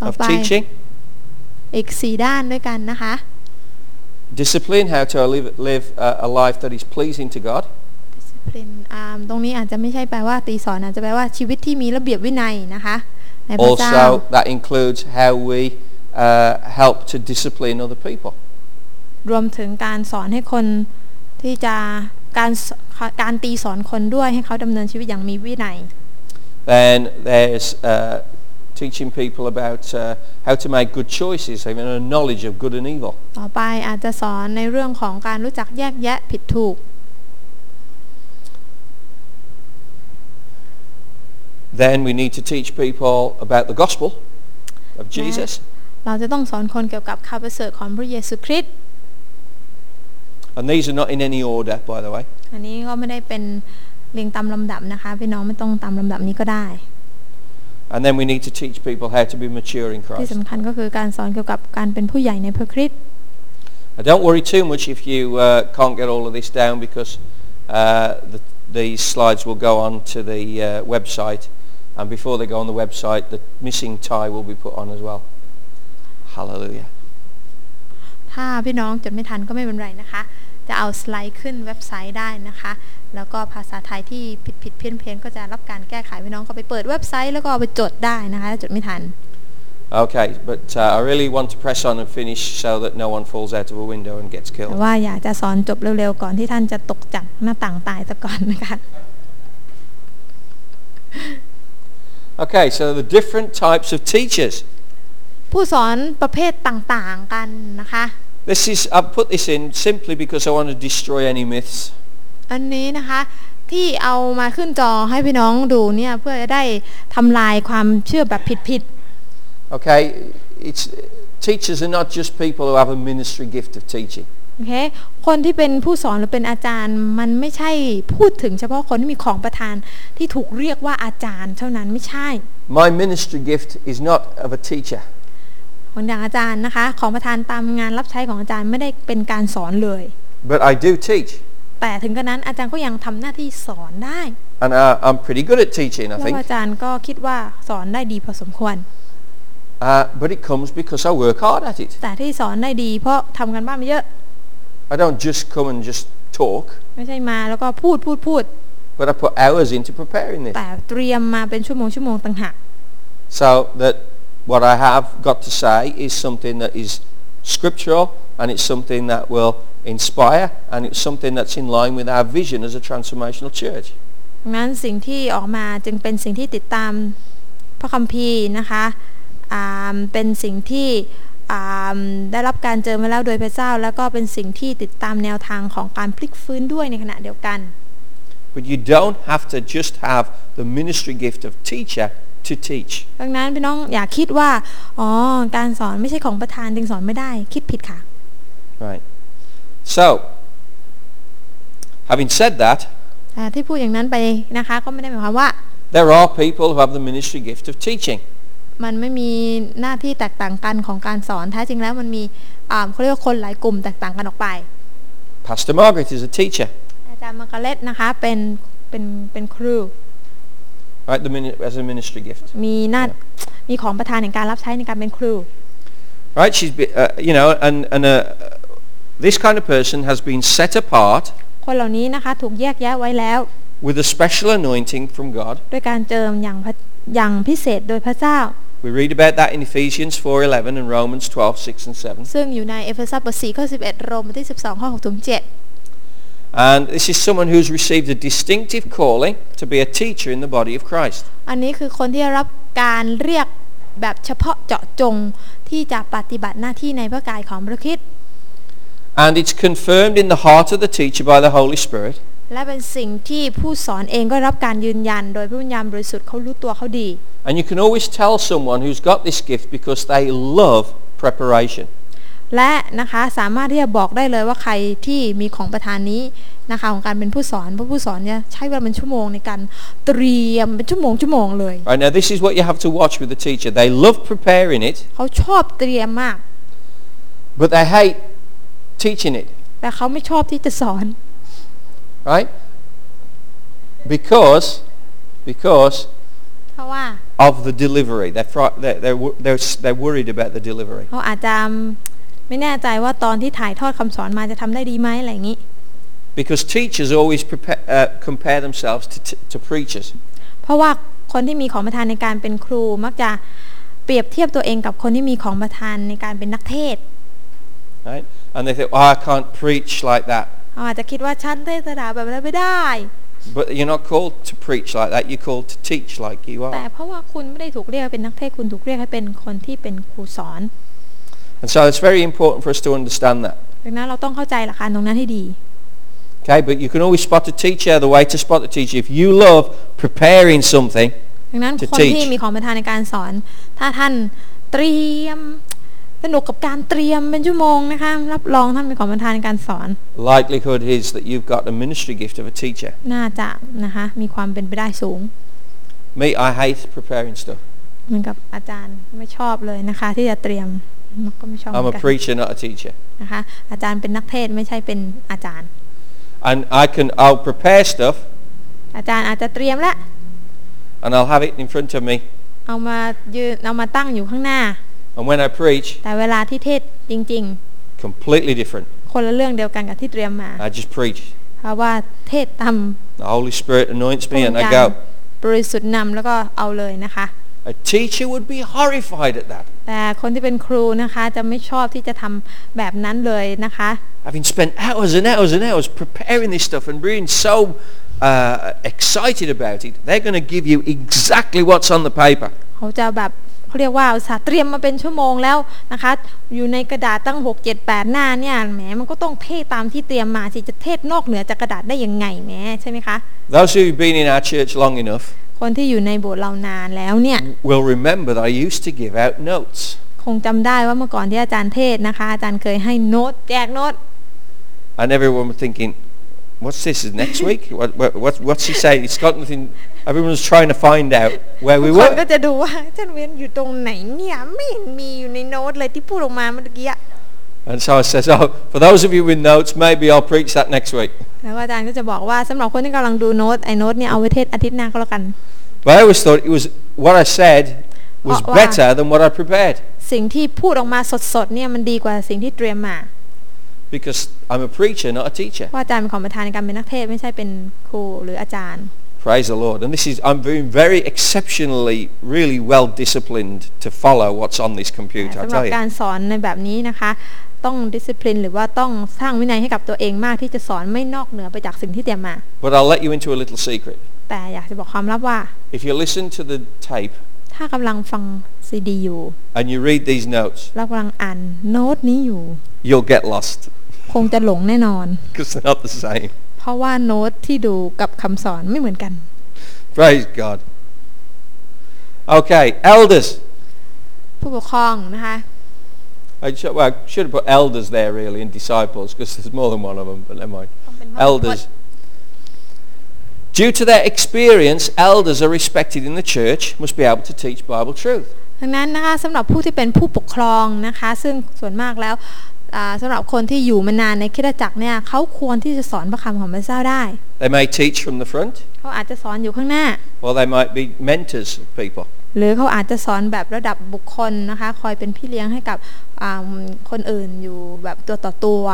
A: of
B: Bye-bye.
A: teaching.
B: อีก 4 ด้านด้วยกันนะคะ
A: Discipline, how to live, live uh, a life that is pleasing to God.
B: discipline อ่าตรงนี้อาจจะไม่ใช่แปลว่าตีสอนอาจจะแปลว่าชีวิตที่มีระเบียบวินัยนะคะในพระเจ้า
A: Also, that includes how we uh, help to discipline other people.
B: รวมถึงการสอนให้คนที่จะการสการตีสอนคนด้วยให้เขาดำเนินชีวิตอย่างมีวินัย
A: Then there's uh, teaching people about uh, how to make good choices, having a knowledge of good and evil.
B: ต่อไปอาจจะสอนในเรื่องของการรู้จักแยกแยะผิดถูก
A: Then we need to teach people about the gospel of Jesus.
B: เราจะต้องสอนคนเกี่ยวกับข่าวประเสริฐของพระเยซูคริสต์
A: And these are not in any order, by the way.
B: อันนี้ก็ไม่ได้เป็นเรียงตามลำดับนะคะพี่น้องไม่ต้องตามลำดับนี้ก็ได้
A: And then we need to teach people how to be mature in
B: ที่
A: Christ.
B: สำคัญก็คือการสอนเกี่ยวกับการเป็นผู้ใหญ่ในพระคริสต์
A: And don't worry too much if you uh, can't get all of this down because uh, the, these slides will go on to the uh, website. And before they go on the website, the missing tie will be put on as well. Hallelujah.
B: ถ้าพี่น้องจดไม่ทันก็ไม่เป็นไรนะคะ จะเอาสไลด์ขึ้นเว็บไซต์ได้นะคะ แล้วก็ภาษาไทยที่ผิดผิดๆเพี้ยนเพียนๆก็จะรับการแก้ไขพี่น้องก็ไปเปิดเว็บไซต์แล้วก็เอาไปจดได้นะคะถ้าจดไม่ทัน
A: Okay, but uh, I really want to press on and finish so that no one falls out of a window and gets
B: แต่
A: killed.
B: ว่าอยากจะสอนจบเร็วๆก่อนที่ท่านจะตกจากหน้าต่างตายซะก่อนนะคะ
A: Okay, so the different types of teachers.
B: ผู้สอนประเภทต่างๆกันนะคะ
A: This is I've put this in simply because I want to destroy any myths.
B: อันนี้นะคะที่เอามาขึ้นจอให้พี่น้องดูเนี่ยเพื่อจะได้ทำลายความเชื่อแบบผิด
A: Okay, it's teachers are not just people who have a ministry gift of teaching.
B: ๆโอเคคนที่เป็นผู้สอนหรือเป็นอาจารย์มันไม่ใช่พูดถึงเฉพาะคนที่มีของประทานที่ถูกเรียกว่าอาจารย์เท่านั้นไม่ใช่
A: My ministry gift is not of a teacher.
B: คนอย่างอาจารย์นะคะ ของประทานตามงานรับใช้ของอาจารย์ไม่ได้เป็นการสอนเลย
A: But I do teach,
B: แต่ถึงกระนั้นอาจารย์ก็ยังทำหน้าที่สอนได้
A: and uh, I'm pretty good at teaching, I
B: แล้ว
A: think.
B: อาจารย์ก็คิดว่าสอนได้ดีพอสมควร
A: Uh, but it comes because I work hard at it.
B: แต่ที่สอนได้ดีเพราะทำกันบ้านมาเยอะ
A: I don't just come and just talk,
B: ไม่ใช่มาแล้วก็พูดพูดพูด
A: but I put hours into preparing this
B: แต่เตรียมมาเป็นชั่วโมงชั่วโมงต่างหาก
A: so that what I have got to say is something that is scriptural and it's something that will inspire and it's something that's in line with our vision as a transformational church.
B: ดังนั้นสิ่งที่ออกมาจึงเป็นสิ่งที่ติดตามพระคัมภีร์นะคะอ่าเป็นสิ่งที่ อ่าได้รับการเจอมาแล้วโดยพระเจ้า แล้วก็เป็นสิ่งที่ติดตามแนวทางของการพลิกฟื้นด้วยในขณะเดียวกัน
A: But you don't have to just have the ministry gift of teacher to teach.
B: ดังนั้นพี่น้องอย่าคิดว่าอ๋อการสอนไม่ใช่ของประธานจึงสอนไม่ได้คิดผิดค่ะ
A: Right. So, having said that,
B: แต่ที่พูดอย่างนั้นไปนะคะก็ไม่ได้หมายความว่า
A: there are people who have the ministry gift of teaching.
B: มันไม่มีหน้าที่แตกต่างกันของการสอนแท้จริงแล้วมันมีอ่าเขาเรียกว่าคนหลายกลุ่มแตกต่างกันออกไป
A: Pastor Margaret is a teacher.
B: อาจารย์มาร์กาเล็ตนะคะเป็นเป็นเป็นครู
A: Right, the mini- as a ministry gift.
B: มีหน้ามีของประธานแห่งการรับใช้ในการเป็นครู
A: Right, she's be, uh, you know, and and uh, this kind of person has been set apart
B: คนเหล่านี้นะคะถูกแยกแยะไว้แล้ว
A: with a special anointing from God.
B: ด้วยการเจิมอย่างพระอย่างพิเศษโดยพระเจ้า
A: We read about that in Ephesians 4:11 and Romans 12:6 and 7.
B: ซึ่งอยู่ในเอเฟซัสบท4ข้อ11โรมบทที่ 12ข้อ6ถึง7
A: And this is someone who's received a distinctive calling to be a teacher in the body of Christ.
B: อันนี้คือคนที่ได้รับการเรียกแบบเฉพาะเจาะจงที่จะปฏิบัติหน้าที่ในพระกายของพระคริด
A: And it's confirmed in the heart of the teacher by the Holy Spirit.
B: และเป็นสิ่งที่ผู้สอนเองก็รับการยืนยัน โดยผู้วิญญาณบริสุทธิ์เขารู้ตัวเขาดี
A: And you can always tell someone who's got this gift because they love preparation.
B: และนะคะสามารถที่จะบอกได้เลยว่าใครที่มีของประธานนี้นะคะของการเป็นผู้สอนเพราะผู้สอนเนี่ยใช้เวลาเป็นชั่วโมงในการเตรียมเป็นชั่วโมงชั่วโมงเลย
A: Right now, this is what you have to watch with the teacher. They love preparing it,
B: เขาชอบเตรียมมาก
A: but they hate teaching it.
B: แต่เขาไม่ชอบที่จะสอน
A: Right? Because, because
B: เพราะว่า
A: of the delivery. They're, fri- they're, they're, wo- they're, s- they're worried about the delivery.
B: เขาอาจจะไม่แน่ใจว่าตอนที่ถ่ายทอดคำสอนมาจะทำได้ดีไหมอะไรอย่างนี้
A: Because teachers always prepare, uh, compare themselves to, t- to preachers.
B: เพราะว่าคนที่มีของประธานในการเป็นครูมักจะเปรียบเทียบตัวเองกับคนที่มีของประธานในการเป็นนักเทศน์
A: Right? And they think, oh, I can't preach like that.
B: เขาอาจจะคิดว่าฉันเทศนาแบบนั้นไม่ได้
A: But you're not called to preach like that. You're called to teach like you
B: แต่
A: are.
B: เพราะว่าคุณไม่ได้ถูกเรียกให้เป็นนักเทศน์คุณถูกเรียกให้เป็นคนที่เป็นครูสอน
A: And so it's very important for us to understand that.
B: ดังนั้นเราต้องเข้าใจหลักการตรงนั้นให้ดี
A: Okay, but you can always spot a teacher. The way to spot a teacher, if you love preparing something,
B: ดังนั้น
A: To
B: คนที่
A: teach
B: มีของประธานในการสอน ถ้าท่านเตรียมสนุกกับการเตรียมเป็นชั่วโมงนะคะ รับรองท่านมีของประธานในการสอน
A: likelihood is that you've got a ministry gift of a teacher.
B: น่าจะนะคะ มีความเป็นไปได้สูง
A: Me, I hate preparing stuff.
B: เหมือนกับอาจารย์ไม่ชอบเลยนะคะ ที่จะเตรียมก็ไม่ชอบเห
A: I'm
B: มื
A: a
B: อนกัน
A: preacher, not a teacher.
B: นะคะ อาจารย์เป็นนักเทศน์ไม่ใช่เป็นอาจารย์
A: And I can, I'll prepare stuff
B: อาจารย์อาจจะเตรียมแล้ว
A: and I'll have it in front of me.
B: เอามายืนเอามาตั้งอยู่ข้างหน้า
A: And when I preach,
B: แต่เวลาที่เทศจริง
A: completely different.
B: ๆ คนละเรื่องเดียวกันกับที่เตรียมมา
A: I just preach.
B: เพราะว่าเทศตาม
A: The Holy Spirit anoints
B: ผู้
A: me
B: นำ
A: and
B: กา
A: I go.
B: รบริสุทธิ์นำแล้วก็เอาเลยนะคะ
A: A teacher would be horrified at that,
B: แต่คนที่เป็นครูนะคะจะไม่ชอบที่จะทำแบบนั้นเลยนะคะ
A: having spent hours and hours and hours preparing this stuff and being so uh, excited about it. They're going to give you exactly what's on the paper.
B: เขาจะแบบเขาเรียกว่าอุตสาห์เตรียมมาเป็นชั่วโมงแล้วนะคะ อยู่ในกระดาษตั้ง 6 7 8 หน้าเนี่ยแหมมันก็ต้องเทศตามที่เตรียมมาสิจะเทศนอกเหนือจากกระดาษได้ยังไงแหมใช่ไหมคะ
A: Those who've been in our church long enough
B: คนที่อยู่ในโบสถ์เรานานแล้วเนี่ย
A: will remember that I used to give out notes.
B: คงจำได้ว่าเมื่อก่อนที่อาจารย์เทศนะคะ อาจารย์เคยให้โน้ตแจกโน้ต
A: And everyone was thinking, what's this, is next week? What, what, what, what's he saying? It's got nothing. Everyone's trying to find out where we
B: คนก็
A: were.
B: จะดูว่าอาจารย์เว้นอยู่ตรงไหนเนี่ยไม่เห็นมีอยู่ในโน้ตเลยที่พูดออกมาเมื่อกี้อะ
A: And so I says, oh, for those of you with notes, maybe I'll preach that next week.
B: แล้วก็อาจารย์ก็จะบอกว่าสำหรับคนที่กำลังดูโน้ตไอ้โน้ตเนี่ยเอาไว้เทศอาทิตย์หน้าก็แล้วกัน
A: But I always thought it was what I said was
B: What- what?
A: better than what I prepared
B: สิ่งที่พูดออกมาสดๆเนี่ยมันดีกว่าสิ่งที่เตรียมมา
A: because I'm a preacher, not a teacher.
B: ว่าอาจารย์เป็นของประธานในการเป็นนักเทศน์ไม่ใช่เป็นครูหรืออาจารย์
A: Praise the Lord. And this is I'm being very exceptionally, really well disciplined to follow what's on this
B: แต่
A: computer. I
B: สำหรับ
A: tell
B: กา
A: you.
B: รสอนในแบบนี้นะคะ ต้องดิสซิ p ลินหรือว่าต้องสร้างวินัยให้กับตัวเองมากที่จะสอนไม่นอกเหนือไปจากสิ่งที่เตรียมมา
A: But I'll let you into a little secret.
B: แต่อยากจะบอกความลับว่า
A: If you listen to the tape,
B: ถ้า ถ้ากำลังฟังซีดีอยู่
A: and you read these notes,
B: เรากำลังอ่านโน้ตนี้อยู่
A: you'll get lost
B: คงจะหลงแน่นอน
A: because they're not the same.
B: เพราะว่าโน้ตที่ดูกับคำสอนไม่เหมือนกัน
A: Praise God. Okay, elders.
B: ผู้ปกครองนะคะ
A: I should, well, I should have put elders there really and disciples because there's more than one of them, but never mind.
B: ต้องเป็นว่า
A: Elders. Due to their experience, elders are respected in the church, must be able to teach Bible truth.
B: ดังนั้นนะคะสำหรับผู้ที่เป็นผู้ปกครองนะคะ ซึ่งส่วนมากแล้วอ่าสำหรับคนที่อยู่มานานในคริดจักรเนี่ยเขาควรที่จะสอนพระคำของพระเจ้าได้
A: They may teach from the front,
B: เขาอาจจะสอนอยู่ข้างหน้า
A: or they might be mentors of people.
B: หรือเขาอาจจะสอนแบบระดับบุคคลนะคะ คอยเป็นพี่เลี้ยงให้กับอ่าคนอื่นอยู่แบบตัวต่อตัว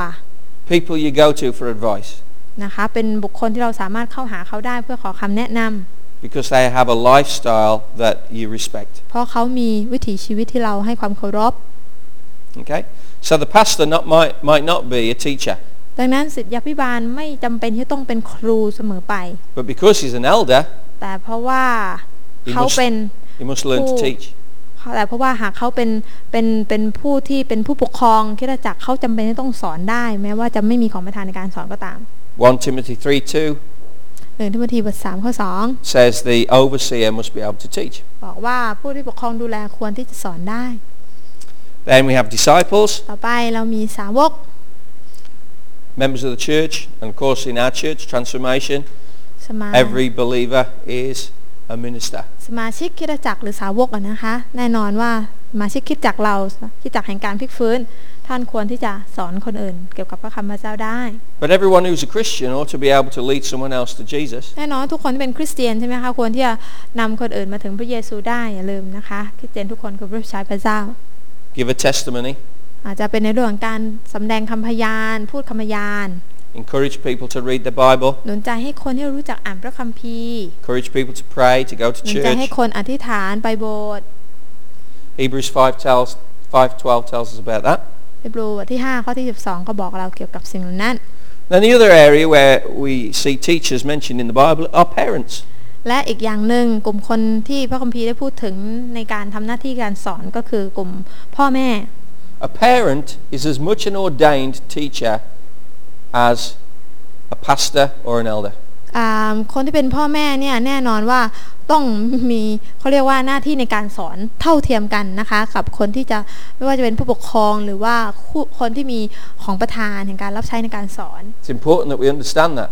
A: People you go to for advice
B: นะคะ เป็นบุคคลที่เราสามารถเข้าหาเขาได้เพื่อขอคำแนะนำ
A: because they have a lifestyle that you respect.
B: เพราะเขามีวิถีชีวิตที่เราให้ความเคารพ
A: Okay? So the pastor not, might, might not be a teacher,
B: ดังนั้นสิทธยาพิบาลไม่จำเป็นที่ต้องเป็นครูเสมอไป
A: but because he's an elder,
B: แต่เพราะว่าเขาเป็น
A: he must learn to
B: Oh.
A: teach.
B: แต่เพราะว่าหากเขาเป็นเป็นเป็นผู้ที่เป็นผู้ปกครองคริดจักรเขาจำเป็นที่ต้องสอนได้ แม้ว่าจะไม่มีของประธานในการสอนก็ตาม
A: 1 Timothy 3 2
B: หนึ่งที่บัทีบทสามข้อสอง
A: says the overseer must be able to teach.
B: บอกว่าผู้ที่ปกครองดูแลควรที่จะสอนได้
A: Then we have disciples,
B: ต่อไปเรามีสาวก
A: members of the church, and of course in our church, transformation,
B: สมา
A: every believer is a minister.
B: สมาชิกคริดจักรหรือสาวกอะนะคะ แน่นอนว่าสมาชิกคริดจักรเราคริดจักรแห่งการพลิกฟื้น ท่านควรที่จะสอนคนอื่น เกี่ยวกับพระคำพระเจ้าได้
A: But everyone who's a Christian ought to be able to lead someone else to Jesus.
B: แน่นอนทุกคนที่เป็นคริสเตียนใช่ไหมคะควรที่จะนำคนอื่นมาถึงพระเยซูได้อย่าลืมนะคะคริสเตียนทุกคนคือผู้รับใช้พระเจ้า
A: Give a testimony,
B: อาจจะเป็นในเรื่องของการสำแดงคำพยาน พูดคำพยาน
A: encourage people to read the Bible,
B: หนุนใจให้คนที่รู้จักอ่านพระคัมภีร์
A: encourage people to pray, to go to
B: หนุนใจให้
A: church.
B: คนอธิษฐานไปโบสถ์
A: Hebrews 5 tells 5:12 tells us about that.
B: เฮบรูบทที่ 5 ข้อที่ 12 ก็บอกเราเกี่ยวกับสิ่งเหล่านั้น
A: Then the other area where we see teachers mentioned in the Bible are parents.
B: และอีกอย่างหนึ่งกลุ่มคนที่พระคัมภีร์ได้พูดถึงในการทำหน้าที่การสอนก็คือกลุ่มพ่อแม่
A: A parent is as much an ordained teacher as a pastor or an elder.
B: อ่าคนที่เป็นพ่อแม่เนี่ยแน่นอนว่าต้องมีเขาเรียกว่าหน้าที่ในการสอนเท่าเทียมกันนะคะ กับคนที่จะไม่ว่าจะเป็นผู้ปกครองหรือว่าคู่คนที่มีของประธานแห่งการรับใช้ในการสอน
A: It's important that we understand that.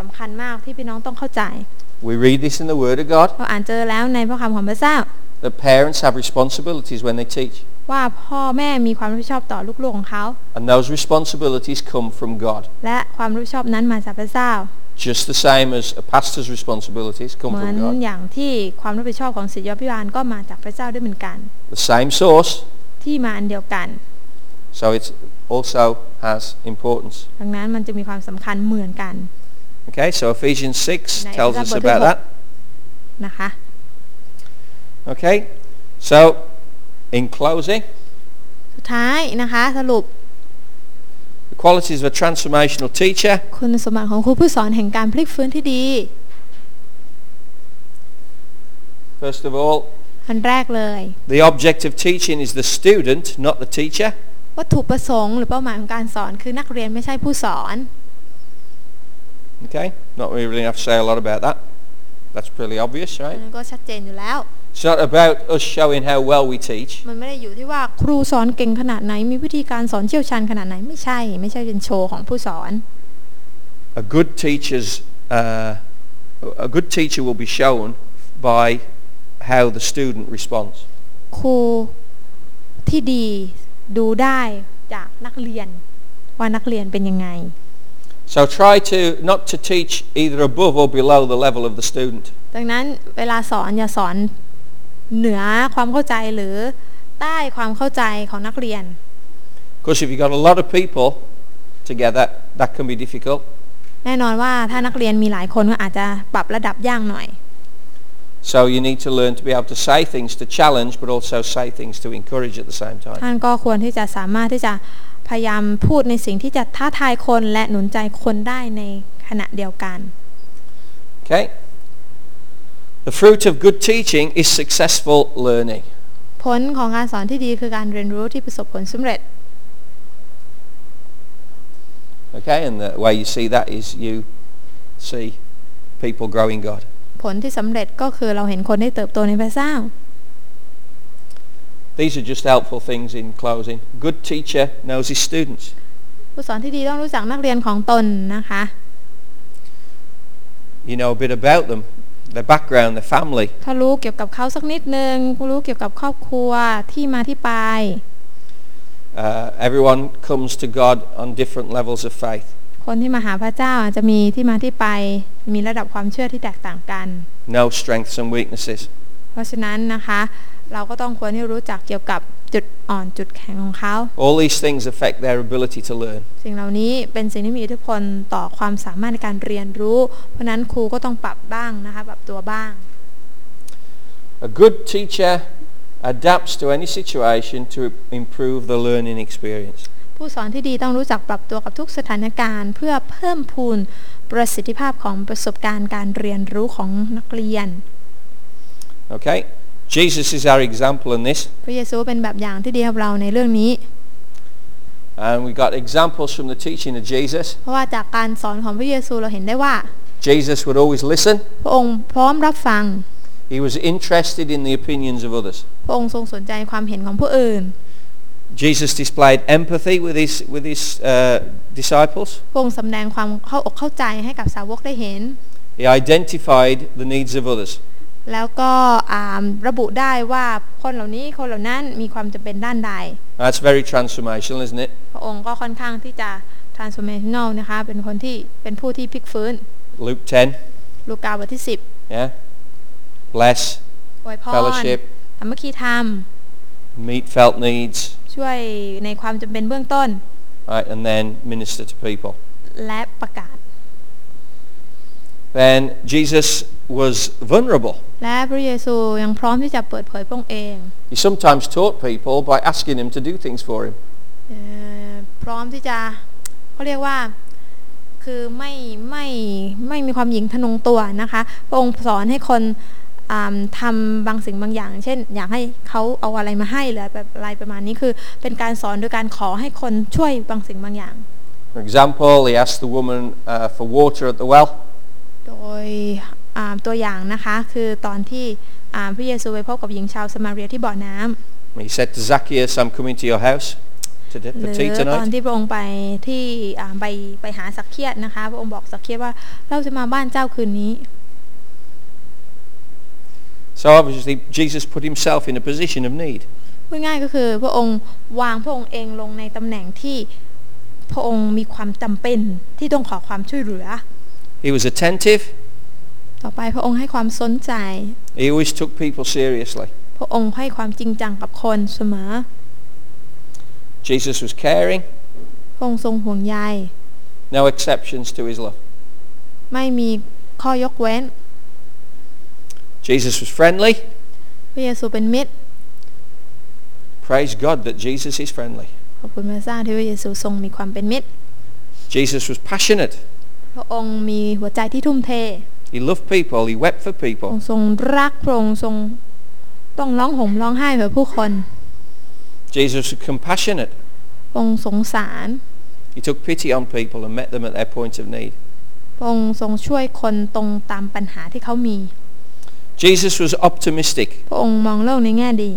B: สำคัญมากที่พี่น้องต้องเข้าใจ
A: We read this in the Word of God
B: เราอ่านเจอแล้วในพระคำของพระเจ้า
A: that parents have responsibilities when they teach,
B: ว่าพ่อแม่มีความรับผิดชอบต่อลูกๆของเขา
A: and those responsibilities come from God,
B: และความรับผิดชอบนั้นมาจากพระเจ้า
A: just the same as a pastor's responsibilities come
B: เหมือน
A: from God.
B: อย่างที่ความรับผิดชอบของศิษยาพิบาลก็มาจากพระเจ้าด้วยเหมือนกัน
A: The same source,
B: ที่มาอันเดียวกัน
A: so it also has importance.
B: ดังนั้นมันจะมีความสำคัญเหมือนกัน
A: Okay, so Ephesians 6
B: Now,
A: tells
B: is that
A: us
B: what
A: about
B: they
A: that.
B: นะคะ
A: Okay, so in closing,
B: สุดท้ายนะคะสรุป
A: the qualities of a transformational teacher
B: คุณสมบัติของครูผู้สอนแห่งการพลิกฟื้นที่ดี
A: First of all,
B: อันแรกเลย
A: the object of teaching is the student, not the teacher.
B: วัตถุประสงค์หรือเป้าหมายของการสอนคือนักเรียนไม่ใช่ผู้สอน
A: Okay, not really have to say a lot about that. That's pretty obvious,
B: อัน
A: right?
B: นั้นก็ชัดเจนอยู่แล้ว
A: It's not about us showing how well we teach.
B: มันไม่ได้อยู่ที่ว่าครูสอนเก่งขนาดไหน มีวิธีการสอนเชี่ยวชาญขนาดไหนไม่ใช่ ไม่ใช่เป็นโชว์ของผู้สอน
A: A good teacher's uh, a good teacher will be shown by how the student responds.
B: ครูที่ดีดูได้จากนักเรียน ว่านักเรียนเป็นยังไง
A: So try to not to teach either above or below the level of the student.
B: ดังนั้นเวลาสอนอย่าสอนเหนือความเข้าใจหรือใต้ความเข้าใจของนักเรียน
A: Because if you've got a lot of people together, that can be difficult.
B: แน่นอนว่าถ้านักเรียนมีหลายคนก็อาจจะปรับระดับยากหน่อย
A: So you need to learn to be able to say things to challenge, but also say things to encourage at the same time.
B: ท่านก็ควรที่จะสามารถที่จะพยายามพูดในสิ่งที่จะท้าทายคนและหนุนใจคนได้ในขณะเดียวกัน
A: Okay. The fruit of good teaching is successful learning.
B: ผลของการสอนที่ดีคือการเรียนรู้ที่ประสบผลสำเร็จ
A: Okay, and the way you see that is you see people grow in God.
B: ผลที่สำเร็จก็คือเราเห็นคนได้เติบโตในพระเจ้า
A: These are just helpful things in closing. Good teacher knows his students.
B: ผู้สอนที่ดีต้องรู้จักนักเรียนของตนนะคะ
A: You know a bit about them, their background, their family.
B: ถ้ารู้เกี่ยวกับเขาสักนิดนึงรู้เกี่ยวกับครอบครัวที่มาที่ไป
A: Uh, everyone comes to God on different levels of faith.
B: คนที่มาหาพระเจ้าอาจจะมีที่มาที่ไป มีระดับความเชื่อที่แตกต่างกัน
A: No strengths and weaknesses.
B: เพราะฉะนั้นนะคะ เราก็ต้องควรที่รู้จักเกี่ยวกับจุดอ่อนจุดแข็งของเขา
A: All these things affect their ability to learn.
B: สิ่งเหล่านี้เป็นสิ่งที่มีอิทธิพลต่อความสามารถในการเรียนรู้ เพราะฉะนั้นครูก็ต้องปรับบ้างนะคะปรับตัวบ้าง
A: A good teacher adapts to any situation to improve the learning experience.
B: ผู้สอนที่ดีต้องรู้จักปรับตัวกับทุกสถานการณ์ เพื่อเพิ่มพูนประสิทธิภาพของประสบการณ์การเรียนรู้ของนักเรียน
A: Okay? Jesus is our example in this.
B: พระเยซูเป็นแบบอย่างที่ดีกับเราในเรื่องนี้
A: And we got examples from the teaching of Jesus.
B: เพราะว่าจากการสอนของพระเยซูเราเห็นได้ว่า
A: Jesus would always listen.
B: พระองค์พร้อมรับฟัง
A: He was interested in the opinions of others.
B: พระองค์ทรงสนใจความเห็นของผู้อื่น
A: Jesus displayed empathy with his, with his uh, disciples.
B: พระองค์สำแดงความเข้าอกเข้าใจให้กับสาวกได้เห็น
A: He identified the needs of others.
B: แล้วก็อ่าระบุได้ว่าคนเหล่านี้คนเหล่านั้นมีความจำเป็นด้านใด
A: That's very transformational, isn't it?
B: พระองค์ก็ค่อนข้างที่จะ transformational นะคะ เป็นคนที่เป็นผู้ที่พลิกฟื้น
A: Luke 10.
B: ลูกาบทที่
A: Yeah? Bless,
B: 10อวยพร
A: fellowship,
B: สามัคคีธรรม
A: meet felt needs,
B: ช่วยในความจำเป็นเบื้องต้น
A: right, and then minister to people.
B: และประกาศ
A: Then Jesus was vulnerable.
B: และพระเยซูยังพร้อมที่จะเปิดเผยพระองค์เอง
A: He sometimes taught people by asking them to do things for him.
B: เอ่อพร้อมที่จะเขาเรียกว่าคือไม่ไม่ไม่มีความหญิงทะนงตัวนะคะพระองค์สอนให้คนอ่าทำาบางสิ่งบางอย่าง เช่น อยากให้เขาเอาอะไรมาให้หรือแบบอะไรประมาณนี้คือ เป็นการสอนโดยการขอให้คนช่วยบางสิ่งบางอย่าง
A: For example, he asked the woman uh, for water at the well.
B: โดยอ่าตัวอย่างนะคะคือตอนที่อ่าพระเยซูไปพบกับหญิงชาวสมาเรียที่บ่อน้ำ
A: And He said to Zacchaeus, I'm coming to your house to,
B: หรื
A: for
B: อ
A: tea
B: ตอน
A: tonight.
B: ที่พระองค์ไปที่อ่าไปไปหาสักเคียดนะคะ พระองค์บอกสักเคียดว่าเราจะมาบ้านเจ้าคืนนี้
A: So obviously Jesus put himself in a position of need.
B: พูดง่ายก็คือพระองค์วางพระองค์เองลงในตำแหน่งที่พระองค์มีความจำเป็นที่ต้องขอความช่วยเหลือ
A: He was attentive.
B: ต่อไปพระองค์ให้ความสนใจ
A: He always took people seriously.
B: พระองค์ให้ความจริงจังกับคนเสมอ
A: Jesus was caring.
B: พระองค์ทรงห่วงใย
A: No exceptions to his love.
B: ไม่มีข้อยกเว้น
A: Jesus was friendly.
B: พระเยซูเป็นมิตร
A: Praise God that Jesus is friendly.
B: ขอบคุณพระเจ้าที่พระเยซูทรงมีความเป็นมิตร
A: Jesus was passionate.
B: พระองค์มีหัวใจที่ทุ่มเท
A: He loved people. He wept for
B: พระอ
A: people.
B: งค์ทรงรักพระองค์ทรงต้องร้องห่มร้องไห้เพื่อผู้คน
A: Jesus was compassionate.
B: พระองค์สงสาร
A: He took pity on people and met them at their point of need.
B: พระองค์ทรงช่วยคนตรงตามปัญหาที่เขามี
A: Jesus was optimistic.
B: พระองค์มองโลกในแง่ดี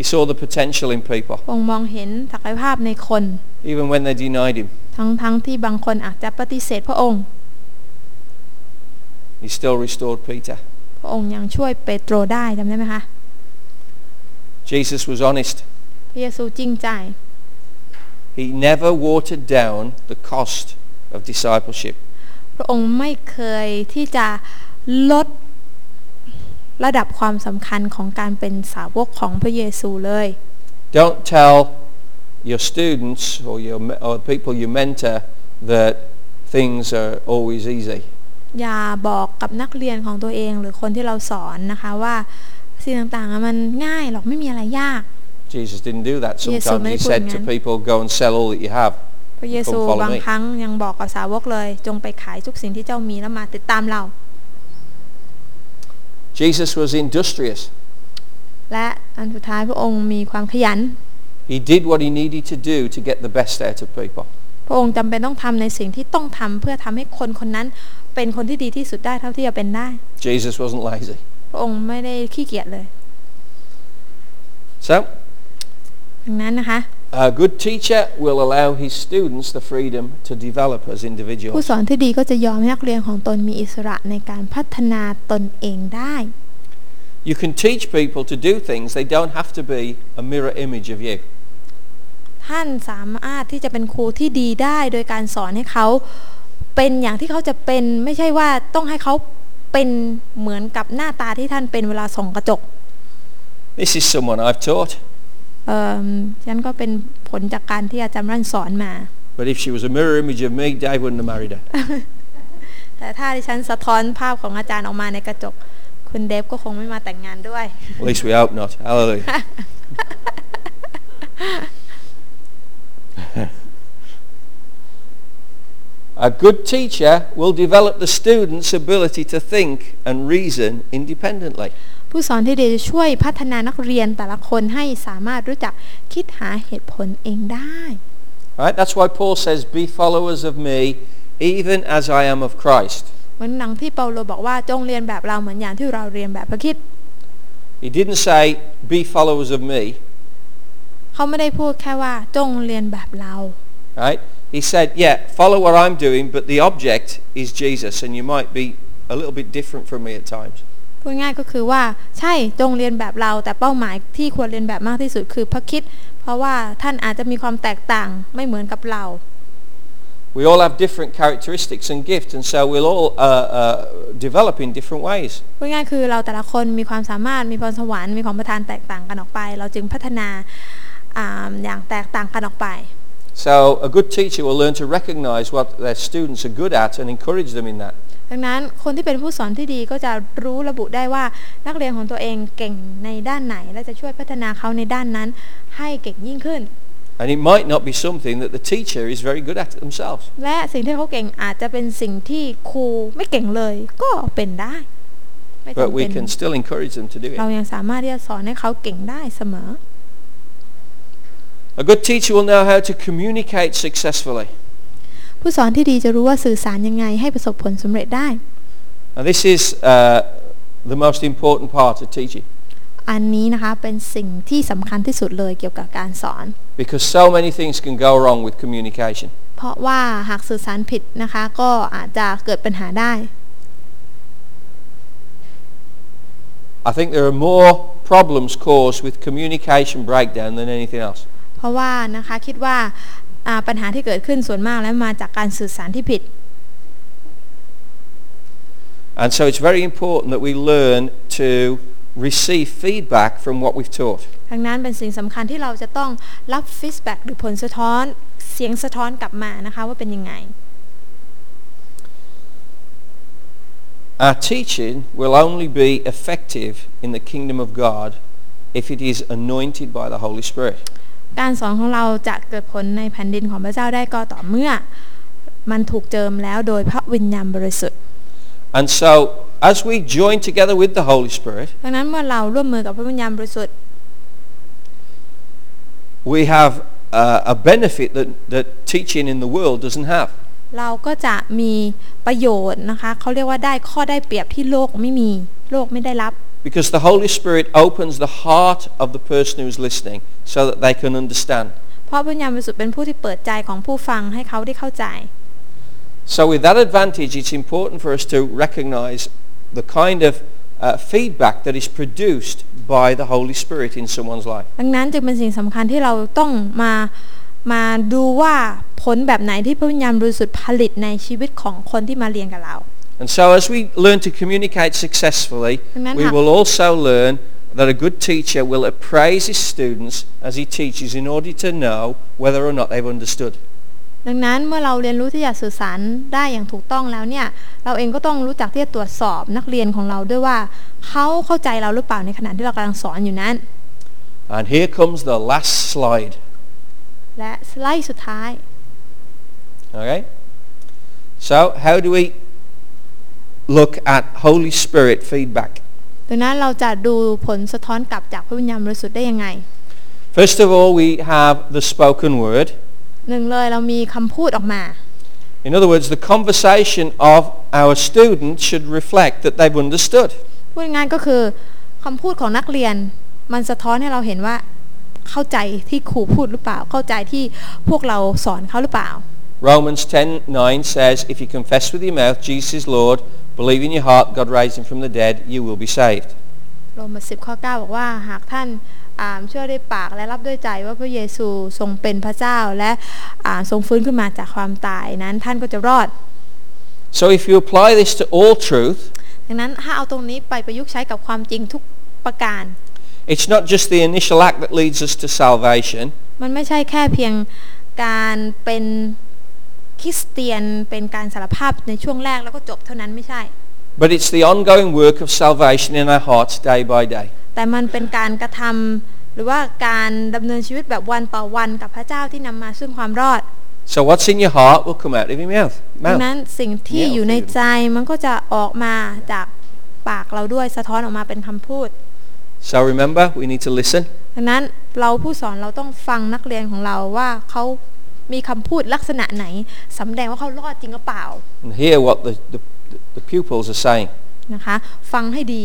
A: He saw the potential in people,
B: พระองค์มองเห็นศักยภาพในคน
A: even when they denied him.
B: ทั้งทั้งที่บางคนอาจจะปฏิเสธพระองค์
A: He still restored Peter.
B: พระองค์ยังช่วยเปโตรได้จำได้ไหมคะ
A: Jesus was honest.
B: พระเยซูจริงใจ
A: He never watered down the cost of discipleship.
B: พระองค์ไม่เคยที่จะลดระดับความสำคัญของการเป็นสาวกของพระเยซูเลย
A: Don't tell your students or your me- or people you mentor that things are always easy.
B: อย่าบอกกับนักเรียนของตัวเองหรือคนที่เราสอนนะคะว่าสิ่งต่างๆอะมันง่ายหรอกไม่มีอะไรยาก
A: Jesus didn't do that.
B: Yes,
A: Sometimes he
B: somebody put
A: said
B: me
A: to
B: on.
A: people, go and sell all that you have.
B: พระเยซู
A: Come follow me.
B: บางครั้งยังบอกกับสาวกเลย จงไปขายทุกสิ่งที่เจ้ามีแล้วมาติดตามเรา
A: Jesus was industrious.
B: และอันสุดท้ายพระองค์มีความขยัน
A: He did what he needed to do to get the best out of people.
B: พระองค์จำเป็นต้องทำในสิ่งที่ต้องทำเพื่อทำให้คนคนนั้นเป็นคนที่ดีที่สุดได้เท่าที่จะเป็นได้
A: Jesus wasn't lazy.
B: พระองค์ไม่ได้ขี้เกียจเลย
A: So,
B: ดังนั้นนะคะ
A: a good teacher will allow his students the freedom to develop as
B: ผู้
A: individuals.
B: สอนที่ดีก็จะยอมให้นักเรียนของตนมีอิสระในการพัฒนาตนเองได้
A: You can teach people to do things they don't have to be a mirror image of you.
B: ท่านสามารถที่จะเป็นครูที่ดีได้โดยการสอนให้เขาเป็นอย่างที่เขาจะเป็นไม่ใช่ว่าต้องให้เขาเป็นเหมือนกับหน้าตาที่ท่านเป็นเวลาส่องกระจก
A: This is someone I've taught,
B: เอ่อฉันก็เป็นผลจากการที่อาจารย์รั่นสอนมา
A: but if she was a mirror image of me, Dave wouldn't have married her.
B: แต่ถ้าดิฉันสะท้อนภาพของอาจารย์ออกมาในกระจก คุณเดฟก็คงไม่มาแต่งงานด้วย
A: At least we hope not. Hallelujah. A good teacher will develop the student's ability to think and reason independently.
B: ผู้สอนที่ดีจะช่วยพัฒนานักเรียนแต่ละคนให้สามารถรู้จักคิดหาเหตุผลเองได้
A: Right? That's why Paul says, "Be followers of me, even as I am of Christ."
B: เหมือนหนังที่เปาโลบอกว่าจงเรียนแบบเราเหมือนอย่างที่เราเรียนแบบพระคริด
A: He didn't say, "Be followers of me."
B: เขาไม่ได้พูดแค่ว่าจงเรียนแบบเรา
A: Right? He said, "Yeah, follow what I'm doing, but the object is Jesus, and you might be a little bit different from me at times."
B: พูดง่ายก็คือว่าใช่จงเรียนแบบเรา แต่เป้าหมายที่ควรเรียนแบบมากที่สุดคือพระคริดเพราะว่าท่านอาจจะมีความแตกต่างไม่เหมือนกับเรา
A: We all have different characteristics and gifts, and so we'll all uh, uh, develop in different ways.
B: พูดง่ายคือเราแต่ละคนมีความสามารถมีพรสวรรค์มีของประทานแตกต่างกันออกไป เราจึงพัฒนาอ่าอย่างแตกต่างกันออกไป
A: So a good teacher will learn to recognize what their students are good at and encourage them in that.
B: ดังนั้นคนที่เป็นผู้สอนที่ดีก็จะรู้ระบุได้ว่านักเรียนของตัวเองเก่งในด้านไหน และจะช่วยพัฒนาเขาในด้านนั้น ให้เก่งยิ่งขึ้น
A: And it might not be something that the teacher is very good at themselves.
B: และสิ่งที่เขาเก่งอาจจะเป็นสิ่งที่ครูไม่เก่งเลย ก็เป็นได้ ไม่
A: But
B: จำเป็
A: we
B: น
A: can still encourage them to do
B: เรา
A: it.
B: ยังสามารถที่จะสอนให้เขาเก่งได้เสมอ
A: A good teacher will know how to communicate successfully.
B: ผู้สอนที่ดีจะรู้ว่าสื่อสารยังไงให้ประสบผลสำเร็จได้
A: And this is uh, the most important part of teaching
B: อันนี้นะคะเป็นสิ่งที่สำคัญที่สุดเลยเกี่ยวกับการสอน
A: because so many things can go wrong with communication.
B: เพราะว่าหากสื่อสารผิดนะคะ ก็อาจจะเกิดปัญหาได้
A: I think there are more problems caused with communication breakdown than anything else.
B: เพราะว่านะคะคิดว่าอ่าปัญหาที่เกิดขึ้นส่วนมากแล้วมาจากการสื่อสารที่ผิด
A: And so it's very important that we learn to receive feedback from what we've taught.
B: ดังนั้นเป็นสิ่งสำคัญที่เราจะต้องรับฟีดแบ็กหรือผลสะท้อนเสียงสะท้อนกลับมานะคะว่าเป็นยังไง
A: Our teaching will only be effective in the kingdom of God if it is anointed by the Holy Spirit.
B: การสอนของเราจะเกิดผลในแผ่นดินของพระเจ้าได้ก็ต่อเมื่อ มันถูกเจิมแล้วโดยพระวิญญาณบริสุทธิ์
A: And so as we join together with the Holy Spirit,
B: ดังนั้นเมื่อเราร่วมมือกับพระวิญญาณบริสุทธิ์
A: we have uh, a benefit that, that teaching in the world doesn't have.
B: เราก็จะมีประโยชน์นะคะเขาเรียกว่าได้ข้อได้เปรียบที่โลกไม่มีโลกไม่ได้รับ
A: Because the Holy Spirit opens the heart of the person who's listening so that they can understand.
B: เพราะพระวิญญาณบริสุทธิ์เป็นผู้ที่เปิดใจของผู้ฟังให้เขาได้เข้าใจ
A: So with that advantage, it's important for us to recognize the kind of uh, feedback that is produced by the Holy Spirit in someone's life.
B: ดังนั้นจึงเป็นสิ่งสำคัญที่เราต้องมามาดูว่าผลแบบไหนที่พระวิญญาณบริสุทธิ์ผลิตในชีวิตของคนที่มาเรียนกับเรา
A: And so as we learn to communicate successfully,
B: Amen.
A: we will also learn that a good teacher will appraise his students as he teaches in order to know whether or not they've understood.
B: ดังนั้นเมื่อเราเรียนรู้ที่จะสื่อสารได้อย่างถูกต้องแล้วเนี่ย เราเองก็ต้องรู้จักที่จะตรวจสอบนักเรียนของเราด้วยว่าเขาเข้าใจเราหรือเปล่าในขณะที่เรากำลังสอนอยู่นั้น
A: And here comes the last slide.
B: และสไลด์สุดท้าย
A: Okay? So how do we look at Holy Spirit feedback?
B: ดังนั้นเราจะดูผลสะท้อนกลับจากพระวิญญาณบริสุทธิ์ได้ยังไง
A: First of all, we have the spoken word.
B: หนึ่งเลยเรามีคำพูดออกมา
A: In other words, the conversation of our students should reflect that they've understood.
B: พูดง่ายๆก็คือคำพูดของนักเรียน มันสะท้อนให้เราเห็นว่า เข้าใจที่ครูพูดหรือเปล่า เข้าใจที่พวกเราสอนเขาหรือเปล่า
A: Romans 10:9 says, "If you confess with your mouth Jesus is Lord, believe in your heart God raised him from the dead, you will be saved."
B: โรมบทสิบข้อ 9 บอกว่าหากท่านอ่านเชื่อด้วยปากและรับด้วยใจว่าพระเยซูทรงเป็นพระเจ้าและอ่านทรงฟื้นขึ้นมาจากความตายนั้นท่านก็จะรอด
A: So if you apply this to all truth,
B: ดังนั้นถ้าเอาตรงนี้ไปประยุกต์ใช้กับความจริงทุกประการ
A: it's not just the initial act that leads us to salvation,
B: มันไม่ใช่แค่เพียงการเป็นคริสเตียนเป็นการสารภาพในช่วงแรกแล้วก็จบเท่านั้นไม่ใช่
A: but it's the ongoing work of salvation in our hearts day by day.
B: แต่มันเป็นการกระทำหรือว่าการดำเนินชีวิตแบบวันต่อวันกับพระเจ้าที่นำมาซึ่งความรอด
A: So what's in your heart will come out of your mouth.
B: ดัง
A: mouth.
B: นั้นสิ่งที่
A: เนี่ย
B: อยู่ในใจมันก็จะออกมาจากปากเราด้วยสะท้อนออกมาเป็นคำพูด
A: So remember, we need to listen.
B: ดังนั้นเราผู้สอนเราต้องฟังนักเรียนของเราว่าเขามีคำพูดลักษณะไหนสำแดงว่าเขารอดจริงหรือเปล่า
A: and hear what the, the, the pupils are saying
B: นะคะ ฟังให้ดี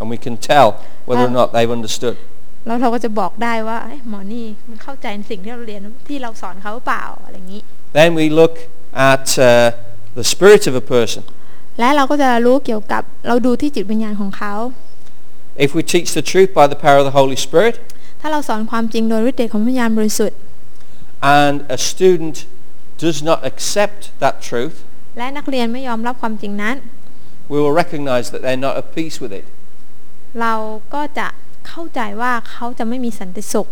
A: and we can tell whether or
B: Um,
A: not they've understood.
B: แล้วเราก็จะบอกได้ว่าเอ๊ะหมอนี่มันเข้าใจในสิ่งที่เราเรียนที่เราสอนเขาหรือเปล่าอะไรอย่างนี้
A: Then we look at uh, the spirit of a person.
B: และเราก็จะรู้เกี่ยวกับเราดูที่จิตวิญญาณของเขา
A: If we teach the truth by the power of the Holy Spirit
B: ถ้าเราสอนความจริงโดยฤทธิ์เดชของพระวิญญาณบริสุทธิ์
A: and a student does not accept that truth,
B: และนักเรียนไม่ยอมรับความจริงนั้น
A: we will recognize that they're not at peace with it.
B: เราก็จะเข้าใจว่าเขาจะไม่มีสันติสุข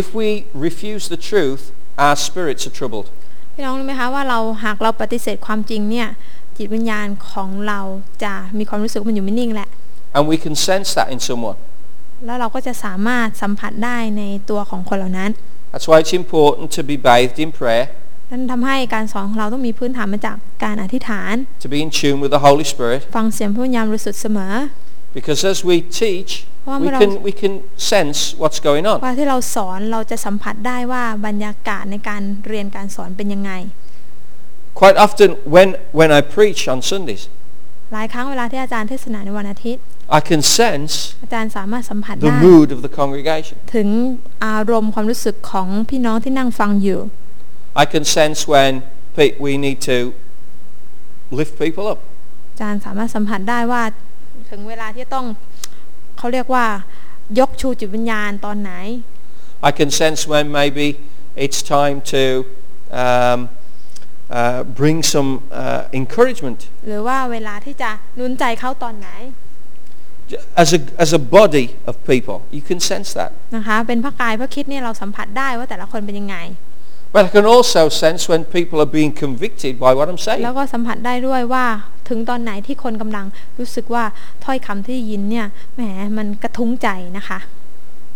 A: If we refuse the truth, our spirits are troubled.
B: พี่น้องรู้ไหมคะว่าเราหากเราปฏิเสธความจริงเนี่ยจิตวิญญาณของเราจะมีความรู้สึกว่ามันอยู่ไม่นิ่งแหละ
A: And we can sense that in someone.
B: แล้วเราก็จะสามารถสัมผัสได้ในตัวของคนเหล่านั้น
A: That's why it's important to be bathed in prayer,
B: นั่นทำให้การสอนของเราต้องมีพื้นฐานมาจากการอธิษฐาน
A: to be in tune with the Holy Spirit,
B: ฟังเสียงพระวิญญาณบริสุทธิ์เสมอ
A: Because as we teach,
B: Well,
A: we
B: but
A: can,
B: also-
A: we can sense what's going on.
B: ว่าที่เราสอนเราจะสัมผัสได้ว่าบรรยากาศในการเรียนการสอนเป็นยังไง
A: Quite often when, when I preach on Sundays,
B: หลายครั้งเวลาที่อาจารย์เทศนาในวันอาทิตย์
A: I can sense
B: อาจารย์สามารถสัมผัส
A: the
B: ได้
A: mood of the congregation.
B: ถึงอารมณ์ความรู้สึกของพี่น้องที่นั่งฟังอยู่
A: I can sense when pe- we need to lift people up.
B: อาจารย์สามารถสัมผัสได้ว่าถึงเวลาที่ต้องเขาเรียกว่ายกชูจิตวิญญาณตอนไหน
A: I can sense when maybe it's time to um, uh, bring some uh, encouragement.
B: หรือว่าเวลาที่จะหนุนใจเขาตอนไหน
A: J- As a, as a body of people, you can sense that.
B: นะคะ เป็นพระกายพระคิดเนี่ยเราสัมผัสได้ว่าแต่ละคนเป็นยังไง
A: But I can also sense when people are being convicted by what I'm saying.
B: แล้วก็สัมผัสได้ด้วยว่าถึงตอนไหนที่คนกำลังรู้สึกว่าถ้อยคำที่ได้ยินเนี่ยแหมมันกระทุ้งใจนะคะ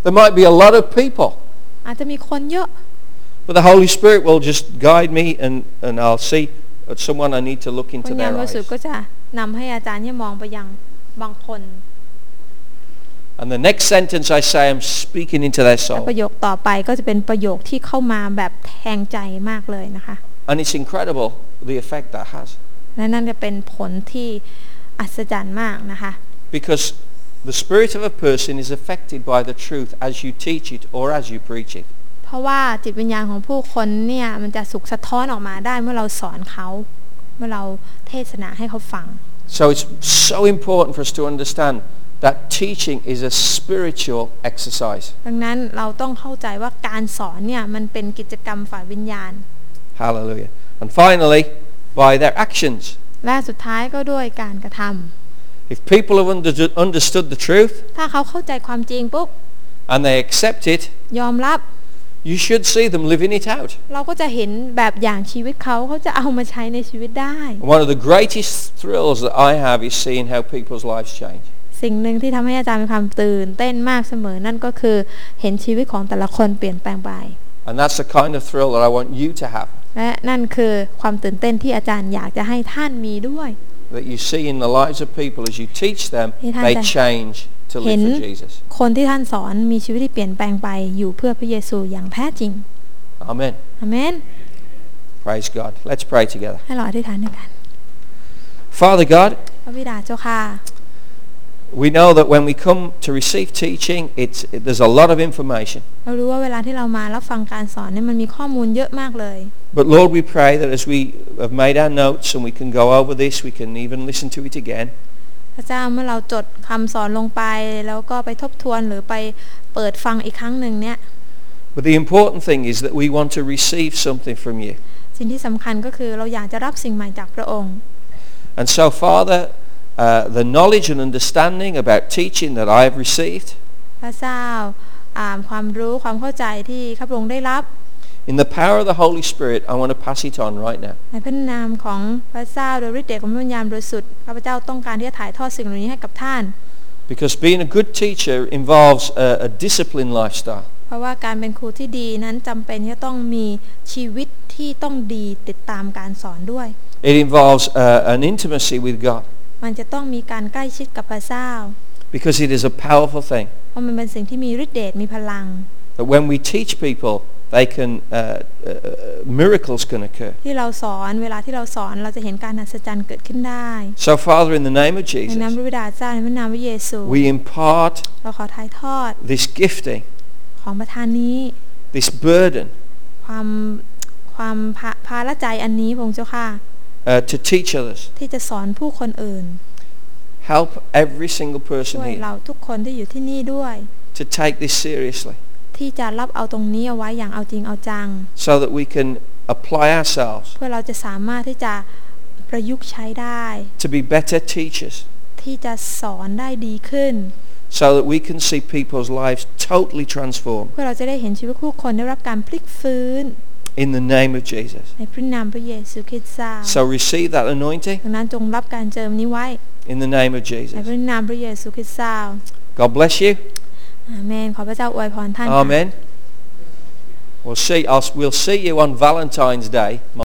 A: There might be a lot of people
B: อาจจะมีคนเยอะ
A: But the Holy Spirit will just guide me and, and I'll see that someone I need to look
B: วิ
A: into
B: ญญาณ
A: their
B: บริสุทธิ์ก็
A: eyes.
B: จะนำให้อาจารย์เนี่ยมองไปยังบางคน
A: And the next sentence I say, I'm speaking into their
B: และ
A: soul.
B: ประโยคต่อไปก็จะเป็นประโยคที่เข้ามาแบบแทงใจมากเลยนะคะ
A: And it's incredible the effect that has.
B: และนั่นจะเป็นผลที่อัศจรรย์มากนะคะ
A: Because the spirit of a person is affected by the truth as you teach it or as you preach it.
B: เพราะว่าจิตวิญญาณของผู้คนเนี่ยมันจะสุกสะท้อนออกมาได้เมื่อเราสอนเขาเมื่อเราเทศนาให้เขาฟัง
A: So it's so important for us to understand that teaching is a spiritual exercise.
B: ดังนั้นเราต้องเข้าใจว่าการสอนเนี่ยมันเป็นกิจกรรมฝ่ายวิญญาณ
A: Hallelujah. And finally, by their actions.
B: และสุดท้ายก็ด้วยการกระทำ
A: If people have under- understood the truth
B: ถ้าเขาเข้าใจความจริงปุ๊บ
A: and they accept it,
B: ยอมรับ
A: You should see them living it out.
B: เราก็จะเห็นแบบอย่างชีวิตเขาเขาจะเอามาใช้ในชีวิตได้
A: And one of the greatest thrills that I have is seeing how people's lives change.
B: สิ่งหนึ่งที่ทำให้อาจารย์มีความตื่นเต้นมากเสมอนั่นก็คือเห็นชีวิตของแต่ละคนเปลี่ยนแปลงไป
A: And that's the kind of thrill that I want you to have.
B: และนั่นคือความตื่นเต้นที่อาจารย์อยากจะให้ท่านมีด้วย
A: that you see in the lives of people as you teach them,
B: It
A: they
B: happened.
A: change to live for
B: Hidden.
A: Jesus.
B: คนที่ท่านสอนมีชีวิตที่เปลี่ยนแปลงไปอยู่เพื่อพระเยซูอย่างแท้จริง
A: Amen.
B: อาเมน
A: Praise God. Let's pray together.
B: ให้เราอธิษฐานด้วยกัน
A: Father God,
B: พระบิดาเจ้าค่ะ
A: we know that when we come to receive teaching, it's, it, there's a lot of information.
B: เรารู้ว่าเวลาที่เรามารับฟังการสอนเนี่ยมันมีข้อมูลเยอะมากเลย
A: But Lord, we pray that as we have made our notes and we can go over this, we can even listen to it again.
B: พระเจ้าเมื่อเราจดคำสอนลงไป แล้วก็ไปทบทวนหรือไปเปิดฟังอีกครั้งหนึ่งเนี่ย
A: But the important thing is that we want to receive something from you.
B: สิ่งที่สำคัญก็คือเราอยากจะรับสิ่งใหม่จากพระองค์
A: And so, Father, uh, the knowledge and understanding about teaching that I have received
B: พระเจ้าอ่าความรู้ความเข้าใจที่ข้าพระองค์ได้รับ
A: In the power of the Holy Spirit, I want to pass it on right now.
B: ในพระนามของพระเจ้าโดยฤทธิ์เดชของพระวิญญาณบริสุทธิ์ข้าพเจ้าต้องการที่จะถ่ายทอดสิ่งเหล่านี้ให้กับท่าน
A: Because being a good teacher involves a, a disciplined lifestyle.
B: เพราะว่าการเป็นครูที่ดีนั้นจำเป็นที่จะต้องมีชีวิตที่ต้องดีติดตามการสอนด้วย
A: It involves uh, an intimacy with God
B: มันจะต้องมีการใกล้ชิดกับพระเจ้า
A: because it is a powerful thing
B: เพราะมันเป็นสิ่งที่มีฤทธิ์เดชมีพลัง
A: that when we teach people, they can, uh, uh, uh, miracles can occur.
B: ที่เราสอนเวลาที่เราสอนเราจะเห็นการอัศจรรย์เกิดขึ้นได้
A: So Father, in the name of
B: ในนามพ
A: Jesus,
B: ระบิดาเจ้าในพระนามพระเยซู
A: we impart
B: เราขอถ่ายทอด
A: this gifting,
B: ของประธานนี้
A: this burden
B: ความความภาภาระใจอันนี้พระองค์เจ้าค่ะ
A: uh, to teach others.
B: ที่จะสอนผู้คนอื่น
A: Help every single
B: ช่ว
A: person
B: ย
A: here
B: เราทุกคนที่อยู่ที่นี่ด้วย
A: to take this seriously
B: ที่จะรับเอาตรงนี้เอาไว้อย่างเอาจริงเอาจัง
A: so that we can apply ourselves
B: เพื่อเราจะสามารถที่จะประยุกต์ใช้ได้
A: to be better teachers.
B: ที่จะสอนได้ดีขึ้น
A: so that we can see people's lives totally transformed
B: เพื่อเราจะได้เห็นชีวิตผู้คนได้รับการพลิกฟื้น
A: in the name of Jesus.
B: ในพระนามพระเยซูคริสต์เจ้า
A: So receive that anointing
B: ดังนั้นจงรับการเจิมนี้ไว้
A: in the name of
B: ในพ
A: Jesus.
B: ระนามพระเยซูคริสต์เจ้า
A: God bless you.
B: อาเมน ขอพระเจ้าอวยพรท่านค่ะ
A: Amen. We'll see, I'll, we'll see you on Valentine's Day.